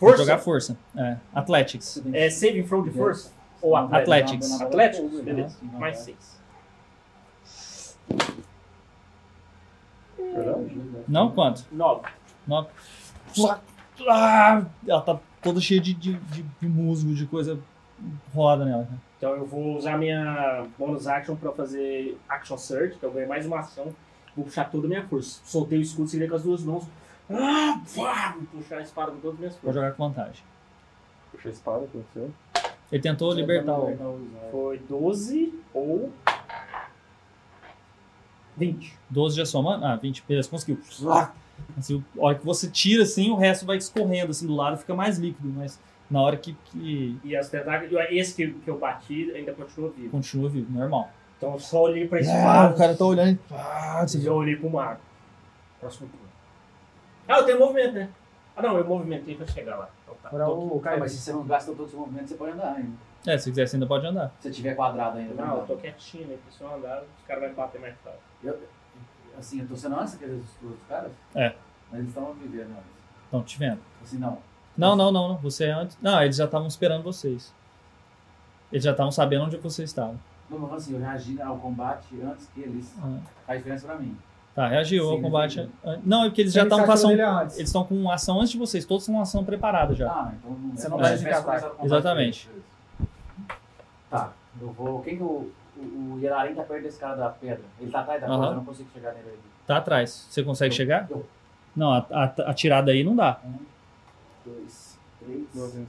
Vou Força? jogar força. É. Athletics. É saving throw de força? Ou Athletics. é. Atléticos? Beleza. Mais seis. Não? Quanto? Nove. Nove. Ah, ela tá toda cheia de, de, de, de musgo, de coisa rolada nela. né? cara. Então eu vou usar minha bonus action pra fazer action surge, que eu ganhei mais uma ação. Vou puxar toda a minha força. Soltei o escudo, segurei com as duas mãos. Ah, pá, vou puxar a espada com todas as minhas Vou forças. jogar com vantagem. Puxa a espada, aconteceu. Ele tentou libertar o. É. Foi 12 ou 20. 12 já somando? Ah, 20. Beleza, conseguiu. Assim, a hora que você tira, assim, o resto vai escorrendo, assim, do lado fica mais líquido, mas na hora que, que E as tentáculos, esse que, que eu bati ainda continua vivo. continua vivo, normal. Então eu só olhei pra Ah, espada o cara tá olhando. Ah, você e eu olhei pro mago. Próximo turno. Ah, eu tenho movimento, né? Ah, não, eu movimentei pra chegar lá. Então tá. Agora Tô- o Ah, Caio. mas se você não gasta todos os movimentos, você pode andar ainda. É, se quiser, você ainda pode andar. Se você tiver quadrado ainda. pra Não, eu andar. tô quietinho, né? Porque se eu andar, os caras vão bater mais fácil. Assim, eu tô sendo ânsia aqueles dos outros caras. É. Mas eles estão me vendo antes. Estão Então, te vendo. né? Assim, não. Não, não, não, não. Você é antes. Não, eles já estavam esperando vocês. Eles já estavam sabendo onde você estava. Não, mas assim, eu reagi ao combate antes que eles. Ah. Faz diferença pra mim. Tá, reagiu ao Sim, combate. entendi. an- Não, é porque eles já Ele estavam com saqueou ação. dele antes. Eles estão com ação antes de vocês. Todos com ação preparada já. Ah, então não. Você não é, vai eu tivesse indicar, começado o combate Exatamente. primeiro. Tá, eu vou. Quem que o. O, o Yelarim tá perto desse cara da pedra. Ele tá atrás da Aham. coisa, eu não consigo chegar nele aqui. Tá atrás. Você consegue chegar? eu. Não, a, a- a tirada aí não dá. Dois, três. um.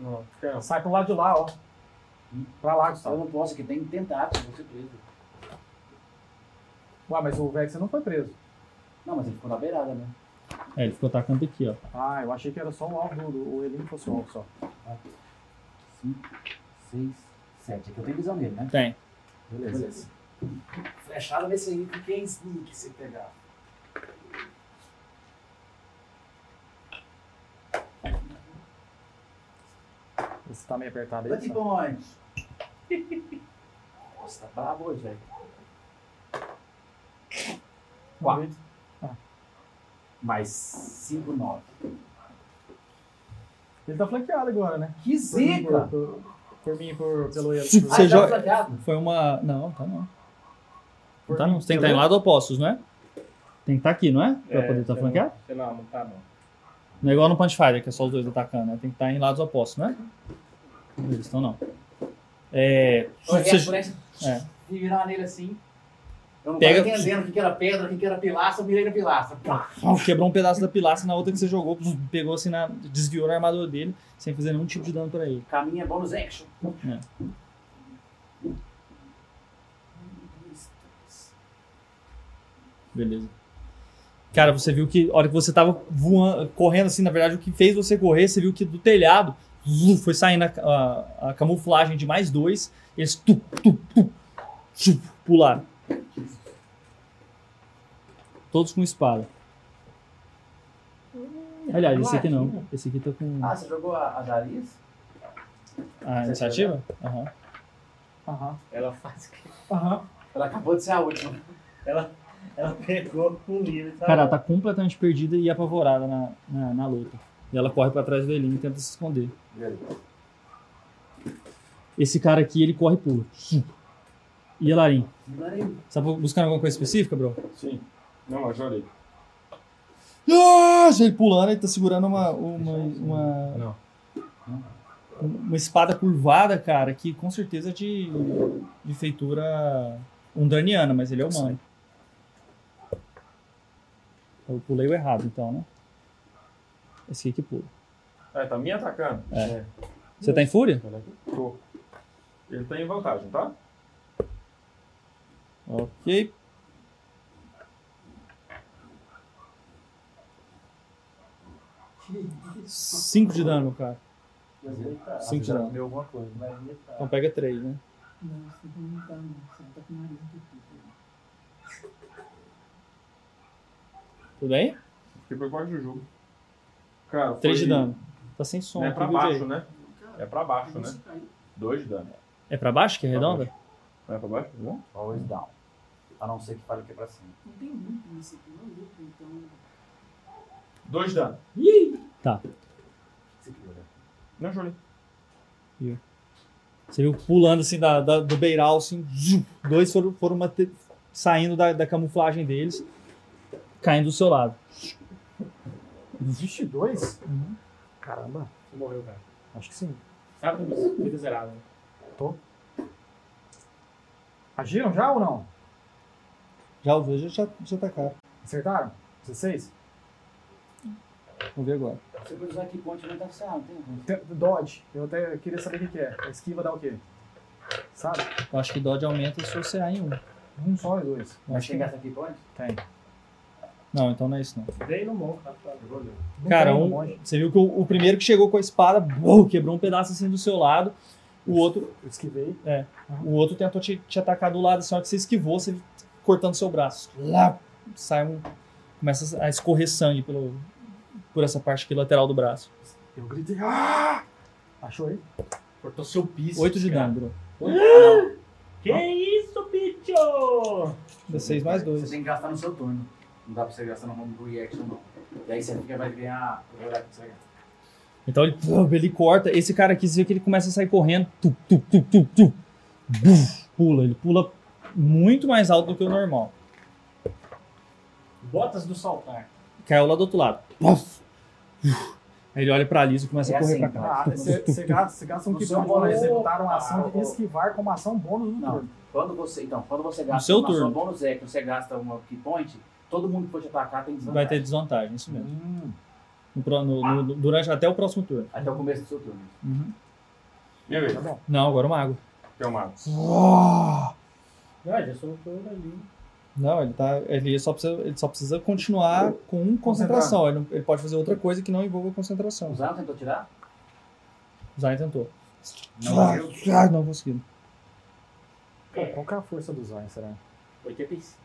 Não, fica Sai pro lado de lá, ó. Pra lá, Eu Gustavo. não posso, que tem que é tentar, porque eu vou ser preso. Ué, mas o Vex não foi preso. Não, mas ele ficou na beirada, né? É, ele ficou tacando aqui, ó. Ah, eu achei que era só o alvo do- do. O Elin fosse o alvo só. Cinco, seis, sete. Aqui eu tenho visão nele, né? Tem. Beleza. Flechada nesse aí, porque é sneak se pegar. Esse tá meio apertado aí. Lucky só. Point! <laughs> Nossa, tá brabo hoje, velho. Quatro. Ah. Mais cinco, nove. Ele tá flanqueado agora, né? Que Por mim, zica! Por, por- por mim, por, pelo Elin. Se Ah, você ele tá joga- flanqueado. Foi uma. Não, tá não. Não Por tá mim, não. Você tem que pelo estar em lado opostos, não é? Tem que estar aqui, não é? Pra É, poder estar você flanqueado. não- Você não, não tá não. Não é igual no Punch Fighter, que é só os dois atacando, né? Tem que estar em lados opostos, não é? Eles estão não. É. Eu se- se- reflexo, É. fui virar nele assim. Eu não Pega- tava entendendo o que que era pedra, o que que era pilastra, eu virei na pilastra. Pá! Pau, Quebrou um pedaço da pilastra na outra que você jogou, pss, pegou assim, na, desviou na armadura dele, sem fazer nenhum tipo de dano pra ele. Caminho é bônus action. É. Beleza. Cara, você viu que, a hora que você tava voando, correndo assim, na verdade, o que fez você correr, você viu que do telhado vum, foi saindo a, a- a camuflagem de mais dois, eles tu, tu, tu, tu, pularam. Todos com espada. Aliás, esse aqui não. Esse aqui tá com. Ah, você jogou a, a Darius? A iniciativa? Aham. Aham. Ela faz. Aham. Ela acabou de ser a última. Ela pegou com o livro e tá Cara, ela tá completamente perdida e apavorada na, na, na luta. E ela corre pra trás do Elin e tenta se esconder. Esse cara aqui, ele corre e pula. Hum. E Elarim? Yelarim, Você tá buscando alguma coisa específica, bro? Sim. Não, ajuda aí. Nossa! Ele pulando, ele tá segurando uma. uma, uma Não. Uma espada curvada, cara, que com certeza é de, de feitura undraniana, mas ele é humano. Eu pulei o errado, então, né? Esse aqui que pula. É, tá me atacando. É. Você tá em fúria? Olha aqui. Tô. Ele tá em vantagem, tá? Ok. Cinco de dano, cara. Cinco de dano. Deu alguma coisa. né? Então pega três, né? Não, você não tá, não. Você não tá com o nariz tá entupido. Tudo bem? Fiquei por baixo do jogo. Cara, Três foi- de dano. Tá sem som. Não é pra tu viu, Jay? baixo, né? É pra baixo, né? Dois de dano. É pra baixo que é Pra redonda? Não é pra baixo? Não? Always down. A não ser que fale que é pra cima. Não tem muito nesse aqui, não luto, então. Dois de dano. Tá. Você que Não, Júlio. Você viu pulando assim da, da- do beiral, assim, zum, dois foram, foram mate- saindo da, da camuflagem deles, caindo do seu lado. Existe dois? Caramba, Você morreu, cara. Uhum. acho que sim. Sabe como isso? Vida zerada. né? Agiram já ou não? Já os dois já, já, já tá atacaram. Acertaram? 16? Vamos ver agora. Você pode usar que ponte não tá certo, hein? Tem- Então, Dodge, eu até queria saber o que que é. A esquiva dá o quê? Sabe? Eu acho que o Dodge aumenta o seu CA em um. Um só e dois. Eu acho que não. Gasta aqui ponte? Tem. não, então não é isso não. Dei no monte, tá? Não Cara, tem, um- não pode. você viu que o, o primeiro que chegou com a espada, bum, quebrou um pedaço assim do seu lado. O outro, Eu esquivei. o outro tentou te, te atacar do lado, só que você esquivou, você cortando seu braço. Lá sai um. Começa a escorrer sangue pelo, por essa parte aqui lateral do braço. Eu gritei. Ah! Achou aí? Cortou seu piso. 8 de dano, Bruno. Ah, Que isso, bicho? 16 mais Você 2. tem que gastar no seu turno. Não dá pra você gastar no home reaction, não. E aí você fica, vai ganhar. Vai olhar o que você vai ganhar. Então ele, ele corta. Esse cara aqui, você vê que ele começa a sair correndo. Tu, tu, tu, tu, tu. Buf, pula. Ele pula muito mais alto do que o normal. Botas do saltar. Caiu lá do outro lado. Puf. Uf. Aí ele olha pra Alice e começa É a correr assim, pra tá. cá. Ah, você você gasta, você gasta um No que seu pode para bônus. executar uma ação de Ah, esquivar como ação bônus no Não. turno. Quando você, então, quando você No gasta seu uma sua turno. bônus action, você gasta uma key point, todo mundo que for te atacar tem Vai desvantagem. ter desvantagem, isso mesmo. Hum. No pro- no- no- no- durante, até o próximo turno. Até o começo do seu turno. Minha Tá Tá vez. Não, agora o mago. Tem o Marcos. Ah, já soltou ali. Não, ele tá. Ele só precisa, ele só precisa continuar com concentração. Ele, não- ele pode fazer outra coisa que não envolva concentração. O Zano tentou tirar? O Zayn tentou. Não, Ah, não conseguiu. Cara, qual que é a força do Zion, será? 85.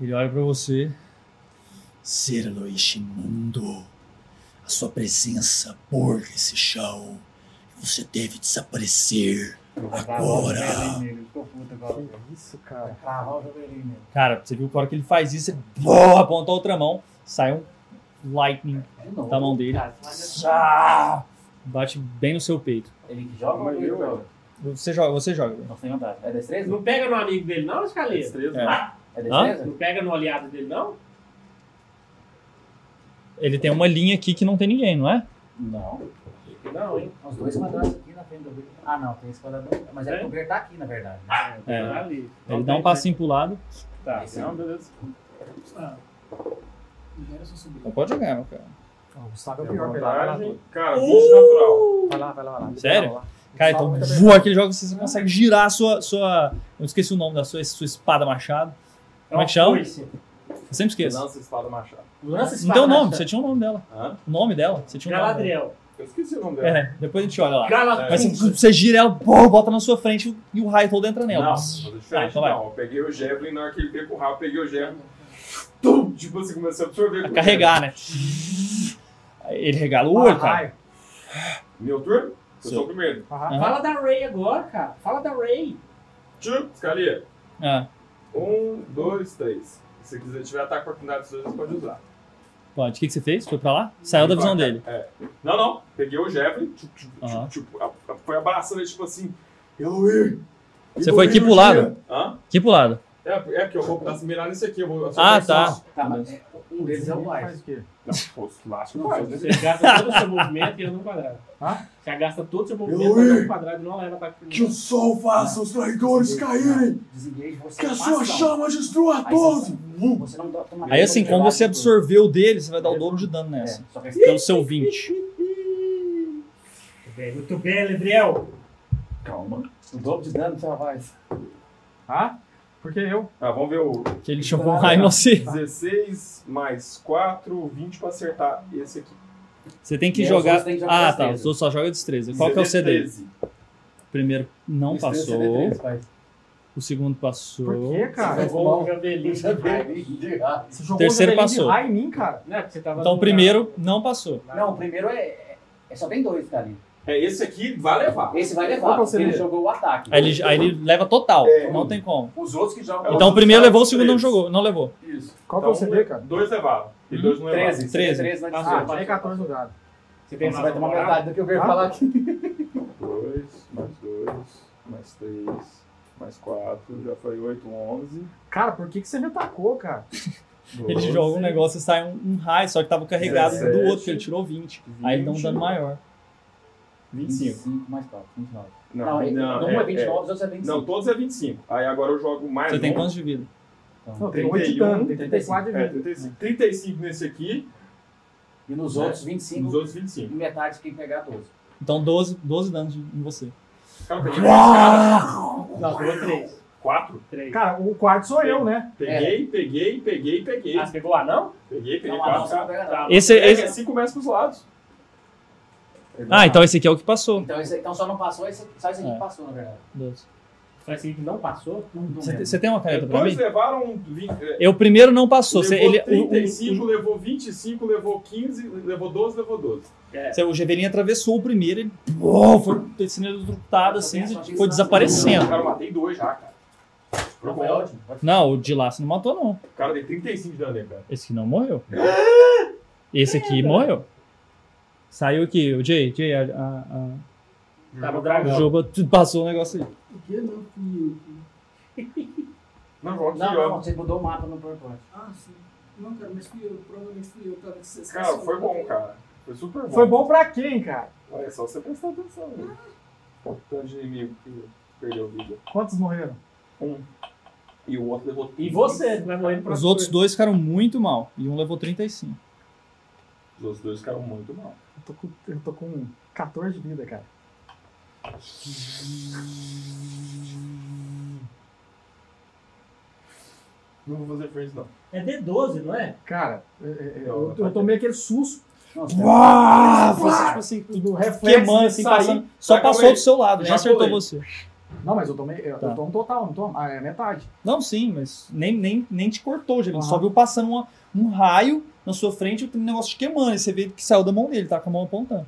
Ele olha pra você. Ser-lo este mundo. A sua presença por esse chão. Você deve desaparecer. Agora. Ficou puto agora. Que isso, cara? Travar o joelhinho nele. Cara, você viu que a hora que ele faz isso, ele boa, aponta a outra mão, sai um lightning De novo. da mão dele. Cara, você vai- Sá! Bate bem no seu peito. Ele que joga ou Mas ele eu- joga? Você joga, você joga. Não tem vantagem. É destreza? Não pega no amigo dele, não, Escaleta? Destreza. É. É destreza? Não pega no aliado dele, não? Ele tem uma linha aqui que não tem ninguém, não é? Não. Não, hein? Os dois quadrados aqui na frente do vídeo. Ah, não. Tem esse quadrado. Mas é É? coberto tá aqui, na verdade. É. Tá ali. Ele dá um passinho pro lado. Tá. Esse então, não, beleza. Libera sua sobrinha. Não pode jogar, meu cara. Ah, O Gustavo é o Tem pior, vai lá, vai lá. vantagem. Cara, 20 natural. Uh! Vai lá, vai lá, vai lá. Sério? Vai lá. Cara, Gustavo então muito voa aquele jogo, você consegue girar a sua, sua. Eu esqueci o nome da sua, sua espada machado. Como é que chama? Eu sempre esqueço. Lança espada machado. Lança Não tem o nome, você tinha o nome dela. Hã? O nome dela? Você tinha o nome dela. Galadriel. Eu esqueci o nome dela. É, depois a gente olha lá. Galadriel. Mas você, você gira ela, pô, bota na sua frente e o raio todo entra Não, nela. fazer diferente então vai. não. Eu peguei o Javelin, na hora que ele veio com o rabo, eu peguei o Javelin. Tum! Tipo assim, começou a absorver. com o Carregar, né? Aí Ele regala o olho, cara. raio. Javelin. Meu turno? Eu Seu. sou o primeiro. Ah. Aham. Aham. Fala da Ray agora, cara. Fala da Ray. Tchum! Escalia. Ah, Um, dois, três. Se você quiser tiver ataque oportunidade dos dois, você pode usar. pode. O que, que você fez? Foi pra lá? Saiu da visão dele. É. Não, não. Peguei o Javelin. tchup, tchup, tchup, Aham. tchup, a- a- foi abraçando ele, tipo assim. Eloir! Você foi Eloir, aqui pro lado? Hã? Que pro lado? É, é porque eu vou mirar nesse aqui. Eu vou, eu só Ah, tá. faço Tá, mas um deles é o Wise. Faz o quê? isso. Não, pô, lá acho que faz, né? Você gasta todo o seu movimento e anda um quadrado. Hã? Você gasta todo o seu movimento e anda um quadrado e não leva ataque Que o primeiro. sol faça os traidores caírem! Desengage, Ah, você Que a passa. sua chama destrua Aí você- todos! Você não dá- toma Aí assim, quando você absorveu o dele, você vai dar o dobro de dano É, nessa. só que Pelo seu 20. Muito bem, Muito bem, Ledriel. Calma. O dobro de dano já vai. Ah? Porque eu. Ah, vamos ver o Que ele chamou raio não sei. 16 mais 4, 20 pra acertar esse aqui. Você tem que E aí os jogar. outros tem que jogar Ah, destreza. tá. Os outros só joga destreza. Qual que é o CD? CD? Primeiro não passou. O segundo Por passou. quê, cara? Você Jogou um jabelinho. <laughs> Você jogou Terceiro um javelin passou. de raio em mim, cara. Não, é porque né, você tava Então o no- primeiro não passou. Não, o primeiro é, é- é só tem dois, tá ali. É, esse aqui vai levar. Esse vai Qual levar, que é o porque ele CD? jogou o ataque. Aí ele, aí ele leva total, É. não tem como. Os outros que já. Então o primeiro levou, o segundo não jogou, Hum? não levou. Isso. Qual que é o Então, CD, cara? Dois levaram. E dois não levaram. 13, 13. 13 na Ah, disputa. tirei 14 no dado. Você pensa, Vamos né? vai tomar namorar? metade do que eu veio Ah. falar aqui. Dois, mais dois, mais três, mais quatro, já foi oito, onze. Cara, por que, que você me atacou, cara? Ele joga um negócio e sai um, um raio, só que tava carregado do 17, outro, que ele tirou 20. Aí ele dá um 20. dano maior. 25. mais 4, 29. Não, Não, ele- não, um é 29, os outros é é- 25. não, todos é 25. Aí agora eu jogo mais É Você tem um. quantos de vida? Então, Não, um, tem 8 de 31, dano, tem 34 de É, vida. 35. 35 nesse aqui, E nos outros né? 25, nos outros e 25. metade quem pegar 12. Então 12, 12 danos de- em você. Cara, eu peguei mais Não, pegou três. quatro. Três. Cara, o quarto sou eu, né? Peguei, peguei, peguei, peguei. Ah, você pegou Tá, o anão? Peguei, peguei Não, tá ah, não, quatro. você não pega nada. Esse, É, esse... assim começa pros lados. Ah, então esse aqui é o que passou. Então, esse, então só não passou, esse, só esse aqui É. passou, na verdade. 12. é- Foi assim que não passou? Não Você lembro. É te- você tem uma caneta é, pra Dois mim? levaram 20. é, Eu primeiro não passou. Você, levou ele, é o- o- 35, levou 25, levou 15, levou 12, levou 12. Você- O Gevelin atravessou o primeiro, ele uou, foi sendo eletrocutado assim, e foi desaparecendo. Cara, eu matei dois já, cara. Não, Jogou foi ótimo. ótimo. Pode- Não, o de lá você não matou, não. Cara, eu dei 35 de dano nele, cara. Esse aqui <laughs> não morreu. Esse aqui morreu. Saiu aqui, o Jay, Jay, a, a, Tá Tava o a, o dragão. Juba tu- passou o negócio aí. Por que não fui eu? que- Não, joga aqui, Não, ó. não, você mudou o mapa no PowerPoint. Ah, sim. Não, cara, mas fui eu. Provavelmente fui eu. Tava de Cara, sensação. foi bom, cara. Foi super bom. Foi bom pra quem, cara? Olha, é só você prestar atenção. né? Tanto de inimigo que perdeu vida. Quantos morreram? E o outro levou E você? Vai morrendo pra Os outros dois ficaram muito mal, e um levou 35. Os outros dois ficaram muito mal. Eu tô com, eu tô com 14 de vida, cara. Não vou fazer frente, não. É D12, não é? Cara, é, é, é, Não, eu, eu tomei aquele susto Ah, você, tipo assim, do reflexo. queimando, assim, saí. passando. Só Já passou colei. do seu lado, nem Já acertou colei. você. Não, mas eu tomei. Eu, Tá. eu tomo total, não tomo. Ah, é metade. Não, sim, mas nem, nem, nem te cortou, Gevelin. Aham. Só viu passando uma- um raio na sua frente e um negócio te queimando. E você vê que saiu da mão dele, tá com a mão apontando.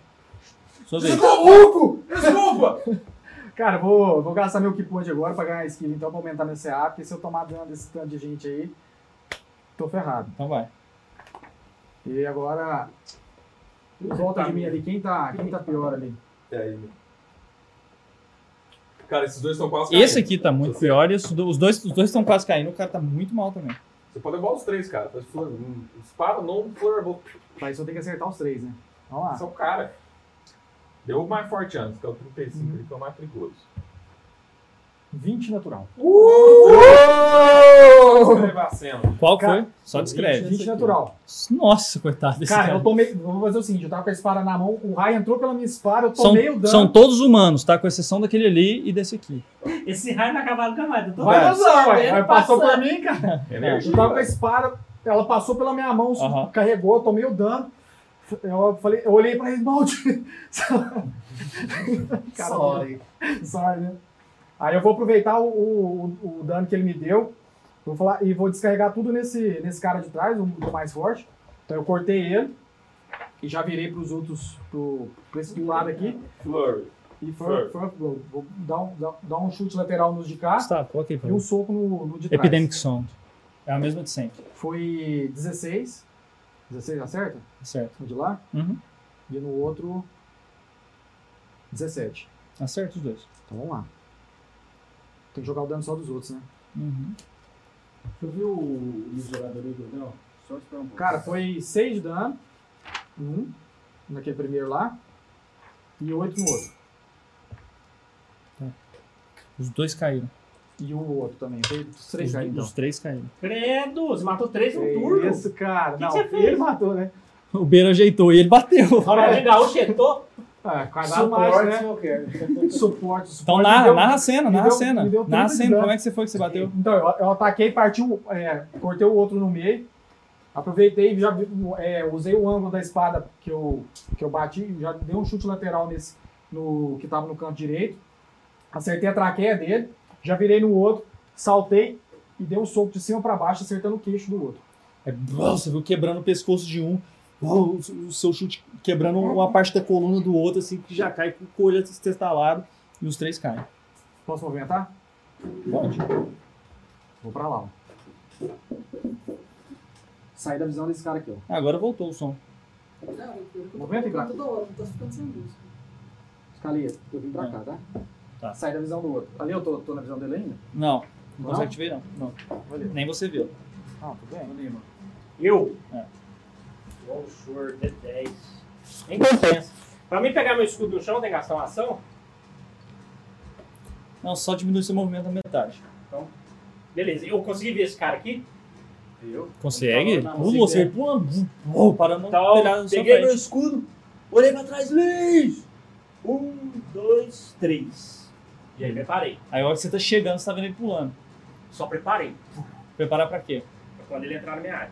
Sua vez. Desculpa! Cara, eu vou, vou gastar meu Keypoint agora pra ganhar skill, então pra aumentar meu CA, porque se eu tomar dano desse tanto de gente aí, tô ferrado. Então vai. E agora. Volta de mim ali, quem tá, quem tá pior ali? e É aí, meu? Cara, esses dois estão quase Esse caindo. aqui tá muito pior e os do- os dois os dois estão quase caindo. O cara tá muito mal também. Você pode levar os três, cara. Faz flor- hum, Espada, não, flor, vou Pra isso eu tenho que acertar os três, né? Vamos lá. Esse é o cara. Deu o mais forte antes, que é o 35, Uhum. ele que é o mais perigoso. 20 natural. Vou levar a cena. Qual Uh! Cara, foi? Só descreve. 20 natural. Nossa, coitado desse Cara, cara. eu tomei. Vou fazer o seguinte: eu tava com a espada na mão, o raio entrou pela minha espada, eu São, tomei o dano. são todos humanos, tá? Com exceção daquele ali e desse aqui. Esse raio não acabava nunca mais. eu tô- Vai passar, Vai ué. Vai passou por mim, cara. Energia. Eu tava com a velho. espada, ela passou pela minha mão, Aham. carregou, eu tomei o dano. Eu falei, eu olhei pra ele, balde. <laughs> Cara, Sorry. sorry, né? Aí eu vou aproveitar o, o, o- o dano que ele me deu vou falar, e vou descarregar tudo nesse, nesse cara de trás, o o mais forte. Então eu cortei ele e já virei pros outros, pro, pra esse do lado aqui. Flurry. E foi, foi, vou vou dar um, dar, dar um chute lateral nos de cá Gustavo, coloca aí pra e mim. um soco no, no de trás. Epidemic Sound. É a mesma de sempre. Foi 16. 16 acerta? Acerta. No de lá? Uhum. E no outro, 17. Acerta os dois. Então vamos lá. Tem que jogar o dano só dos outros, né? Uhum. Tu viu o jogador ali do Não? Só esperar um pouco. Cara, foi 6 de dano. Um, naquele primeiro lá. E 8 no outro. Os dois caíram. E o outro também. Foi os Os, 3 caídos. os três caíram. Credo, você matou três em um Que turno. Isso, cara. Que não, que você fez? ele matou, né? O Beira ajeitou e ele bateu. Hora de gaúcho, chetou. Ah, quadrado mais, Suporte, né? não quero. Suporte, suporte. Então me narra, deu- narra a cena, me narra a deu- cena. me deu Narra a 30 cena, de como é que você foi que você bateu? Então, eu, eu ataquei, partiu, é, cortei o outro no meio, aproveitei, já vi- é, usei o ângulo da espada que eu, que eu bati, já dei um chute lateral nesse, no, que estava no canto direito, acertei a traqueia dele, já virei no outro, saltei e dei um soco de cima para baixo, acertando o queixo do outro. É, bom, você viu quebrando o pescoço de um, uau, o seu chute quebrando uma parte da coluna do outro, assim, que já cai com o olho testalado e os três caem. Posso movimentar? Pode. Vou pra lá. ó. Saí da visão desse cara aqui, ó. Ah, Agora voltou o som. Cara, eu tô Movimento, ficando Graco. toda hora, não tô ficando sem música. Escalia, eu vim pra cá, tá? Tá. Saí da visão do outro. Ali eu tô, tô na visão dele ainda? Não, não Não? consegue te ver, não. não. Valeu. Nem você viu. Não, tudo bem. Ali, mano. Eu? É. Longshore, D10. Nem compensa. Pra mim pegar meu escudo no chão, tem que gastar uma ação? Não, só diminui seu movimento a metade. Beleza, eu consegui ver esse cara aqui. Eu? Consegue? Não, não, Pula, não, você pula, bum, bum, parando Então, no telhado na sua peguei meu frente. escudo, olhei pra trás, Liz! Um, dois, três. E aí preparei. Aí a hora que você tá chegando, você tá vendo ele pulando. Só preparei. Preparar pra quê? Pra quando ele entrar na minha área.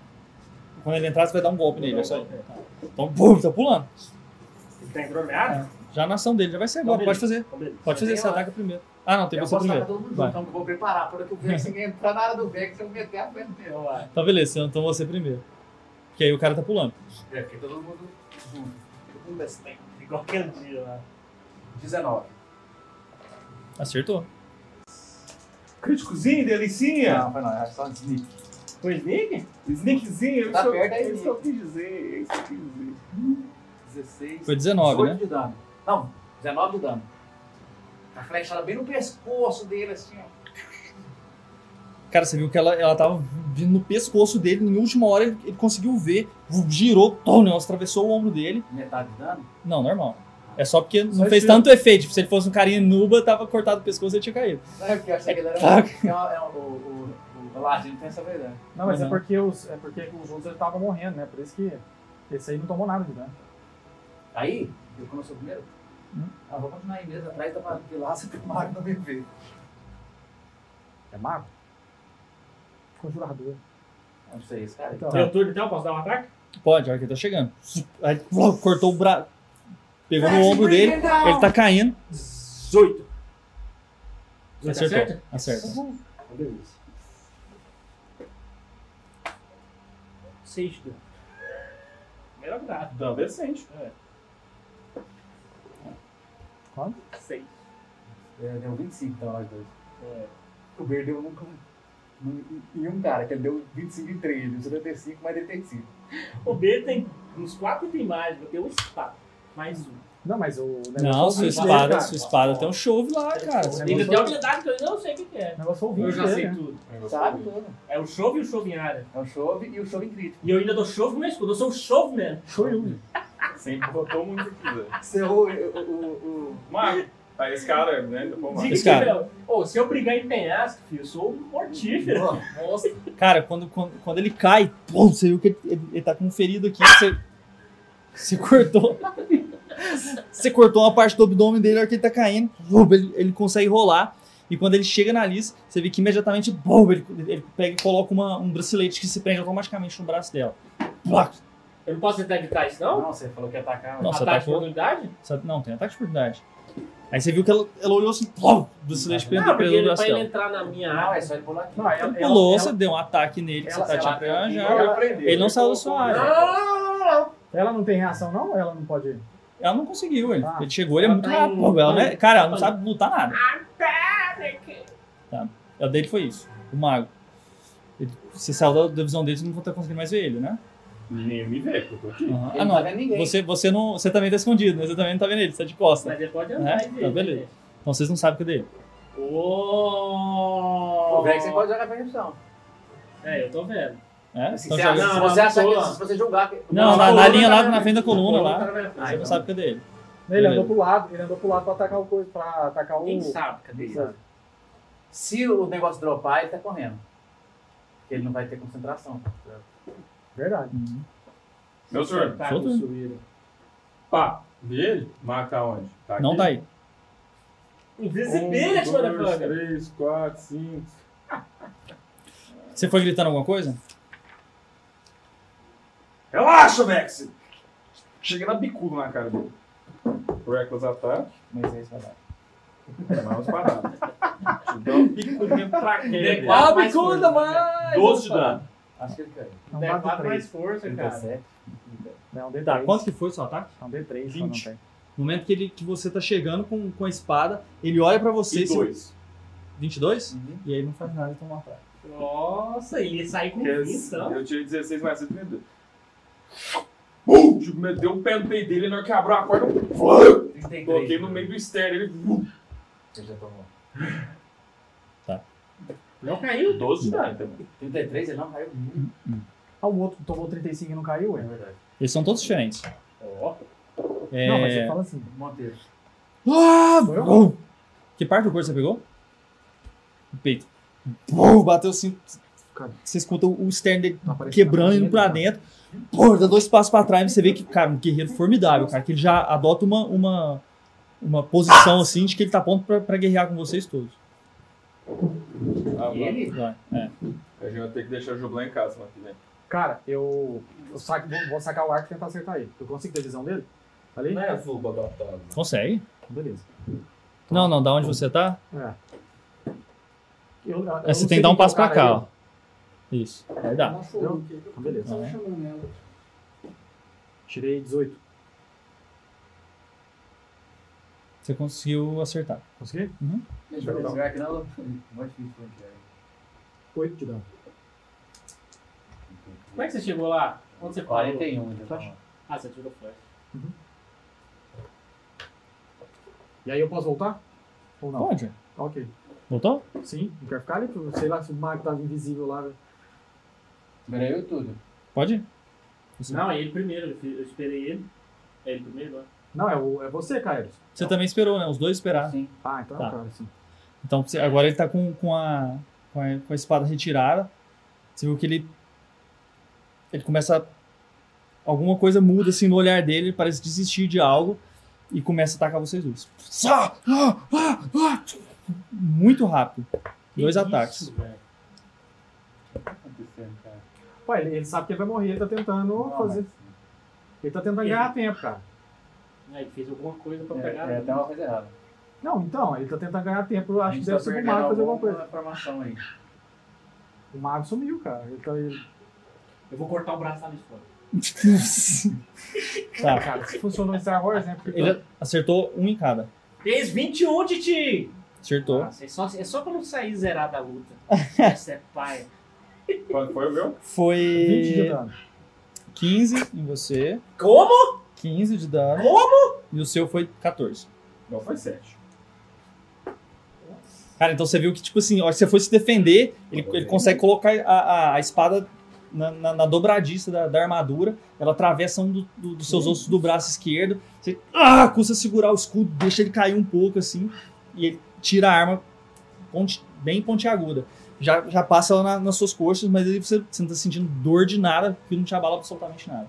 Quando ele entrar, você vai dar um golpe nele, é isso aí. Ele Então, bum, tá pulando. tá entrando na minha área? Já na ação dele, já vai ser agora. Então, Pode beleza. fazer. Então, beleza. Pode fazer, tem você lá. ataca primeiro. Ah, não, tem eu você posso tacar primeiro. todo mundo junto, Vai. então eu vou preparar. Quando que o Vexen <laughs> entrar na área do Vexen, eu vou meter a frente dele. lá. Então, beleza, então você primeiro. Porque aí o cara tá pulando. É, porque todo mundo junto. Todo mundo desse tempo. Igual aquele dia lá. 19. Acertou. Críticozinho, delicinha. Não, foi não, é só sneak. Foi Sneak? Snickzinho, eu Tá sou- perto aí, é isso que eu quis dizer. É isso que eu quis dizer. 16. Foi 19, 18 né? de dano. Não, 19 de dano. A flechada bem no pescoço dele, assim, ó. Cara, você viu que ela, ela tava vindo no pescoço dele, em última hora ele, ele conseguiu ver, vum, girou, tom, o negócio atravessou o ombro dele. Metade de dano. Não, normal. É só porque não Só fez tiro. tanto efeito. Tipo, se ele fosse um carinha nuba, tava cortado o pescoço e tinha caído. Não é porque <laughs> essa galera. É uma- é um- o, o, o, o Ladino tem essa verdade. Não, mas Não. é porque os, é porque os outros estavam morrendo, né? Por isso que esse aí não tomou nada de dano. Aí, eu começou primeiro. Hum? Ah, vou continuar aí mesmo, atrás tá da pilaça pro Mago não me ver. É mago? Conjurador. Não sei, esse cara. aí. Então, Meu turno então, posso dar um ataque? Pode, a hora que ele tá chegando. Aí, uau, cortou o braço. Pegou no ombro dele, ele tá caindo. 18. Acertou. Acerta. Uma delícia. Seis de dano. Melhor que dado. Dano decente. É. Seis. É, deu 25 então, nós dois. É. O Bear deu um. um- Em um cara, que ele deu 25 em 3, ele deu 75 mais 85. O B tem uns quatro itens mágicos, eu tenho um espada. Mais um. não, mas o negócio Não, foi sua o vídeo dele, espada, cara. sua espada tem um chove lá, cara. Você Ele gostou? tem habilidade que eu não sei o que que é. O negócio foi o Eu vídeo já dele, sei né? tudo. Sabe tudo. É o chove e o chove em área. É o chove e o chove em crítico. E eu ainda dou chove no meu escudo. Eu sou um o chove mesmo. Shoyu. Sempre botou muito o que quiser. Seu. O, o, o, Mago. Aí esse cara, né? Pô, mago. Diga Esse que, cara. meu, ô, se eu brigar em penhasco, filho, eu sou um mortífero. Nossa, Cara, quando, quando, quando ele cai, pô, você viu que ele, ele, ele tá com um ferido aqui. Você, você cortou. <laughs> Você cortou uma parte do abdômen dele na hora que ele tá caindo. pô, Ele, ele consegue rolar. E quando ele chega na Alice, você vê que imediatamente pô, ele, ele pega e coloca uma- um bracelete que se prende automaticamente no braço dela. Plac. Eu não posso tentar evitar isso, não? não, você falou que ia atacar. Não, você Ataque de atacou. oportunidade? Sabe- Não, tem ataque de oportunidade. Aí você viu que ela, ela olhou assim, pô, o bracelete prendeu Não, porque prendeu no ele, braço pra ele dela. entrar na minha Não, área. é só ele pular aqui. Não, ela, Ele ela- pulou, você ela- deu um ataque nele que você ela- tá te ela- já. Ele aprendeu. Ele não saiu da sua é. área. ela não tem reação, não? Ela não pode. Ela não conseguiu, ele, Ah. ele chegou, ele é muito tá em- rápido. Ela não é- cara, ela não tá em- sabe lutar nada. Tá. A dele foi isso, o mago. Ele, você saiu da, da visão dele, você não tá conseguindo mais ver ele, né? Ninguém me vê, porque eu tô aqui. Aham. Ele Ah, não tá não. vendo ninguém. Você, você, não, você também tá escondido, né? Você também não tá vendo ele, você tá de costa. Mas ele pode É? andar e ver. Tá, beleza. Então vocês não sabem cadê ele. Oh! O Vex você pode jogar percepção. É, eu tô vendo. É? Se Então Assim, você, joga- se não, você não, achar tô que lá. se você julgar. que- Não, na, na linha lá na frente da coluna lá. Ah, Você não sabe cadê ele. Ele Beleza. andou pro lado, ele andou pro lado pra atacar o coisa, pra atacar o. Quem sabe? Cadê Quem isso? sabe? Se o negócio dropar, ele tá correndo. Porque ele não vai ter concentração. Verdade. Uhum. Meu turno. Tá, Solta. construíram. Pá, vi ele? Marca onde? Tá Não aqui? tá aí. Invisibility, Um, dois, motherfucker! três, quatro, cinco. Você foi gritando alguma coisa? Relaxa, Vex! Chega na bicuda na cara dele. Reckless Attack, É, Mas é isso vai dar. mais <laughs> parado. Te dou uma bicudinha pra quê? velho? Ah, bicuda, mano! 12 de dano. Acho que ele caiu. É um É dado quatro três. mais força, cara. 37. É um D3. Tá, quanto que foi o seu ataque? É um D3, só 20. não tem. No momento que, ele, que você tá chegando com, com a espada, ele olha pra você. E se- dois. 22? Uhum. E aí não faz nada, então uma praia. Nossa, ele ia sair com Que é- isso. Eu tirei 16 mais 7, 32. Bum! Tipo, meteu o pé no peito dele, na hora que abriu a porta, eu bum! 33. coloquei no meio do estéreo. Ele bum! Ele já tomou. Não caiu. 12 de dano também. 33, ele não caiu Hum. muito. Ah, o outro tomou 35 e não caiu, É ué. verdade. Eles são todos diferentes. Ó, É... Não, mas você fala assim. Monteiro. Ah, Foi eu? bum! Que parte do corpo você pegou? O peito. Bum, bateu assim. Cara. Você escuta o externo dele Tá aparecendo quebrando, indo pra dentro. Pô, dá dois passos pra trás e você vê que, cara, um guerreiro formidável, cara, que ele já adota uma, uma, uma posição assim de que ele tá pronto pra, pra guerrear com vocês todos. Ah, E ele? Vai, é. A gente vai ter que deixar o Jublan em casa, mano. Né? Cara, eu, eu saco- vou, vou sacar o arco e tentar acertar ele. Eu consigo ter visão dele? Ali? Não é azul adaptado. Consegue? Beleza. Não, não, da onde você tá? É. Eu- eu não É, você sei tem que dar quem um passo é o pra cara cá, aí, ó. Isso. Aí dá. Ela achou o quê? Ah, beleza. Tava chamando ela. Tirei 18. Você conseguiu acertar. Consegui? Deixa eu jogar aqui na <laughs> lua. Mais difícil foi que era. 8 de dano. como é que você chegou lá? Onde você parou? 41, então. ele tá. Ah, você tirou flash. E aí eu posso voltar? Ou não? Pode. Ok. Voltou? Sim, não quero ficar ali, porque sei lá se o mago tava invisível lá. né? velho. Peraí, eu tudo. Pode? ir. Não, é ele primeiro. eu fi- Eu esperei ele. É ele primeiro, né? Não, é, o, é você, Caio. Você também esperou, né? Os dois esperaram. Sim. Ah, então é Tá. o cara, sim. Então você- agora ele tá com, com, a, com, a, com a espada retirada. Você viu que ele. Ele começa. a- Alguma coisa muda assim no olhar dele, ele parece desistir de algo e começa a atacar vocês dois. Sá! Ah! Ah! Ah! Muito rápido. Dois ataques. é. Ué, ele, ele sabe que ele vai morrer, ele tá tentando fazer. Ele tá tentando Ele- ganhar tempo, cara. Ah, ele fez alguma coisa pra É, pegar. é, tem uma coisa errada. Não, então, ele tá tentando ganhar tempo. Eu A acho que gente deve tá ser pro perdendo mago fazer alguma coisa. informação aí. O mago sumiu, cara. Ele tá, ele- Eu vou cortar o braço ali fora. tá. Cara, se funcionou em Star Wars, né? Porque Ele <laughs> acertou um em cada. Fez 21, Titi! Acertou. Ah. Nossa, é só, é só pra não sair zerado da luta. Essa é paia. Quando foi o meu? Foi. 20 de dano. 15 em você. Como? 15 de dano. E o seu foi 14. Não, foi 7. Cara, então você viu que, tipo assim, a hora que você foi se defender, ele, ele consegue colocar a, a, a espada na, na, na dobradiça da, da armadura, ela atravessa um do- do- dos seus ossos do braço esquerdo, você ah, custa segurar o escudo, deixa ele cair um pouco assim, e ele tira a arma ponte- bem pontiaguda. Já, já passa ela na- nas suas coxas, mas aí você, você não tá sentindo dor de nada, porque não te abala absolutamente nada.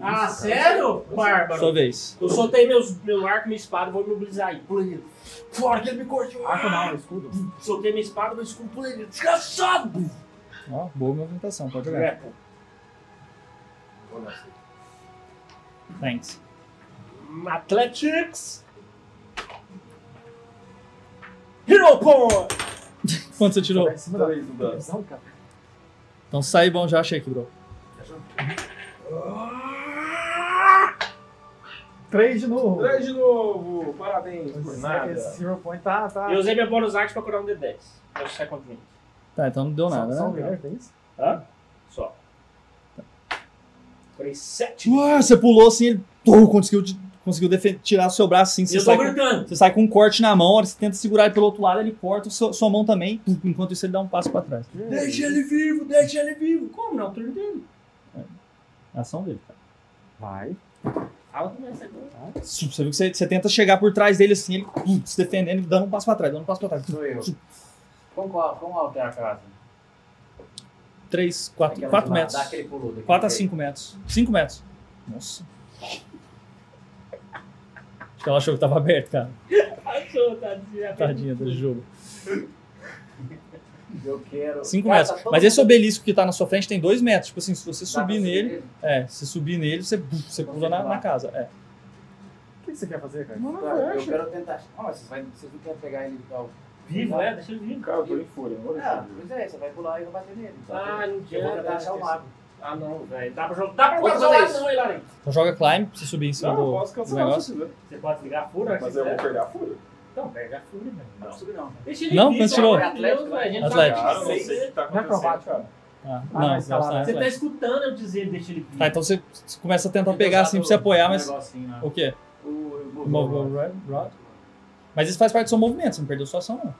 Ah, sério? Bárbaro. Sua vez. Eu soltei meus, meu arco e minha espada, vou mobilizar aí. Pula ele. Fora que ele me cortou. Arco não, é escudo. Soltei minha espada, meu escudo, pula ele. Desgraçado! É, Ó, boa movimentação, pode É. jogar. Grepo. Thanks. Athletics. Hero Point! Quanto você tirou? Tá em cima da 3 de dano. visão, cara. Então sai bom já, achei bro. 3 de novo. 3 de novo! Parabéns por Esse- nada. Esse Hero Point tá. tá. Eu usei minha bonus action pra curar um D10. Meu second wind. Tá, então não deu Só- nada, Só um né? lugar, tem isso? Hã? Só. Curei 7. Ué, você pulou assim, ele pô, conseguiu, te- conseguiu defen- tirar o seu braço assim. E Você eu tô sai, com, gritando. você sai com um corte na mão, a hora que você tenta segurar ele pelo outro lado, ele corta o seu- sua mão também. pum, Enquanto isso, ele dá um passo pra trás. Deixa ele vivo, deixa ele vivo. Como não? Turno dele. É Ação dele, cara. Vai. Fala com essa agora. Você viu que você, você tenta chegar por trás dele assim, ele pum, se defendendo, ele dando um passo pra trás, dando um passo pra trás. Sou eu. Como, qual- como altera a casa? Três, quatro, Aquela quatro de lá, metros. Dá aquele pulo daqui. Quatro a cinco metros. Cinco metros. Nossa. Acho que ela achou que tava aberto, cara. Achou, tadinha. Tá Tadinha desse jogo. Eu quero. Cinco Cara, metros. tá todo Mas esse mundo- obelisco que tá na sua frente tem dois metros. Tipo assim, se você Dá pra subir nele, É, se subir nele, você, você pula na, na casa. É. O que que você quer fazer, cara? Cara, eu quero tentar. Não, mas vocês, vai- vocês não querem pegar ele e dar o. Vivo, é? Deixa ele vivo. Cara, eu tô em fúria. Não vou Ah, deixar. pois é, você vai pular e vai bater nele. Só que Ah, não eu vou adianta. tentar achar o mago. Ah, não, velho. Dá pra jogar. Dá pra Pode jogar fazer lá, isso. não, hein, Larry? Então joga climb pra você subir em cima Não, do, eu posso do cancelar se negócio. você quiser. Você pode ligar a fúria, Mas se um- eu vou quiser. perder a fúria. Então, pega a fúria, velho. Não, subir não. Deixa ele Não, vir, quanto só tirou? por Atlético, velho. A gente tá Atlético. aqui, Cara, eu não sei o que tá Não é acontecendo. acrobático? Cara. Ah, Ah, não, mas tá lá, não, Você não. tá escutando eu dizer deixa ele vir. Tá, então você você começa a tentar pegar assim pra você apoiar, mas. um O quê? né? O, Move rod- rod? Mas isso faz parte do seu movimento, você não perdeu sua ação, não.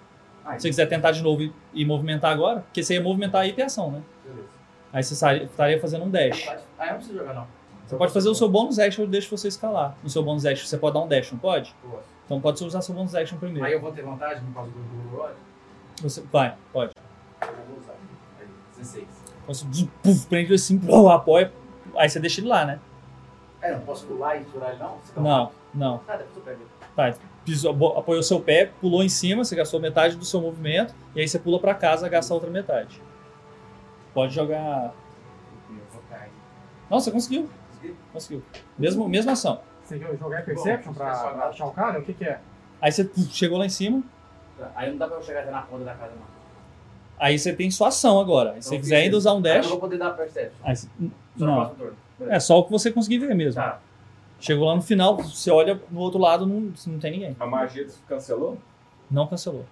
Ah, Se você quiser tentar de novo e, e movimentar agora, porque você ia movimentar aí e ter ação, né? Aí você sai- estaria fazendo um dash. Ah, eu não preciso jogar, não. Você pode fazer o seu bônus action e deixa você escalar. No seu bônus action você pode dar um dash, não pode? Posso. Então pode usar seu bônus action Aí primeiro. eu vou ter vantagem por causa do Google Road? Você, vai, pode. Eu vou usar. Aí, 16. Então você zzz, puf, prende ele assim, pô, apoia. Aí você deixa ele lá, né? É, não posso pular e furar ele, não? Você tá Não, não. Ah, depois eu pego ele. Tá, pisou, bo- apoiou seu pé, pulou em cima, você gastou metade do seu movimento, e aí você pula pra casa, gasta a outra metade. Pode jogar. Eu vou cair. Nossa, conseguiu. Consegui? Conseguiu. Mesmo, mesma ação. Você quer jogar Perception Bom, pra só pra achar o cara? O que que é? Aí você puf, chegou lá em cima, Tá, Aí não dá pra eu chegar até na ponta da casa, não. Então aí você tem sua ação agora. Se você eu quiser fiz ainda isso. usar um Aí Eu dash. não vou poder dar perception. aí você- Só no não. próximo turno. É só o que você conseguir ver mesmo. Tá. Chegou lá no final, você olha no outro lado, não, não tem ninguém. A magia cancelou? Não cancelou.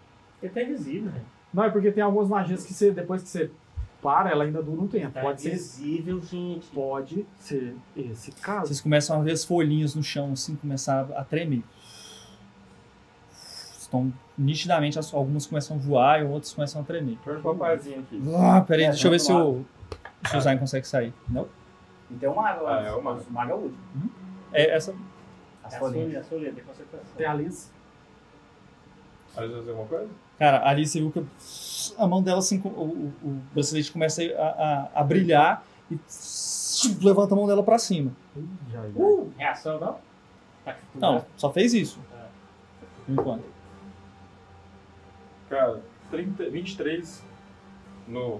Ele tá invisível, velho. Não, é porque tem algumas magias que você, depois que você para, ela ainda dura um tempo. É Tá Pode ser, invisível, gente. pode ser esse caso. Vocês começam a ver as folhinhas no chão, assim, começar a tremer. Estão nitidamente, as- algumas começam a voar e outras começam a tremer. um Perdi o papazinho aqui. Ah, peraí, É, deixa eu ver vamos se o, se o Zayn consegue sair. Não? E tem Então, o mago lá. Ah, é o mago. O mago é o último. assim. É essa. É As a folhinhas. folha, a folha, tem concentração. Tá Tem a Liz. Às vezes alguma coisa? Cara, ali você viu que a mão dela, assim, o, o, o bracelete começa a, a, a brilhar e levanta a mão dela pra cima. Já, já. Uh, reação não? Tá que- Não, só fez isso. É. Por enquanto. Cara, 30, 23 no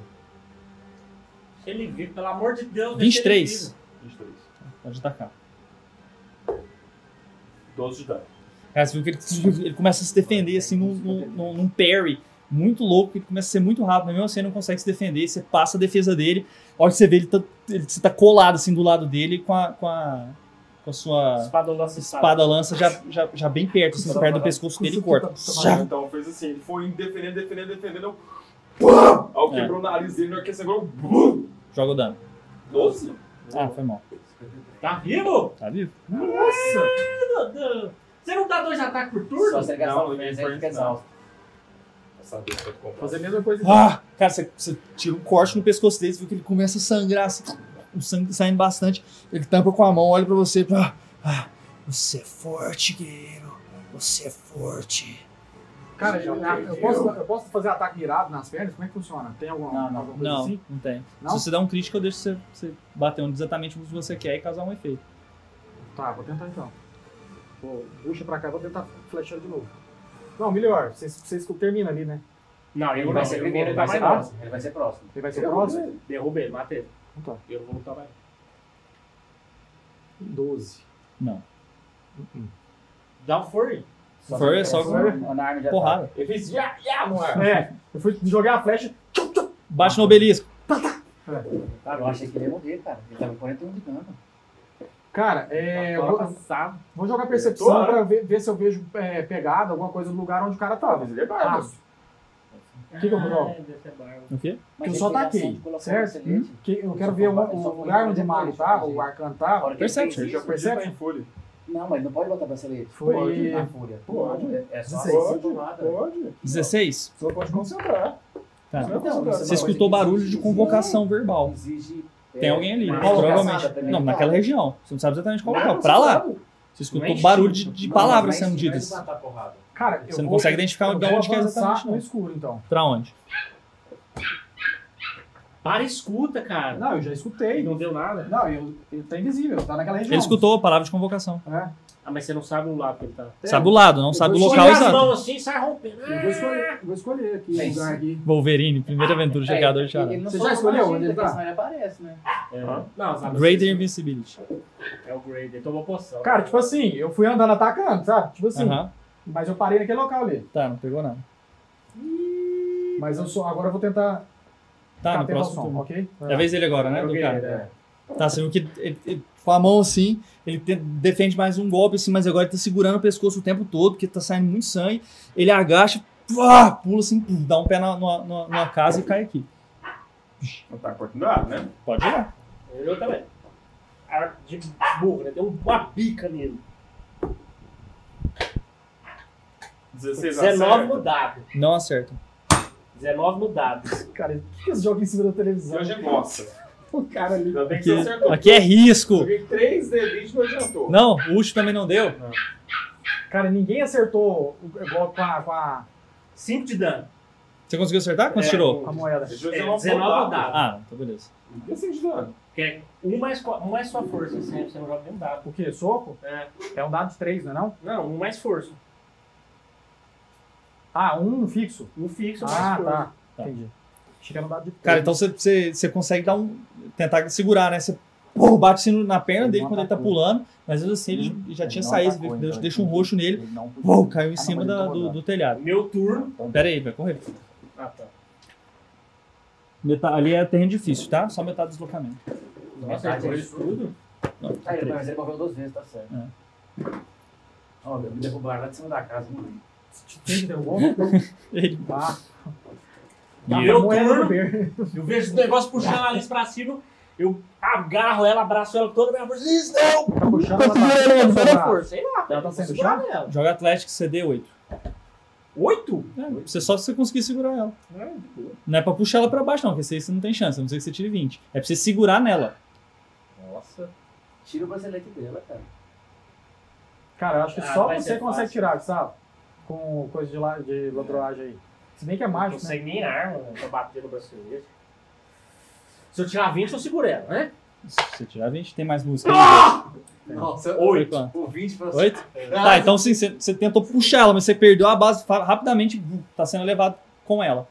Deixa ele vir, pelo amor de Deus. deixa ele 23. vir. 23. Pode atacar. 12 de dano. Cara, você viu que ele, ele começa a se defender assim num, num, num- num parry muito louco, ele começa a ser muito rápido, mas mesmo assim ele não consegue se defender, você passa a defesa dele, a hora que você vê ele, tá, ele você tá colado assim do lado dele com a, com a, com a sua Espada lança espada. espada lança já, já, já bem perto, assim, perto do pescoço dele e corta. Já. Então fez assim, ele foi indo, defendendo, defendendo, defendendo. eu- Pá! Aí eu É. quebrou o nariz dele, na hora que você quebrou. bum! Joga o dano. 12? Ah, foi mal. Tá vivo? Tá vivo? Nossa! Meu Deus. Você não dá dois ataques por turno? Só se ele gastar Não, o ninguém perception, ele fica foi ensinado. exausto. Essa dor foi comprar. Fazer a mesma coisa. Ah, cara, você, você tira um corte no pescoço dele, você viu que ele começa a sangrar, assim, o sangue saindo bastante. Ele tampa com a mão, olha pra você. Ah, ah, você é forte, guerreiro. Você é forte. Cara, eu, Ah, eu posso, eu posso fazer ataque mirado nas pernas? Como é que funciona? Tem alguma, Não, não. alguma coisa Não, assim? não tem. Não? Se você dá um crítico, eu deixo você, você bater onde exatamente onde você quer e causar um efeito. Tá, vou tentar então. Vou, puxa pra cá, vou tentar flechar de novo. Não, melhor, vocês, vocês terminam ali, né? Não, eu Ele não vai ser eu não vou primeiro, ele lutar vai ser mais não. próximo. Ele vai ser próximo. Ele vai ser o próximo? Derruba ele, mata ele. Então tá. Eu não vou lutar mais. 12. Não. Uh-uh. Dá um furry. Foi só Agora- Na arma É, tá. de ataque. porrada. Ele fez já, já, mano. É, eu fui jogar a flecha. Bate no obelisco. Cara, eu achei que ele ia morrer, cara. Ele tava com 41 de dano. Cara, é, eu Ah, tá. vou, passado. vou jogar percepção pra ver, ver se eu vejo é, pegada, alguma coisa no lugar onde o cara tava. Ah, Mas ele é barba. O que que eu vou jogar? O quê? Porque eu Ah, ele só fez a ação taquei, de colocar um certo? o bracelete. Que eu Ele quero só ver foi- o, ele só foi o lugar onde o depois, mago tipo, tava, assim. o arcano Na hora tava. que ele Hum. Perception. fez Ele já isso- foi Percebe? em folha. Não, mas não pode botar bracelete. Foi- Pode, na fúria. Pode. É só Dezesseis. assim, porrada. Pode. 16? Só pode concentrar. Tá. Você vai Então, concentrar. Você escutou barulho de convocação verbal. Exige. é, Tem alguém ali, né? uma caçada provavelmente. também. tá. Não, naquela região. Você né? não sabe exatamente qual local. Não, Pra você lá. sabe. Você Não é escutou instinto. barulho de, de Não, palavras mas sendo não é ditas. matar porrada. Cara, Você não consegue identificar eu de vou onde que é avançar exatamente, no não. escuro, então. Pra onde? Para e escuta, cara. Não, eu já E escutei. não deu nada. Não, eu, ele tá invisível, tá naquela região. Ele escutou a palavra de convocação. É. Ah, mas você não sabe o lado que ele tá. Sabe o lado, não sabe o local Põe as exato. mãos assim e sai rompendo. Ah! Eu vou escolher, eu vou escolher aqui o É isso. lugar aqui. Wolverine, primeira aventura, chegador de charada. Ele não Você só já escolheu imagina, onde ele tá? porque senão ele aparece, né? É. Não, sabe? Greater Invincibility. É o Grader. Tomou poção. Cara, tipo assim, eu fui andando atacando, sabe? Tipo assim, Aham. mas eu parei naquele local ali. Tá, não pegou nada. Mas eu sou, agora eu vou tentar Tá, Tá, no tem próximo som, turno. ok? Vai É a lá. vez dele agora, né? Eu Do ganhei, cara. Tá, você viu que ele- ele- com a mão assim, ele te- defende mais um golpe assim, mas agora ele tá segurando o pescoço o tempo todo, porque tá saindo muito sangue. Ele agacha, pá, pula assim, pum, dá um pé na, numa, numa- numa casa e cai aqui. Não tá cortando, né? Pode jogar. Eu também. Ar- De burro, né? Deu uma bica nele. 16 acerta. 19 no dado. Não acerta. 19 no dado. Cara, por que eles jogam em cima da televisão? Hoje é bosta. O cara ali. Ainda bem que Aqui, você acertou. aqui é risco. Joguei 3 D20 não adiantou. Não, o último também não deu. Cara, ninguém acertou o golpe com a, com a, 5 de dano. Você conseguiu acertar? Quanto É, tirou? com a moeda. Deixa eu É, dizer uma 19 no rodada. dado. Ah, então beleza. Por que você de dano? Que é um mais, co- um mais sua força, assim, você você não joga nenhum dado. O quê? Soco? É. É um dado de três, não é não? Não, um mais força. Ah, um fixo. Um fixo, um mais Ah, força. tá. Entendi. Tirando um dado de três. Cara, então você- você você consegue dar um. tentar segurar, né? Você pô, bate assim na perna Ele dele não quando ele tá atacou. pulando, mas às vezes assim ele já Ele tinha não saído, atacou, viu? então, Deixa- deixa um ele- roxo nele. ele não- Pô, caiu em Ah, não, cima mas ele da- tá do, rodando. do telhado. Meu turno. Então, Pera aí, vai correr. Ah, tá. Meta- ali é terreno difícil, tá? Só metade do deslocamento. Nossa, ele correu isso tudo? Não, Ah, ele, três. mas ele morreu duas vezes, tá certo. É. Ó, me derrubaram lá de cima da casa, mano. Quem que derrubou? Ele- Tá. E eu- eu- Moeda turno. do Ber. Eu vejo o negócio puxando a Alice pra cima, eu agarro ela, abraço ela com toda a minha força. Isso não! <laughs> Tá puxando ela Segura ela com toda a pra- força. Sei lá, Ela tá vou saindo do segurar chão? ela. Joga Atlético CD 8. Oito? É, você só se você conseguir segurar ela. Não é pra puxar ela pra baixo, não, porque isso aí você não tem chance, a não ser que você tire 20. É pra você segurar nela. Nossa. Tira o bracelete dela, cara. Cara, eu acho que Ah, só vai você ser consegue fácil. tirar, sabe? Com coisa de, la... de ladroagem aí. Se bem que é Não mágico, né? consegue nem arma né, pra bater no brasileiro. Se eu tirar 20, eu seguro ela, né? Se você tirar 20, tem mais música. Ah! Nossa, Foi quanto? o 20 falou assim. 8? Tá, então sim, você você tentou puxar ela, mas você perdeu a base fa- rapidamente, bum, tá sendo levado com ela.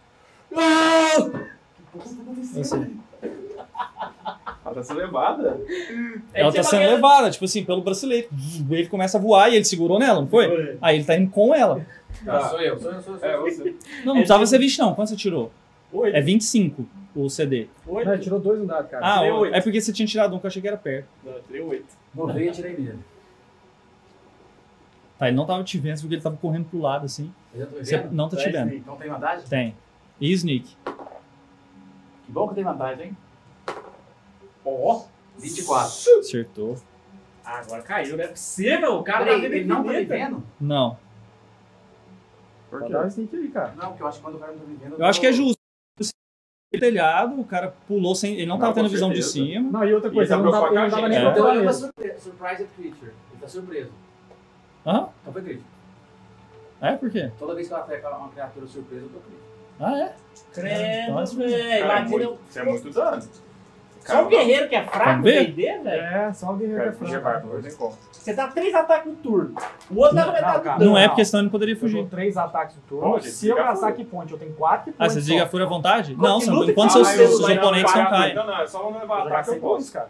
Assim, Ela tá sendo levada. ela tá sendo levada, tipo assim, pelo bracelete. Bum, Ele começa a voar e ele segurou nela, não foi? Aí ele tá indo com ela. Não, Ah, Tá. sou eu, sou eu, sou eu. Sou É, eu. você. Não, não precisava ser 20, não. Quanto você tirou? Oito. É 25 o CD. Não, ele tirou dois no dado, cara. Ah, tirei o- oito. é porque você tinha tirado um que eu achei que era perto. Não, eu tirei 8. Morri e tirei dele. Tá, ele não tava te vendo porque ele tava correndo pro lado assim. Eu já tô Você vendo. não tá te vendo. Então tem vantagem? Tem. E Sneak? Que bom que tem vantagem, hein? Ó, 24. Acertou. Ah, agora caiu, não é possível. O cara Peraí, tá ele não tá me vendo? Não. Por Vai quê? dar um sneak aí, cara. Não, porque eu acho que quando o cara não tá me vendo. Eu acho que é tô- justo. O telhado, o cara pulou sem. Ele não Não, tava com tendo visão de certeza. cima. Não, e outra E coisa, tá ele não dava, ele não preocupado dava com a nem gente, pra Então ter ele é uma mesmo. surpre- surprised creature. Ele tá surpreso. Hã? Então foi crítico. É, por quê? Toda vez que eu ataco uma criatura surpresa, eu tô crítico. Ah, é? Credo, Nossa, velho. Cara, é Imagina. muito- Isso é muito dano. Só um guerreiro que é fraco, Vamos ver? D&D, velho. É, só o guerreiro Cara, é fugir fraco. bárbaro, não tem como. Você dá três ataques no turno. O outro dá na metade Não, do cara. dano. Não, é não. porque senão ele poderia Eu fugir. tenho três ataques no turno. Pô, gente, Se eu fica gastar fora. que ponte, eu tenho quatro que Ah, você só. diga fura à vontade? Continua Não, são, que enquanto Ah, fala, seus, eu seus vou dar oponentes não Não, caem. Não, não, é só não Eu levar vou jogar ataque, eu sem posso. dois, cara.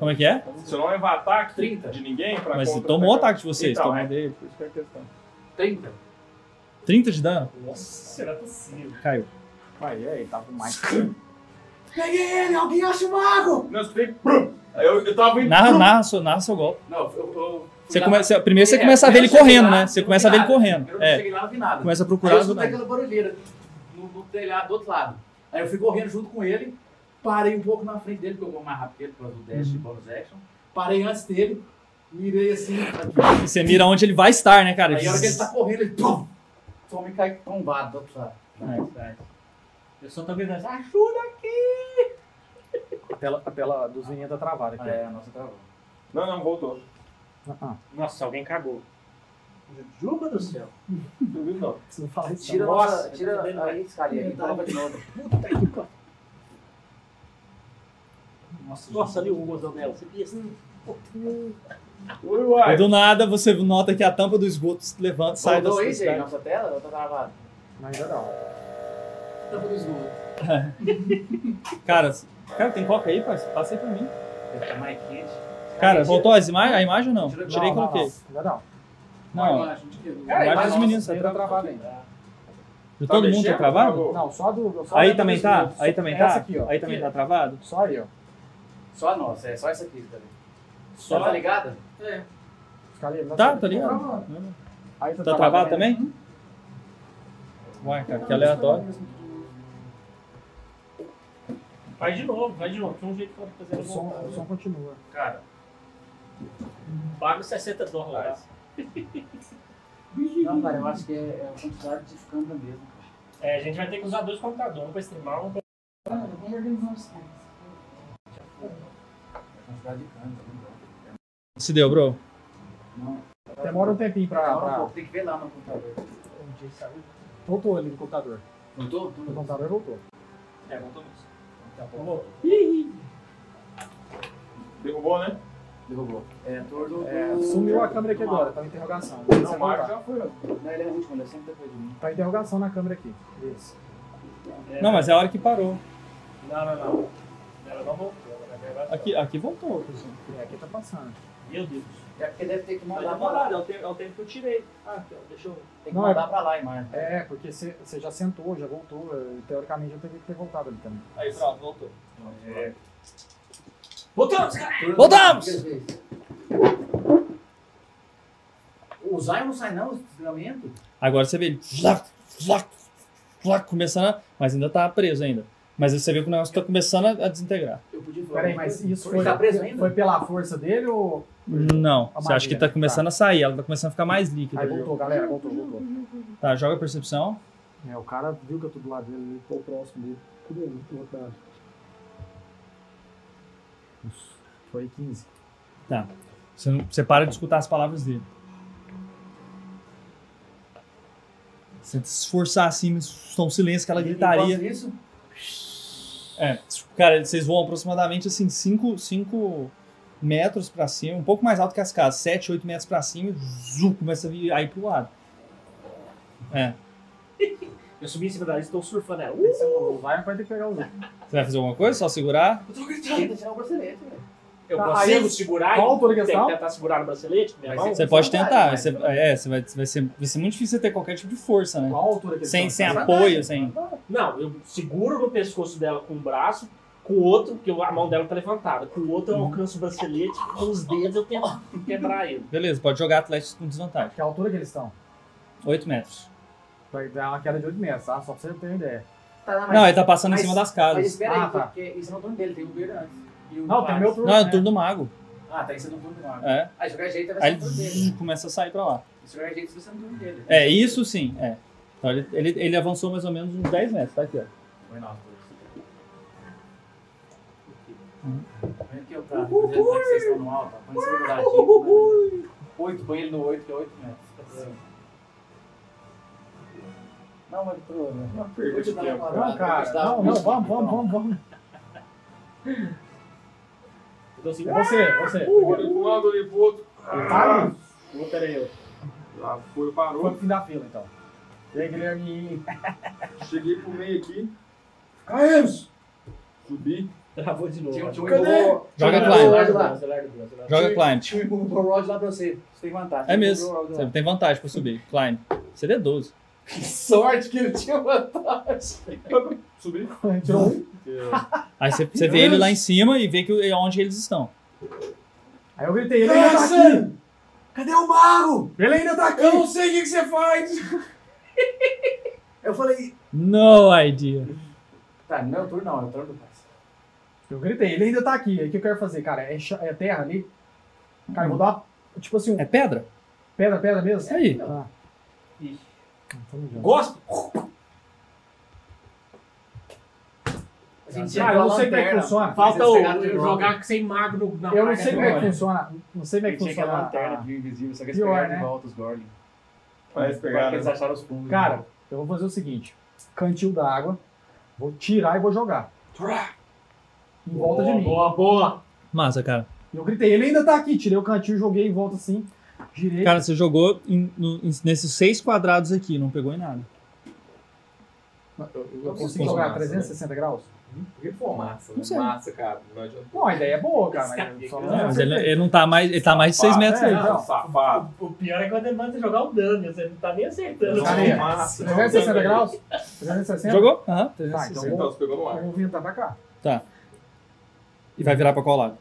Como é que é? Se eu não levar ataque 30. de ninguém pra Mas você contra- tomou o ataque de vocês. Então, tomou é. dele. Por isso que é a questão. 30. 30 de dano? Nossa, será é possível? Caiu. Aí, aí, tava com mais. Peguei ele, alguém acha o mago! Não, eu escutei. brum. Aí Eu, eu tava indo. Narra, narra, seu, narra seu golpe. Não, eu. eu- eu fui Você lá- come- você- primeiro você É, começa a ver primeiro ele eu cheguei correndo, lá, né? Você eu não começa a vi ver ele nada. correndo. Eu não É, cheguei lá, não vi nada. começa a Aí eu procurar. do escutei nada. aquela barulheira no, no telhado do outro lado. Aí eu fui correndo junto com ele, parei um pouco na frente dele, porque eu vou mais rápido que ele, por causa do dash Uhum. e bonus action. Parei antes dele, mirei assim. aqui. Você mira onde ele vai estar, né, cara? Aí a hora que ele tá correndo, ele pum! Só me cai tombado do outro lado. É. O pessoal tá gritando, ajuda! A tela, a tela dos vinhedos tá travada aqui. É, a nossa travou. Não, não, voltou. Ah, Nossa, alguém cagou. Juba do céu. Duvido não. você não fala isso. Tira a Nossa, nossa, tira tá vendo? aí, escalinha aqui, coloca de novo. Nossa, Nossa ali o Hugo Antonello. Você via assim? E Uruguai. do nada você nota que a tampa do esgoto se levanta, sai da Voltou sua aí, gente, cidade. nossa tela, ou tá travada? Mas já não. Tá tudo esgoto. Cara, cara, tem coca aí, parceiro? Passa aí pra mim. Tá mais quente. Cara, voltou as ima a imagem ou não? Tirei- Tirei e não, não, coloquei. não. Já não. Não, Não, Guarda os meninos, Ele tá travado ainda. De todo mundo tá travado? Não, só do. Só Aí do- também do- tá? do- Aí também É essa tá? Aqui, ó. Aí também tá travado? Só aí, ó. Só a nossa, é só essa aqui também. Só- Só tá ligada? É. Fica ali, não Tá, sei. tá ligado. Tá Aí tá, Tá travado também? Uai, cara, que aleatório. Faz de novo, faz de novo. Tem um jeito que pode fazer O som, o som continua. Cara, paga os 60 dólares. Não, cara, eu acho que é, é o contrário de ficando mesmo. É, a gente vai ter que usar dois computadores, um pra streamar, um pra... Cara, vamos organizar os caras. É Quantidade de câmera, tá não Se deu, bro. Demora um tempinho pra. dá. Não, pra- não, tem que ver lá no computador. Voltou ali no computador. Não tô? O computador voltou. É, voltou mesmo. Derrubou, né? Derrubou. É, tordo. É, do- sumiu a do- câmera aqui do agora, mapa. tá em interrogação. Não, Você o Marco voltar. já foi. ó. Não, ele é o último, ele é sempre depois de mim. Tá em interrogação na câmera aqui. Isso. É, Não, mas é a hora que parou. Não, não, não. Ela não voltou. ela vai gravar só. Aqui, aqui voltou. É, aqui tá passando. Meu Deus. É porque deve ter que Vai mandar pra lá. demorar, é o tempo, é o tempo que eu tirei. Ah, deixa eu... Tem que Não, é- mandar pra lá, Imar. É, porque você você já sentou, já voltou. é, Teoricamente já teria que ter voltado ali também. Aí, pronto, voltou. Voltamos! O Zion não sai não, o desligamento? Agora você vê ele. flac, flac, flac, Começando a. Mas ainda tá preso ainda. Mas você vê que o negócio tá começando a a desintegrar. Eu podia falar. Peraí, mas isso Ele foi, tá preso ainda? foi pela força dele ou. Não. A Você acha que Maria, tá começando a sair, ela tá começando a ficar mais líquida. Aí voltou, galera, voltou, voltou. Tá, joga a percepção. É, o cara viu que eu tô do lado dele, ele ficou próximo dele. Cadê ele? O otário. Nossa, Foi 15. Você, não- você para de escutar as palavras dele. Você tenta se esforçar assim, mas só um silêncio, aquela gritaria. Enquanto Isso? <laughs> É, cara, vocês voam aproximadamente assim 5 metros pra cima, um pouco mais alto que as casas, 7, 8 metros pra cima e zu, começa a vir aí pro lado. É, Eu subi em cima da lista, estou surfando ela. é O Lion vai ter que pegar o Luke. você vai fazer alguma coisa? Só segurar? Tenta tirar o bracelete, velho. Eu Tá, consigo aí- segurar qual a altura que tem que está? tentar segurar no bracelete com minha Mas mão? Você pode Vontade, tentar, mas você- não. é, você vai, vai, ser, vai ser muito difícil você ter qualquer tipo de força, né? Qual a altura que ele Sem, tá? sem Tá apoio, sem. Não, eu seguro no pescoço dela com um braço, com o outro, que eu- a mão dela tá levantada. Com o outro Uhum. eu alcanço o bracelete, com os dedos eu tento quebrar ele. Beleza, pode jogar Atlético com desvantagem. Que altura que eles estão? 8 metros. Vai dar uma queda de 8 metros, tá? Só pra você ter uma ideia. Tá, mas- Não, ele tá passando em mas- cima das Mas casas. espera Ah, aí, tá. porque isso não é o turno dele, tem o verde antes. E o Não, tem Pax. meu turno. Não, é o né? turno do mago. Ah, tá, isso é no turno do Marco. É. Ah, de qualquer jeito vai Aí ser ele no turno dele. zu, começa a sair pra lá. De qualquer jeito vai ser no turno dele. É, isso sim, é. Então ele, ele, ele avançou mais ou menos uns 10 metros, tá aqui, ó. Foi nós dois. Vem aqui, ó, pra representar que vocês estão no alto. ó. Põe em cima do ladinho. né? Oito, põe ele no oito, que é oito metros. Fica assim. Não, mas pro... Ah, perdeu te esse dar tempo. uma Não, cara. Gustavo, tá Não, não, Gustavo, vamos, vamos, então. vamos, vamos. Então assim, É Uhum. você, você. Olha pro um, lado, olha pro outro. Tá, Para, "Ah, pera aí, eu. Lá foi, foi parou. pro fim da fila, então. E aí, Guilherme? Cheguei pro meio aqui. Caemos! Subi. Travou de novo. Tinha um- tinha um Cadê? Ibo- Joga tinha um Climb. Ibo Road Larga o lá. braço, larga o braço, larga o braço. Joga Climb. Tinha um Ibo Road lá pra você. Você tem vantagem. É Tinha um mesmo. Ibo Road lá. Você tem vantagem pra subir. é Climb. CD12. Que sorte que ele tinha vantagem. Subi. Tirou um. Aí você, você vê ele lá em cima e vê que, é onde eles estão. Aí eu gritei, ele ainda tá aqui! Cadê o mago? Ele ainda tá Eu aqui! não sei o que, que você faz. Eu falei... No idea. Tá, não é o turno não, é o turno do Pax. Eu gritei, ele ainda tá aqui. Aí o que eu quero fazer, cara? É, cha- é terra ali? Cara, eu vou dar uma. Tipo assim, um É pedra? pedra, pedra É mesmo? Aí. Tá. Ah. Ixi. Não, tô me vendo. Gosto? A gente Cara, eu não sei como é que funciona. Falta Vocês o, pegaram de novo. jogar sem mago no, na Eu não parte sei da como é que memória. funciona. Não sei como é que Tinha aquela lanterna funciona. de invisível, só que eles Pior, pegaram né? de volta os Gorlin. Parece Agora pegar, que eles né? acharam os fundos. Cara, eu vou fazer o seguinte: cantil da água, vou tirar e vou jogar. Em volta de Boa, mim. Boa, boa. Massa, cara. Eu gritei, ele ainda tá aqui. Tirei o cantil, joguei em volta assim. Girei. Cara, você jogou em- no- em- nesses seis quadrados aqui, não pegou em nada. Eu, eu, eu consigo jogar né? 360 graus? Por que for massa? Não sei. Massa, cara. Não adianta. Bom, a ideia é boa, cara, mas eu só Não, mas ele, ele não tá mais. Ele tá mais de 6 metros É, dele. então. Safado. O pior é quando ele manda jogar o dano, você não tá nem acertando. Cadê? massa. 360 graus? 360? é um Jogou? Aham. Tá, então Então eu você pegou no vou, ar. eu vou vir pra cá. Tá. E vai virar pra qual lado?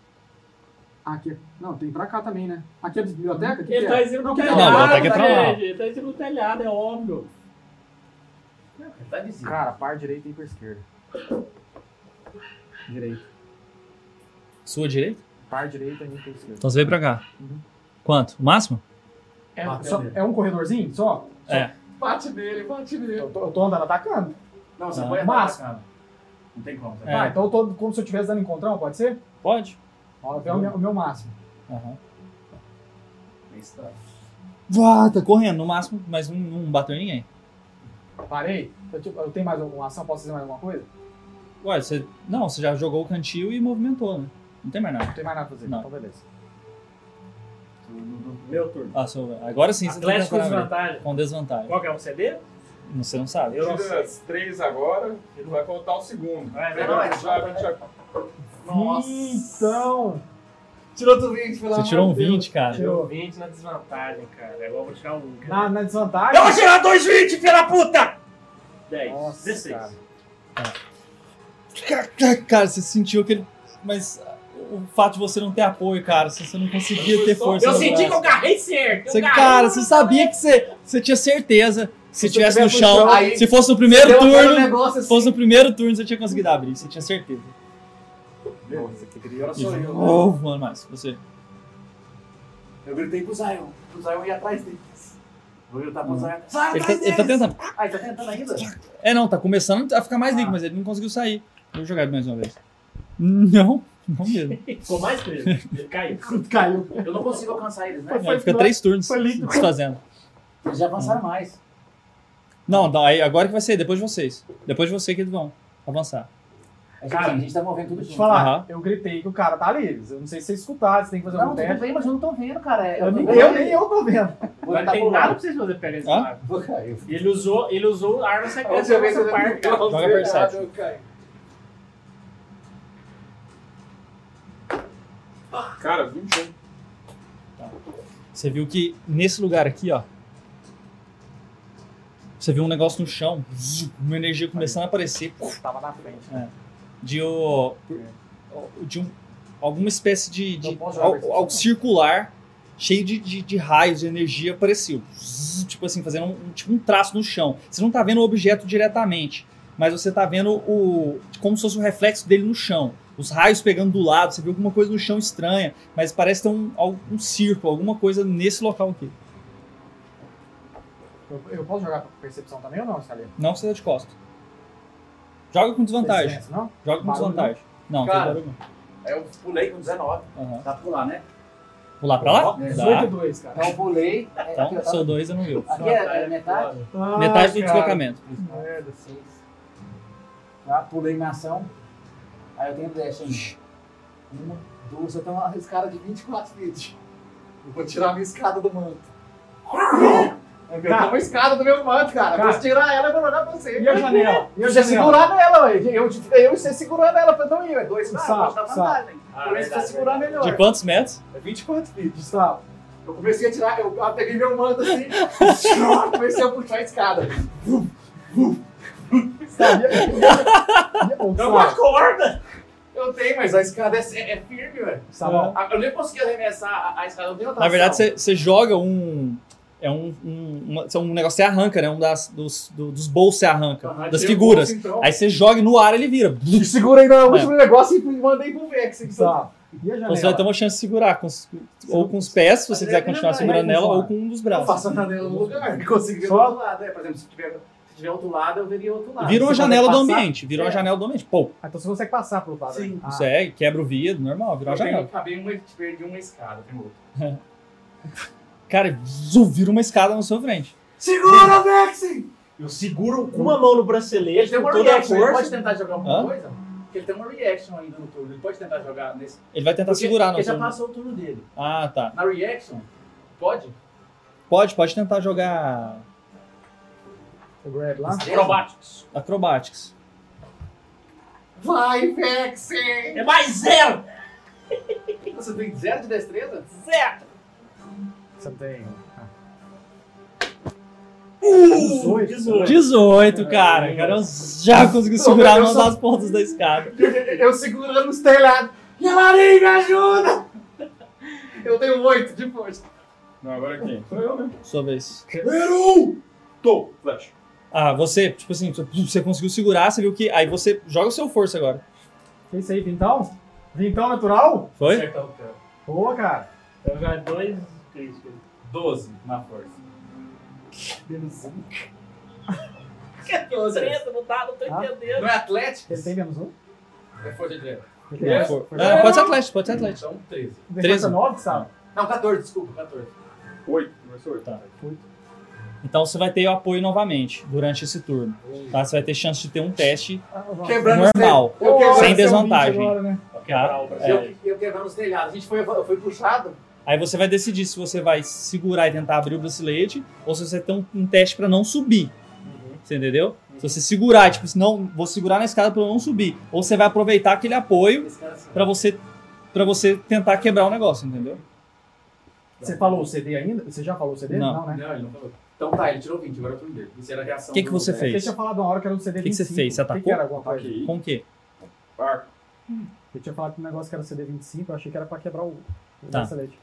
Aqui. Não, tem pra cá também, né? Aqui é a biblioteca? Que Ele que tá é? em cima do Não, telhado, não, o ataque é pra lá. Fred, Ele tá em cima do telhado, é óbvio. Tá visível. Cara, par direita e par esquerda. Direita. Sua direita? Par direita e ímpar esquerda. Então você vem pra cá. Quanto? O máximo? Ah, É, só- é um corredorzinho só? É. Bate nele, bate nele. Eu tô, eu tô andando atacando. Não, você Ah. pode Mas- atacar. Não tem como. Tá? É. Ah, então eu tô como se eu estivesse dando encontrão, pode ser? Pode? Ó, até o meu, o meu máximo. Aham. Isso tá. Vá, tá correndo no máximo, mas não, não bateu em ninguém. Parei? Eu, tipo, eu tenho mais alguma ação? Posso fazer mais alguma coisa? Ué, você. Não, você já jogou o cantil e movimentou, né? Não tem mais nada. Não tem mais nada a fazer. Não. Então, beleza. Meu turno. Ah, seu- agora sim você Atlético com tentar abrir. desvantagem. Com desvantagem. Qual que é o CD? Você não sabe. Eu não Tira sei. as três agora, ele vai contar o segundo. Vai, vai, Não, vai. já, já, Nossa. Então, Tirou tudo isso, pelo Você tirou um 20, cara. Tirou 20 na desvantagem, cara. Agora eu vou tirar um. cara. na, na desvantagem. Eu vou tirar 2,20, pela puta! 10, Nossa, 16. cara. <laughs> Cara, cara, você sentiu aquele. Mas ah, o fato de você não ter apoio, cara, se você não conseguia ter força. Eu no senti que eu braço. garrei certo. eu Você, garrei. cara, você sabia que você, você tinha certeza. Se você tivesse no tiver no chão, chão, aí- se fosse no primeiro Deu aquele turno, negócio assim. se fosse no primeiro turno, você tinha conseguido abrir, você tinha certeza. Nossa, que grito. E de novo, mano, mais. Você. Eu gritei pro Zion. O Zion ia atrás dele. Vou gritar pro Uhum. Zion. Zion, Ele tá, atrás ele tá é. deles! tentando. Ah, ele tá tentando ainda? É, não, tá começando a ficar mais Ah. líquido, mas ele não conseguiu sair. Vou jogar ele mais uma vez. Não, não mesmo. Ficou mais preso. Ele caiu. Caiu. Eu não consigo alcançar eles, né? Ele fica três turnos desfazendo. Eles já avançaram mais. Não, não, aí agora que vai ser, depois de vocês. Depois de você que eles vão avançar. A gente, Cara, a gente tá movendo tudo Deixa eu te junto. falar, Aham. eu gritei que o cara tá ali. Eu não sei se vocês escutaram, vocês têm que fazer Não, algum tudo teste. bem, mas eu não tô vendo, cara. Eu, tô nem- vendo. eu nem eu tô vendo. Vou Não tentar tem nada pular. pra vocês fazer pegar esse Hã? mago. Vou cair. Ele usou, ele usou a arma secreta Outra da vez eu nossa lembro parte. que eu Joga Perception. eu caí. Cara, 21. Você viu que nesse lugar aqui, ó. Você viu um negócio no chão, zzz, uma energia começando a aparecer é, Tava na frente. né? de, o, de um, alguma espécie de. de Não posso jogar algo, percepção. algo circular, cheio de, de, de raios, de energia, apareceu. Zzz, Tipo assim, fazendo um, um- tipo um traço no chão. Você não tá vendo o objeto diretamente, mas você tá vendo o. como se fosse o reflexo dele no chão. Os raios pegando do lado, você viu alguma coisa no chão estranha, mas parece ter um, um círculo, alguma coisa nesse local aqui. Eu, eu posso jogar com percepção também ou não, Scalia? Não precisa de costa. Joga com desvantagem. Resistência, Não? né? Joga com Barulho, desvantagem. Não, Cara. tem barulho. Aí eu pulei com 19. não. Aham. Dá pra pular, né? Pular pra lá? É, 18 e Dá. 2, cara. Então eu pulei. É, aqui, eu Então, tava- sou dois, eu não vi. aqui é, é metade. Ah, Metade do deslocamento. Merda, seis. Tá, pulei minha ação. Aí eu tenho dash ainda. Uma, duas, eu tenho uma escada de 24 feet. Eu vou tirar minha escada do manto. Eu tenho uma escada do meu manto, cara. Cara. Eu vou tirar ela e vou olhar pra você. E a janela? E a Você janela? segurar nela, ué. Eu, eu, você segurando ela pra não ir, ué. Dois Sabe, braços, dá vantagem. né? Ah, é Por isso que você tá segurar melhor. De quantos metros? É 24 vídeos. Gustavo. Eu comecei a tirar, eu eu peguei meu manto assim, <laughs> comecei a puxar a escada. <laughs> Sabe? Ô, Então uma Gustavo, corda! Eu tenho, mas a escada é, é firme, velho. Gustavo, Ah, Eu nem consegui arremessar a, a escada, eu tenho Na verdade, você- você joga um. É um, um, uma- é um negócio que você arranca, né? Um das, dos, do- dos bolsos você arranca, Aham, das figuras. Assim, Aí você joga e no ar ele vira. Então Segura aí no último negócio e mandei pro Vex. Gustavo. E a janela? Então você vai ter um uma chance de segurar, com os- ou com os pés, se você Mas quiser é que não continuar vai, segurando não ela, funciona. ou com um dos Eu braços. faço a janela no <laughs> lugar, não consigo ver do Só- outro lado. É, por exemplo, se tiver, se tiver outro lado, eu veria outro lado. Virou a Se eu janela do passar- ambiente, virou a É. janela do ambiente. Pô, Ah, então você consegue passar pro outro lado. Sim. né? Ah, isso é, quebra o vidro, normal, virou a Eu tenho- janela. acabei uma, perdi uma escada, tem outra. Cara, zum, vira uma escada na sua frente. Segura, Vex! Eu seguro com uma mão no Ele bracelete, tem com uma toda a reaction, ele pode força. tentar jogar alguma Hã? coisa? Porque ele tem uma reaction ainda no turno, ele pode tentar jogar nesse... Ele vai tentar Porque- segurar na Porque já sua. passou o turno dele. Ah, tá. Na reaction, pode? Pode, pode tentar jogar. Grab lá. Acrobatics. Acrobatics. Vai, Vexen! É mais zero! Você tem zero de destreza? Zero! Você tem. ah, Uh, 18. 18, cara. O cara já conseguiu segurar Eu uma só- das pontas da escada. Eu segurando os telhados. Yamarim, me ajuda! Eu tenho oito de força. Não, agora quem? Sou eu, né? Sua vez. Eru! Tô, flash. Ah, você, tipo assim, você conseguiu segurar, você viu que. Aí você joga o seu força agora. É isso aí, vintão? Vintão natural? Foi? Acertar o cara. Boa, cara. Então já é dois críticos. 12 na força. Menos um. Treta, não dá, não tô Ah. entendendo. Não é atlético? Ele tem menos um? É força de letra. Ele tem mais For- força. Ah, pode ser Atlético, pode ser Atlético. Então 13. Ele tem treze. força é nove, sabe? Não, 14, desculpa. 14. Oito, vai ser oito. Tá. Então você vai ter o apoio novamente durante esse turno. Tá? Você vai ter chance de ter um teste Ah, Quebrando os telhados. normal. Eu, quebra- é? Sem Esse é um vinte desvantagem. agora, né? Tá? É. eu, eu quebrando os telhados. A gente foi, eu fui puxado. Aí você vai decidir se você vai segurar e tentar abrir o bracelete ou se você tem um, um teste pra não subir. Você entendeu? Se você segurar, tipo, se não, vou segurar na escada pra eu não subir. Ou você vai aproveitar aquele apoio Esse cara assim. pra você para você tentar quebrar o negócio, entendeu? Você falou o CD ainda? Você já falou o CD? Não. né? Não, ele não falou. Então tá, ele tirou 20, agora eu tô dele. Isso era a reação. O que, que do- você né? Você fez? tinha falado uma hora que era é, um o CD O que que você 25. fez? Você O que que atacou? era alguma coisa? Ataquei. Com o quê? Arco. Eu tinha falado que o negócio que era o CD 25, eu achei que era pra quebrar o, o Tá. bracelete.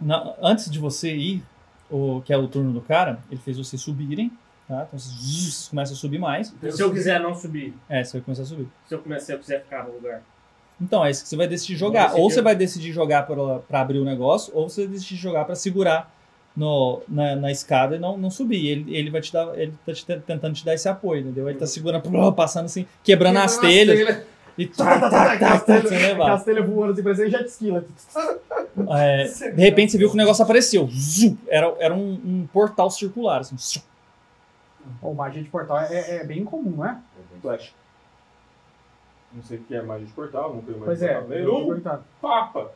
Na- antes de você ir, o, que é o turno do cara, ele fez vocês subirem, tá? Então vocês zzz, começam a subir mais. Se eu quiser não subir, É, você vai começar a subir. se eu, começar, se eu quiser ficar no lugar. Então, é isso que você vai decidir jogar. Vamos Ou decidir. você vai decidir jogar pra pra abrir o negócio, ou você vai decidir jogar pra segurar no- na, na escada e não, não subir. Ele, ele vai te dar. Ele tá te- tentando te dar esse apoio, entendeu? Ele tá segurando, plô, passando assim, quebrando, as telhas e tá, tá, tá, tá, tá, você <laughs> levar. Castelha voando assim, parecendo jet ski lá. É, de repente você viu que o negócio apareceu. Zum! Era, era um, um portal circular, assim. Zum! Ó, magia de portal é, é bem comum, não é? Flash. Não sei o que é magia de portal, não tenho mais Pois é. um Eru! Papa!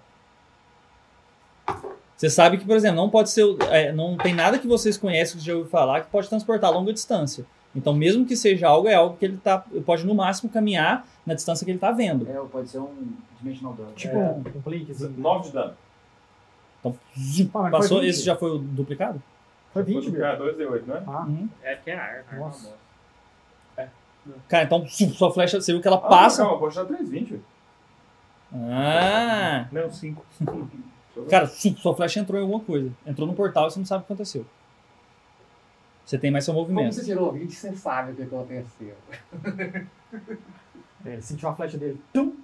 Você sabe que, por exemplo, não pode ser. é, não tem nada que vocês conhecem que você já ouviu falar que pode transportar a longa distância. Então, mesmo que seja algo, é algo que ele tá. Pode no máximo caminhar na distância que ele tá vendo. É, ou pode ser um Dimensional Door. Tipo É. um, um blinkzinho. 9 de dano. Então, Zum! Ah, mas foi Passou. vinte. Esse já foi o duplicado? Foi Foi 20, do meu. cara, 2 e 8, né? Uhum. É porque é ar. ar Nossa. Cara, então zum, sua flecha, você viu que ela passa. Não, eu vou achar 3,20. Ah! Não, 5. <laughs> Cara, zum, sua flecha entrou em alguma coisa. Entrou no portal e você não sabe o que aconteceu. Você tem mais seu Como movimento. você tirou 20, você sabe o que aconteceu. É, sentiu a flecha dele. Tum!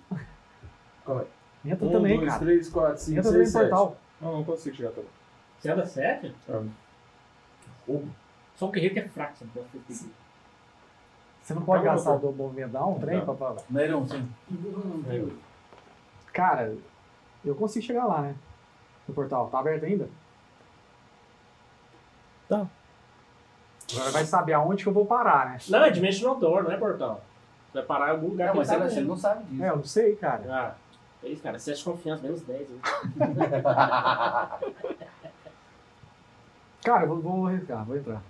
Qual é? Um, Entra 1, também, 2, cara. 3, 4, 5, Entra também 6, no 7. Não, portal. não consigo chegar até lá. Você é anda 7? Só um guerreiro que é fraco, você não pode ter que- Você não pode Calma, gastar eu do movimento, não? Um trem, Não. papá. Não era um, sim. É. Cara, eu consigo chegar lá, né? No portal. Tá aberto ainda? Tá. Agora vai saber aonde que eu vou parar, né? Não, é Dimensional Door, não é portal. Você vai parar em algum lugar Não, que mas ele tá você, não- você vendo. não sabe disso. É, eu não sei, cara. Ah, é isso, cara. 7 de confiança, menos 10. hein? Cara, eu vou, vou arriscar, vou entrar.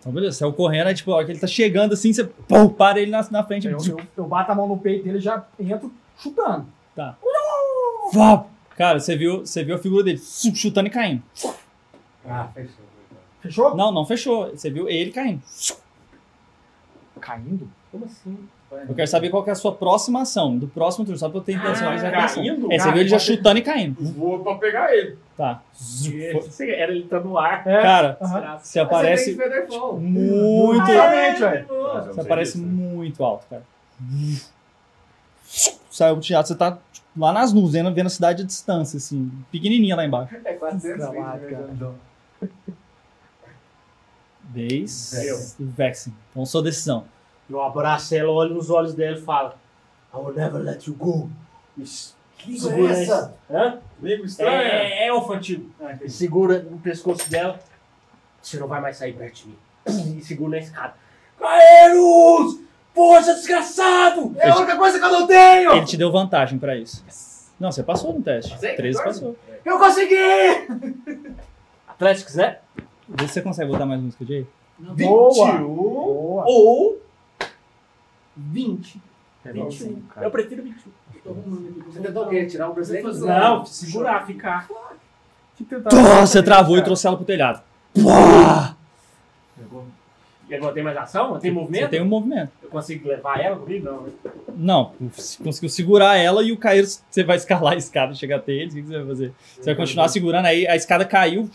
Então, beleza, saiu correndo, aí, tipo, a hora que ele tá chegando assim, você pum, para ele na, na frente. Eu, zum, eu- eu bato a mão no peito dele e já entro chutando. vá. Cara, você viu, você viu a figura dele zum, chutando e caindo. Ah, fechou. Fechou? Não, não fechou. Você viu ele caindo. Caindo? Como assim? Eu quero saber qual que é a sua próxima ação. Do próximo turno, só pra eu ter intenção. mais caindo, reação. É, você cara, viu ele já pode- chutando e caindo. Vou pra pegar ele. Tá. É. Você- Era ele tá no ar. Ah, Cara, Aham. você aparece Featherfall. muito. Exatamente, velho. Nossa, é. eu Você não sei aparece disso. né? muito alto, cara. Saiu do teatro, você tá tipo, lá nas nuvens, vendo vendo a cidade à distância, assim, pequenininha lá embaixo. É 400 Desgramado, vezes, cara. né? É Vez do Vexen. Então, sua decisão. Eu abraço ela, olho nos olhos dela e falo: I will never let you go. Me s- Segura é essa? esse- Hã? Língua estranha. É, é elfo antigo. Me segura no pescoço dela. Você não vai mais sair perto de mim. <clears throat> Pum, E segura na escada. Caeiros! Poxa, desgraçado! É a única coisa que eu não tenho! Ele te deu vantagem pra isso. Não, você passou no teste. é Passei? 13 Agora? passou. Eu consegui! <laughs> Atléticos, né? Vê se você consegue botar mais música de aí. Não, 21 boa. Boa. ou 20. Pegou 21. sim, cara. Eu prefiro 21. Você tentou o quê? Tirar um o bracelete? Não, segurar, ficar. tá Tó, Você travou e trouxe ela pro telhado. Pô! E agora tem mais ação? Tem movimento? Você tem um movimento. Eu consigo levar ela comigo? Não, né? Não, você conseguiu segurar ela e o Caíro, você vai escalar a escada, chegar até eles, o que que você vai fazer? Você vai continuar segurando, aí a escada caiu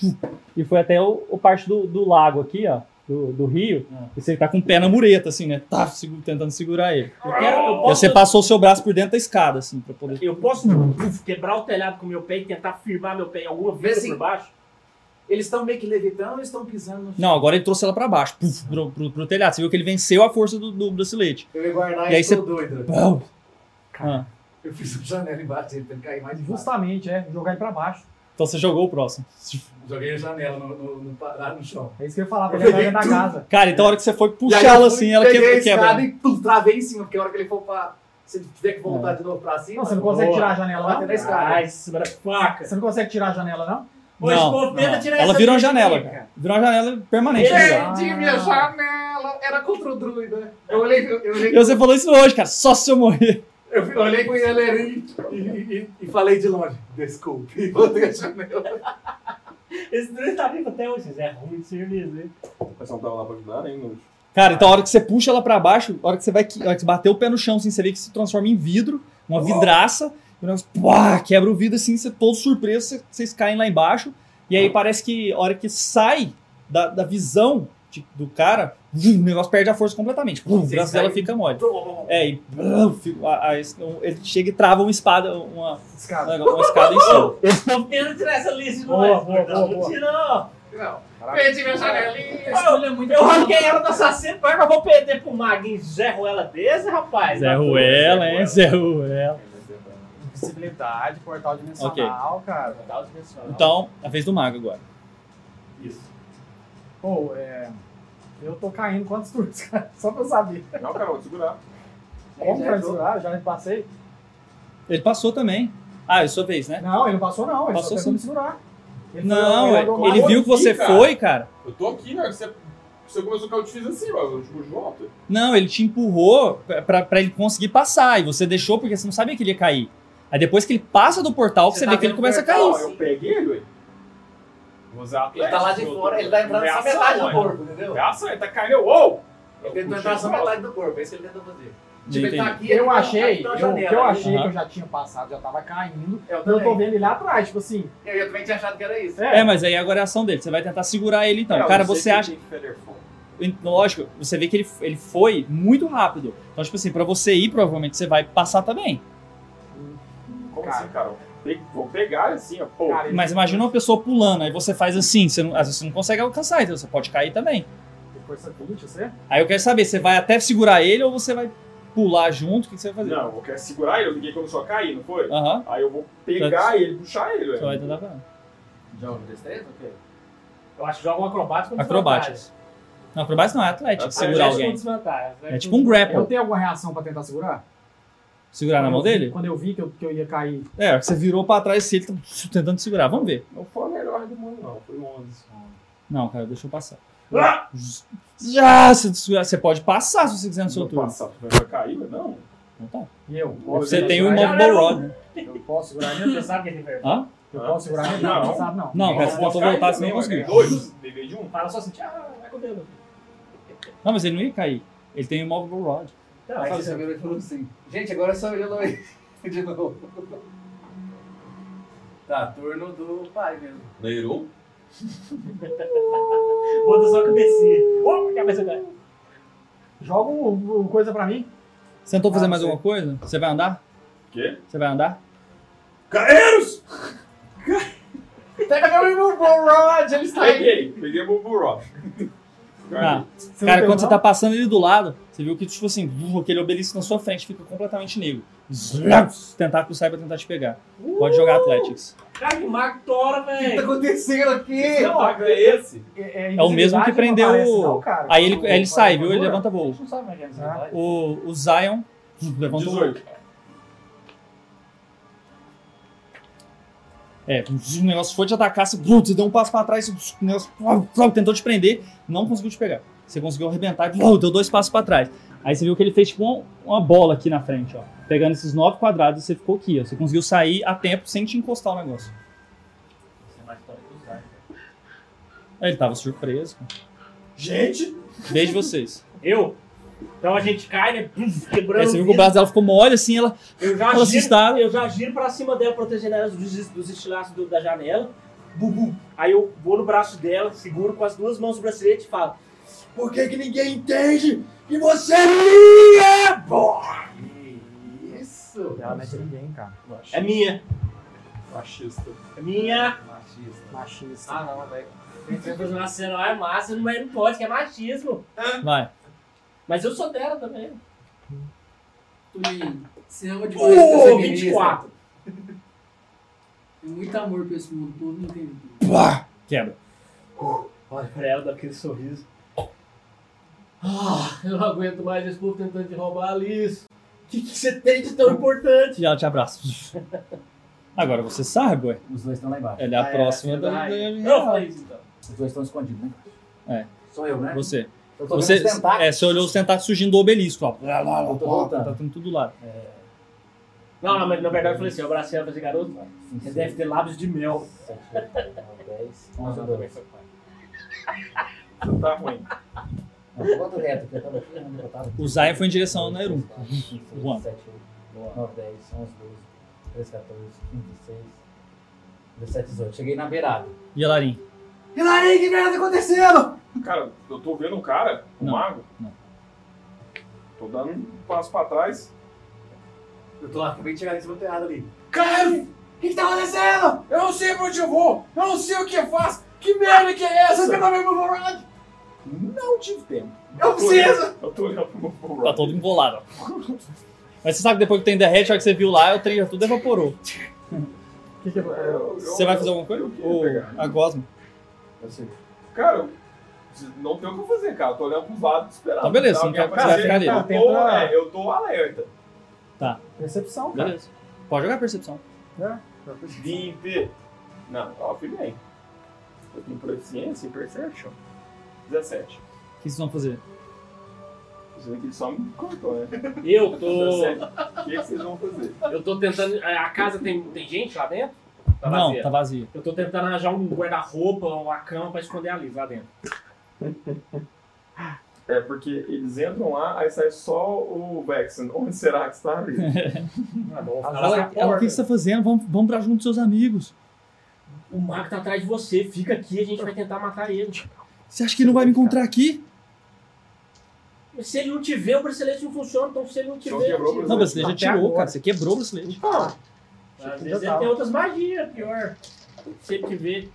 e foi até o, o parte do, do lago aqui, ó, do, do rio, Ah. e você tá com o pé na mureta, assim, né, tá, segu- tentando segurar ele. Eu quero- eu E posso- você passou o seu braço por dentro da escada, assim, pra poder... Eu posso puf, quebrar o telhado com meu pé e tentar firmar meu pé em alguma Vê vez assim. por baixo? Eles estão meio que levitando ou estão pisando no chão? Não, agora ele trouxe ela pra baixo, puf, pro, pro- pro telhado, você viu que ele venceu a força do, do bracelete. Eu ia guardar E aí isso, você... tô doido. Pau! Ah, Eu fiz uma janela embaixo dele pra ele cair mais embaixo. Justamente, é. Jogar ele pra baixo. então você jogou o próximo. Joguei a janela no, no, no, pa- lá no chão. É isso que eu ia falar, pra Eu ele entrar peguei dentro da tudo. casa. Cara, então a hora que você foi E aí puxar eu ela fui, assim, ela peguei quebra. a escada quebra. e pum, travei em cima, porque a hora que ele for pra... Se ele tiver que voltar de novo pra cima... Não, você não consegue boa. tirar a janela, né? Vai não? bater na escada. Ai, sobra faca. Você não consegue tirar a janela, não? Ô, esse povo tenta tirar Ela essa virou vida uma de janela, mim, cara. Virou uma janela É. permanente. né, cara? Perdi minha janela! Era contra o druida. Eu olhei, eu, eu olhei, E você falou isso hoje, cara. Só se eu morrer. eu fui- eu olhei com o Yelerin e, e, e- e falei de longe. Desculpe, <laughs> e voltei a janela. Esse drone tá vivo até hoje, Zé. Ruim de serviço, né? Mas não tava lá pra ajudar, né, inútil. Cara, então a hora que você puxa ela pra baixo, a hora que você vai a hora que você bater o pé no chão, assim, você vê que se transforma em vidro, uma vidraça, e o negócio pá, quebra o vidro assim, você todo surpreso, você- vocês caem lá embaixo, e aí parece que a hora que sai da, da visão de- do cara, vum, o negócio perde a força completamente. Vum, O Vocês braço dela caem- fica mole. É, e blum, fica- a- a- ele chega e trava uma espada, uma, Escada. uma escada em <laughs> cima. Esse povo tenta tirar essa lista de Boa, nós. boa, Não, boa, não boa. tira, não. Não, perdi minha janelinha. Eu, eu ranquei ela do assassino, mas eu vou perder pro Maguinho Zé Ruela desse, rapaz. Zé Ruela, hein? Zé Ruela. Invisibilidade, portal dimensional, cara. Então, a vez do mago agora. Pô, é... Eu tô caindo quantos turnos, cara? <laughs> Só pra eu saber. Não, cara, eu vou segurar. Como que vai segurar? Já passei? Ele passou também. Ah, é sua vez, né? Não, ele não passou não. Ele Passou só sim. tentou me segurar. Ele Não, foi- ué, jogou- ele viu que você cara. foi, cara. Eu tô aqui, né? Você, você começou com o que eu te fiz assim, mas eu tipo, de volta. Não, ele te empurrou pra, pra ele conseguir passar. E você deixou porque você não sabia que ele ia cair. Aí depois que ele passa do portal, você, Você tá vê que ele vendo começa a portal, cair. Não, eu peguei ele, ué. Vou usar Ele tá lá de fora, ele tá entrando só metade do corpo, entendeu? Reação, ele tá caindo. Uou! Ele tentou entrar só metade do corpo, é isso que ele tentou fazer. Tipo, ele Entendi. tá aqui, ele Eu tá- tá achei, na eu, o janela, que eu né? achei Aham. que eu já tinha passado, já tava caindo. Eu Eu tô também. vendo ele lá atrás, tipo assim. Eu, eu também tinha achado que era isso. É, mas aí agora é a ação dele. Você vai tentar segurar ele então. Cara, você acha. Lógico, você vê que ele, ele foi muito rápido. Então, tipo assim, pra você ir, provavelmente você vai passar também. Como Cara. assim, cara? Pe- Vou pegar assim, ó. Pô, Cara, ele- Mas imagina uma pessoa pulando, aí você faz assim, você não, às vezes você não consegue alcançar, então você pode cair também. Tem Força 20, você? Aí eu quero saber, você vai até segurar ele ou você vai pular junto? O que que você vai fazer? não, eu quero segurar ele, eu liguei começou a cair, não foi? Aham. Aí eu vou pegar ele e puxar ele, Você vai velho. tentar pular. Joga destreza, ok? Eu acho que joga um acrobático com Acrobáticas. Não, acrobática não, é atlético, segurar Atlético com alguém. desvantagem, né? É tipo um Eu grapple. tenho alguma reação pra tentar segurar? Segurar na mão dele? Quando eu vi que eu, que eu ia cair. É, a hora que você virou pra trás e ele tá tentando segurar. Vamos ver. Não foi a melhor do mundo, não. Foi 11. Não, cara, deixa eu passar. Ah! Já, se segurar, você pode passar se você quiser no seu Vou turno. passar, tu vai cair, mas não. Não tá. E eu? Você tem o imóvel. Immovable Rod. né? Eu posso segurar ele? Você sabe que é reverso. Hã? Eu posso segurar ele? Não. Não, não sabe não. Não, cara, você vou tentou cair voltar, você também, não ué. conseguiu. Dois, levei de um. Fala só assim, ah, vai com o dedo. Não, mas ele não ia cair. Ele tem o Immovable Rod. Ah, Não, Aí mas você virou e falou assim: Gente, agora é só eu e a Heloísa <laughs> de novo. Tá, turno do pai mesmo. Leirou? Bota só a cabecinha. Opa, cabeça dela. Joga o- o coisa pra mim. Você tentou fazer Ah, mais sei. alguma coisa? Você vai andar? Quê? Você vai andar? Caeiros! Pega meu irmão, bom Rod, ele está aí. Peguei, peguei o Bubu Rock. Ah, Você não cara, tem quando você não? tá passando ele do lado, você viu que, tipo assim, buf, aquele obelisco na sua frente fica completamente negro. Zlau! Tentáculo sai pra tentar te pegar. Pode Uh! jogar Athletics. Cara, que mago tora, O que tá velho. acontecendo aqui? Não, é esse? É, É o mesmo que invisibilidade, prendeu não aparece, o- não, cara. Aí ele, O- aí ele o- sai, o- viu? Ele levanta voo. Não sabe como é que é essa Ah. verdade. O, o Zion levanta o voo. 18. É, o negócio foi te atacar, você, blum, você deu um passo pra trás, o negócio blum, blum, tentou te prender, não conseguiu te pegar. Você conseguiu arrebentar e blum, deu dois passos pra trás. Aí você viu que ele fez tipo um- uma bola aqui na frente, ó. Pegando esses nove quadrados, você ficou aqui, ó. Você conseguiu sair a tempo sem te encostar o negócio. Isso é mais história que usar. Aí ele tava surpreso. cara. Gente! Beijo vocês. Eu? Então a gente cai, né? Puf, Quebrando. Aí você o viu que o vidro. braço dela ficou mole assim, ela, Eu já ela giro, assustada. eu já giro pra cima dela, protegendo ela dos, dos estilaços do- da janela. Bum, bum. Aí eu vou no braço dela, seguro com as duas mãos o bracelete e falo: Por que, que ninguém entende que você é minha? Boa! Isso! Ela não é de ninguém, cara. É minha, Machista. é minha. Machista. Machista. Ah, não, velho. Você vai fazer uma cena lá, é massa, mas não pode, que é machismo. Vai. Mas eu sou dela também. Toninho, você ama demais essa Uh, feminista. 24. Tem é muito amor pra esse mundo, o povo não tem. Pá! Quebra. Olha pra ela, dá aquele sorriso. Ah, eu não aguento mais esse povo tentando te roubar a Alice. O que, que você tem de tão importante? E ela te abraça. Agora você sabe, ué. Os dois estão lá embaixo. Ela é a Ah, é, próxima é da, da- verdade. da- Não, fala isso então. Os dois estão escondidos, né? É. Sou eu, né? Você. Eu tô Você, vendo os tentáculos. é, você olhou os tentáculos surgindo do obelisco, ó. Lá, lá, lá, um Eu tô ó, voltando. Tá tudo do lado. Não, não, mas na verdade eu falei assim: eu abracei ela e falei: garoto, você deve ter lábios de mel. 10, Não, 11, não, 12. não, não. Tá ruim. Quanto reto? que eu tava aqui, onde eu tava? O Zion foi em direção ao Nerum. <laughs> 6, Voando. 7, 8, 9, 10, 11, 12, 13, 14, 15, 16, 17, 18. Cheguei na beirada. E a Larim? Hilari, que merda tá acontecendo? Cara, eu tô vendo um cara, um Não, mago. não. Tô dando um passo pra trás. Eu tô lá, acabei de chegar em cima do telhado ali. Caralho! O que, que tá acontecendo? Eu não sei pra onde eu vou! Eu não sei o que eu faço! Que merda que é essa? Você pegou meu Wolverine? Não tive tempo. Eu preciso! Eu tô olhando pro meu Wolverine. Tá todo embolado, ó. Mas você sabe que depois que tem derrete, a hora que você viu lá, o trem já tudo evaporou. Que que é- Eu- eu- Você vai fazer alguma coisa? Eu queria Ou pegar. a Gosma? Eu sei. Cara, eu- não tem o que fazer, cara. Eu tô olhando pros lados esperando. Tá, beleza, Tá, não quer- quer você vai ficar ali. Eu tô, Tenta- é, eu tô alerta. Percepção, cara. Beleza. Pode jogar a percepção. É. 20. Não, ó, fui bem. Eu tenho proficiência e perception. 17. O que vocês vão fazer? Isso daqui só me cortou, né? Eu tô. 17. O que, é que vocês vão fazer? Eu tô tentando. é, A casa tem, tem gente lá dentro? Tá não, vazia? tá vazio. Eu tô tentando arranjar um guarda-roupa, uma cama pra esconder a Liz lá dentro. É porque eles entram lá, aí sai só o Vexen. Onde será que <laughs> está ali? Ela, ela, o que você tá fazendo? Vamos, vamos pra junto dos seus amigos. O Marco tá atrás de você, fica aqui, a gente vai tentar matar ele. Você acha que ele não vai me encontrar aqui? Mas se ele não te vê, o bracelete não funciona, então se ele não te Então vê. quebrou ele o te- Não, o bracelete já Até tirou, agora. cara. Você quebrou o bracelete. Às vezes ele tem outras magias, pior. Se ele te vê.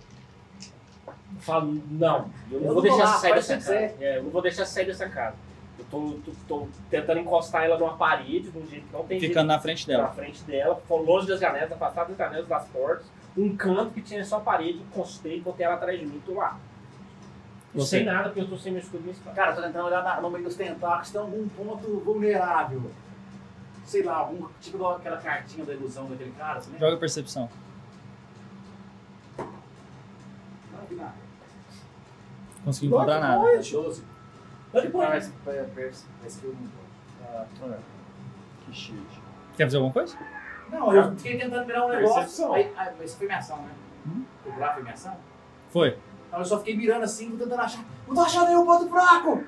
Eu falo, não, eu não Eu vou vou deixar lá, você sair faz dessa o que você casa. É, eu não vou deixar você sair dessa casa. Eu tô, tô- tô tentando encostar ela numa parede, de um jeito que não tem jeito. Ficando na frente na dela. frente dela, foi longe das janelas, afastado das janelas, das portas, um canto que tinha só parede, encostei, botei ela atrás de mim, tô lá. E Você. Sem nada, porque eu tô sem meu escudo e minha espada. Cara, eu tô tentando olhar na- no meio dos tentáculos, tem algum ponto vulnerável. Sei lá, algum tipo daquela cartinha da ilusão daquele cara, você lembra? Joga a percepção. Não, vi nada. Conseguiu encontrar nada. 12. Olha depois. Mas, mas, mas, mas que eu não vou. Ah, Que shit. Quer fazer alguma coisa? Não, eu fiquei tentando virar um negócio. Percepção. Aí, aí, mas foi minha ação, né? O buraco foi minha ação? Foi. Não, eu só fiquei mirando assim, tentando achar. Não tô achando nenhum ponto fraco!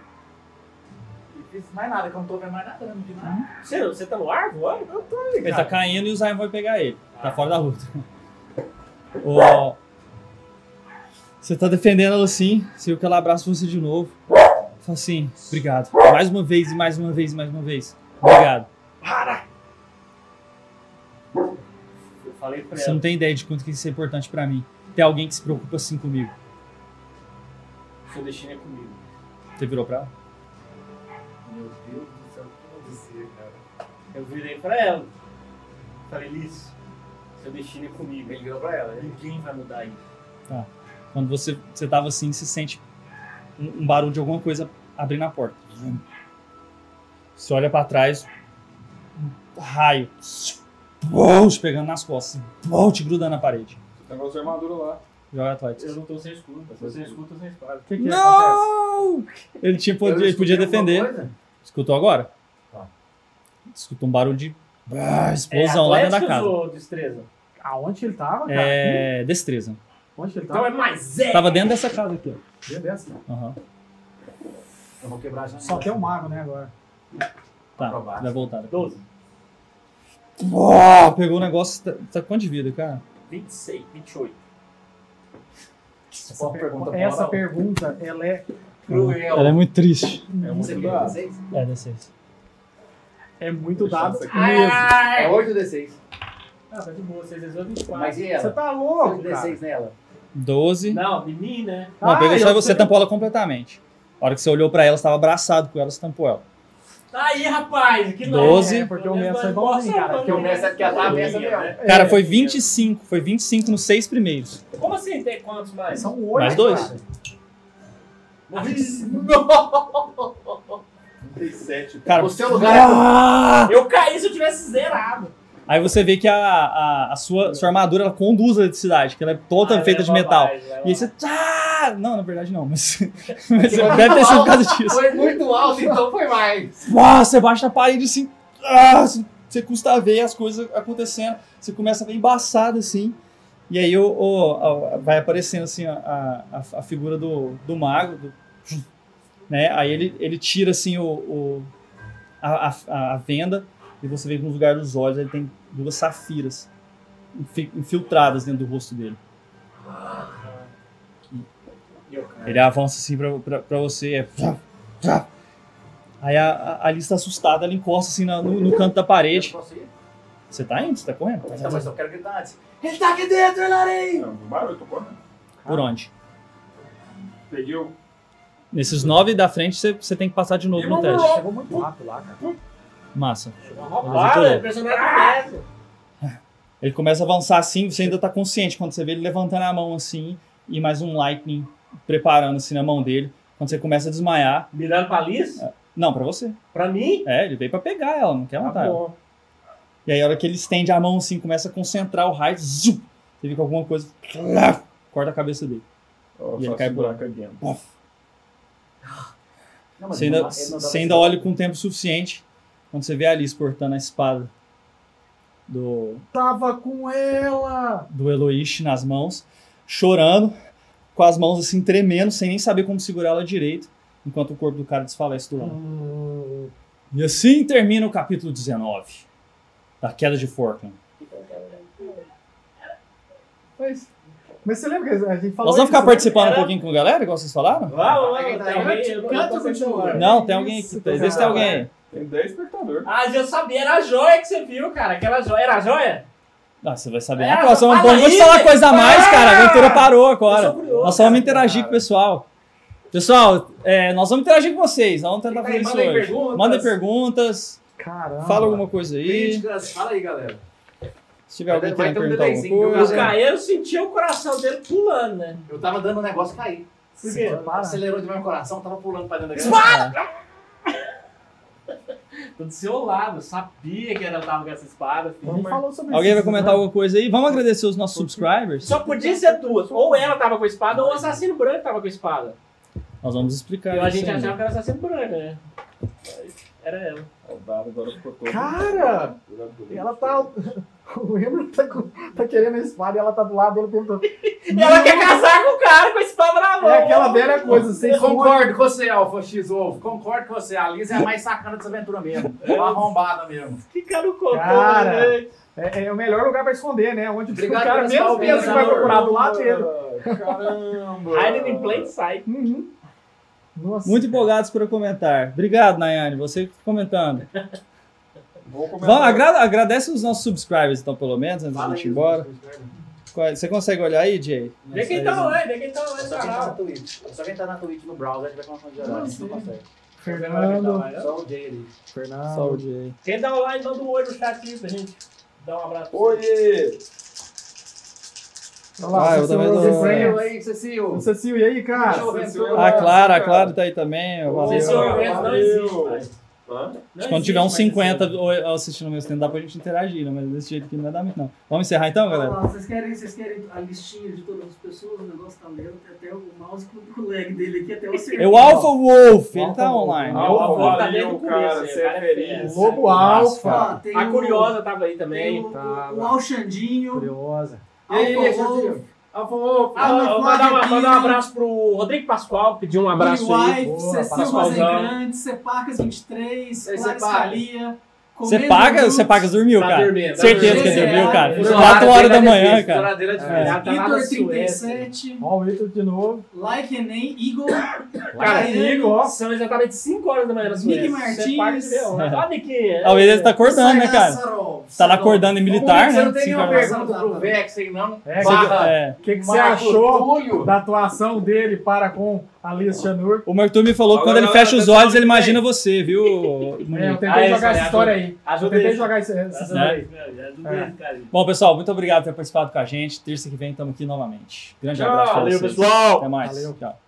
E fiz mais nada, que eu não tô vendo mais nada, né? Não vi nada. Você, você tá no ar voando? Eu tô. Ele tá caindo e o Zion vai pegar ele. Tá Ah. fora da <laughs> luta. Ó. Você tá defendendo ela assim, você viu que ela abraça você de novo. Fala assim, obrigado. Mais uma vez, e mais uma vez, e mais uma vez. Obrigado. Eu falei pra Você ela. não tem ideia de quanto que isso é importante pra mim. Ter alguém que se preocupa assim comigo. Seu destino é comigo. Você virou pra ela? Meu Deus do céu, o que aconteceu, cara? Eu virei pra ela. Falei, Liz, seu destino é comigo. Ele virou pra ela, né? Ninguém vai mudar isso. Quando você, você tava assim, você sente um, um barulho de alguma coisa abrindo a porta. Você olha pra trás, um raio. Uou, te pegando nas costas. Uou, te grudando na parede. Tem negócio de armadura lá. Joga Atlético. Eu não tô sem escudo. Se eu tô sem escudo, tô sem espada. Que que Não! Ele, tinha, podia, ele podia defender. Escutou agora? Tá. Escutou um barulho de É ah, explosão lá dentro da casa. Ou destreza? Aonde ele tava, cara? É. Destreza. Onde ele Então tava? é mais é. Tava dentro dessa casa aqui, ó. Dentro dessa, cara. Aham. Eu vou quebrar a janela. Só tem um mago, né, agora. Tá, vai voltar. depois. 12, Pô, pegou o negócio. Tá, tá com quanto de vida, cara? 26, 28. Essa, pergunta, essa pergunta, ela é um. Cruel. Ela é muito triste. É muito Você quer 16? É, D6. É muito dado mesmo. É 8 ou 16? Ah, tá de boa, 6 vezes 8, 24. Mas e Você ela? tá louco, cara. 16 nela. 12. Não, menina. Não, Ah, pegou só eu e você sei. tampou ela completamente. A hora que você olhou pra ela, você tava abraçado com ela, você tampou ela. Tá aí, rapaz. Que Doze. É, porque o mestre foi bonzinho, cara. Porque o mestre é porque ela tá aberta mesmo. É, Cara, foi 25. Foi 25 nos seis primeiros. Como assim tem quantos mais? é, São Mais oito. dois. tá? Cara, O seu lugar é Eu caí se eu tivesse zerado. <laughs> aí você vê que a, a, a sua, sua armadura ela conduz a eletricidade, que ela é toda Ah, feita de leva metal. mais, leva E aí você. mais. Ah! Não, na verdade não, mas. <laughs> mas deve ter sido por causa disso. foi muito alto, então foi mais. Uau, você baixa na parede assim. ah, assim, você custa a ver as coisas acontecendo. Você começa a ver embaçado assim. E aí o- o- a- vai aparecendo assim a, a, a- a figura do, do mago. do- né? Aí ele, ele tira assim o, o- a, a- a venda e você vê que no lugar dos olhos ele tem duas safiras infi- infiltradas dentro do rosto dele. Ele avança assim pra, pra, pra você. É... plá, plá. Aí a, a Alice tá assustada, ela encosta assim na- no, no canto da parede. Posso ir? Você tá indo? Você tá correndo? Então, mas eu quero gritar antes. Ele tá aqui dentro, Elarei! Não, barulho, tô correndo. Por Ah. onde? Peguei um. o. Nesses nove da frente, você, você tem que passar de novo no teste. Chegou muito rápido lá, cara. Massa. Para, personagem é começa. Ele começa a avançar assim, você ainda tá consciente. Quando você vê ele levantando a mão assim, e mais um lightning preparando assim na mão dele. Quando você começa a desmaiar. Mirando pra Liz? Não, pra você. Pra mim? É, ele veio pra pegar ela, não quer matar ela. bom. E aí, a hora que ele estende a mão assim, começa a concentrar o raio, zum, você vê que alguma coisa claf, corta a cabeça dele. E Ó, ele só cai por segurar lá. a caguinha. Pof. Não, mas Você ele ainda, não dá- ele não dá você pra ainda saber. olha com tempo suficiente quando você vê a Alice portando a espada do, Tava com ela! do Eloish nas mãos, chorando, com as mãos assim tremendo, sem nem saber como segurar ela direito, enquanto o corpo do cara desfalece do lado. Hum. E assim termina o capítulo 19 da queda de Forkland. Mas, mas você lembra que a gente falou Nós vamos isso, ficar né? participando um Era- pouquinho com a galera, igual vocês falaram? tá, Vamos, vamos. Aí, tem daí, alguém- tá, eu- eu canta tô ou continua? continuando. Não, tem alguém Isso, aqui. Vê se tem alguém aí. Tem 10 espectadores. Ah, já sabia, era a joia que você viu, cara. Aquela joia. Era a joia? Ah, você vai saber. É, na próxima. fala Bom, não vou te aí, falar velho. coisa a mais, Para! cara. A aventura parou agora. Eu sou curioso, Nós só vamos cara. interagir Cara. com o pessoal. Pessoal, é, nós vamos interagir com vocês. Nós vamos tentar Aí, fazer isso mandem hoje. perguntas. Mandem perguntas, Caramba. fala alguma coisa aí. Críticas, fala aí, galera. Se tiver alguém Vai- vai querendo ter um perguntar alguma delayzinho, viu, coisa. O Caeiro sentia o coração dele pulando, né? Eu tava dando um negócio cair. Por quê? Acelerou demais o coração, tava pulando pra dentro da Espada! galera. Tô do seu lado, eu sabia que ela tava com essa espada, A filho. gente falou sobre Alguém isso, vai comentar né? alguma coisa aí? Vamos agradecer os nossos subscribers? Só podia ser duas. Ou ela tava com a espada, ou o assassino branco tava com a espada. Nós vamos explicar. E a isso gente aí. achava que era o assassino branco, né? Era ela. O dado agora ficou todo. Cara! Ela tá. <laughs> O Emro tá, com- tá querendo a espada e ela tá do lado dele tentando. E ela quer casar com o cara com a espada na mão. É aquela velha coisa, vocês Eu são concordo com você, Alfa X Ovo. Concordo com você. A Liz é a mais sacana dessa aventura mesmo. É uma arrombada mesmo. Que cara contou, Cara. né? É, é o melhor lugar pra esconder, né? Onde Obrigado o cara pela menos sua pensa que vai opinião. procurar do lado dele. Caramba! Hiding in plain sight. Uhum. Nossa. Muito empolgados por comentar. Obrigado, Nayane, você que tá comentando. Vou começar. Vamos, agra- agradece os nossos subscribers, então, pelo menos, antes da Fala aí, gente ir embora. Luiz. Qual- Você consegue olhar aí, Jay? Vê quem tá online, vê quem tá online no Só quem tá na canal. Twitch. Só quem tá na Twitch no browser tiver condição de geral, a gente não consegue. Fernando. Só o Jay ali. Fernando. Só o Jay. Quem tá online, manda um oi no chat aí pra gente. Dá um abraço. Oiê! Olha lá, Ah, eu você- também tô- você- Cecil aí, Cecil. Ô, Cecil, e aí, cara? Cecil, Cecil, Ventura. A Ah, Clara, a cara. Clara tá aí também. ó, Vocês são Valeu. não existe, Valeu. mas- Acho que quando tiver uns 50 ou- assistindo ao mesmo tempo, dá pra gente interagir, né? Mas desse jeito aqui não vai dar muito, não. Vamos encerrar então, Ah, galera? vocês, querem, vocês querem a listinha de todas as pessoas? O negócio tá lento. Tem até o mouse com o lag dele aqui, até o servidor. É o Alpha Wolf, ele Alpha tá Wolf. online. Ah, Alpha Alpha Wolf. Ali, desde o o cara, começo, você o é cara é feliz. fera. Lobo Alfa. Ah, tem A o- Curiosa tava aí também. tem um- o- o Alxandinho. Curiosa. E aí, Alpha Xandinho? Wolf. Alfa Wolf. Ah, não, Ah, Mandar uma- Flávio mandar um Pino. abraço pro Rodrigo Pascoal, pedir um abraço aí. Wife, Boa, Cecil Pascoalzão. Mazengrande, Ceparcas 23, Aí, Clara Ceparcas. Scalia. Você paga, você paga, dormiu, Tá cara. dormindo, tá Certeza que dormindo. ele dormiu, cara. Fuso 4 horário horas da dele é manhã, difícil, cara. fuso horário dele é difícil. Tá lá na Vitor Suécia. 37, Ó, o Ito de novo. Like Enem, Igor. Cara, Daiane, Nico, ó, são exatamente 5 horas da manhã na Suécia. Nick Você paga de Martins. <laughs> leão, né? Olha aqui. Talvez ele tá acordando, né, cara? Sarov. Tá lá acordando em militar, Você né? não tem Cinco nenhuma horas. pergunta pro Vex aí, não? É, Barra. é. O que, que você Marco achou Túlio. da atuação dele para com Alice Chanur? O Mark Tumi falou que quando ele fecha os olhos, ele imagina <laughs> você, viu? É, eu Monique? tentei Ah, isso jogar aí, essa história ajuda- aí. Eu ajuda tentei ele. jogar essa essa Né? história aí. É. Bom, pessoal, muito obrigado por ter participado com a gente. Terça que vem estamos aqui novamente. Grande abraço pra Valeu, vocês. pessoal. Até mais. Valeu. Tchau.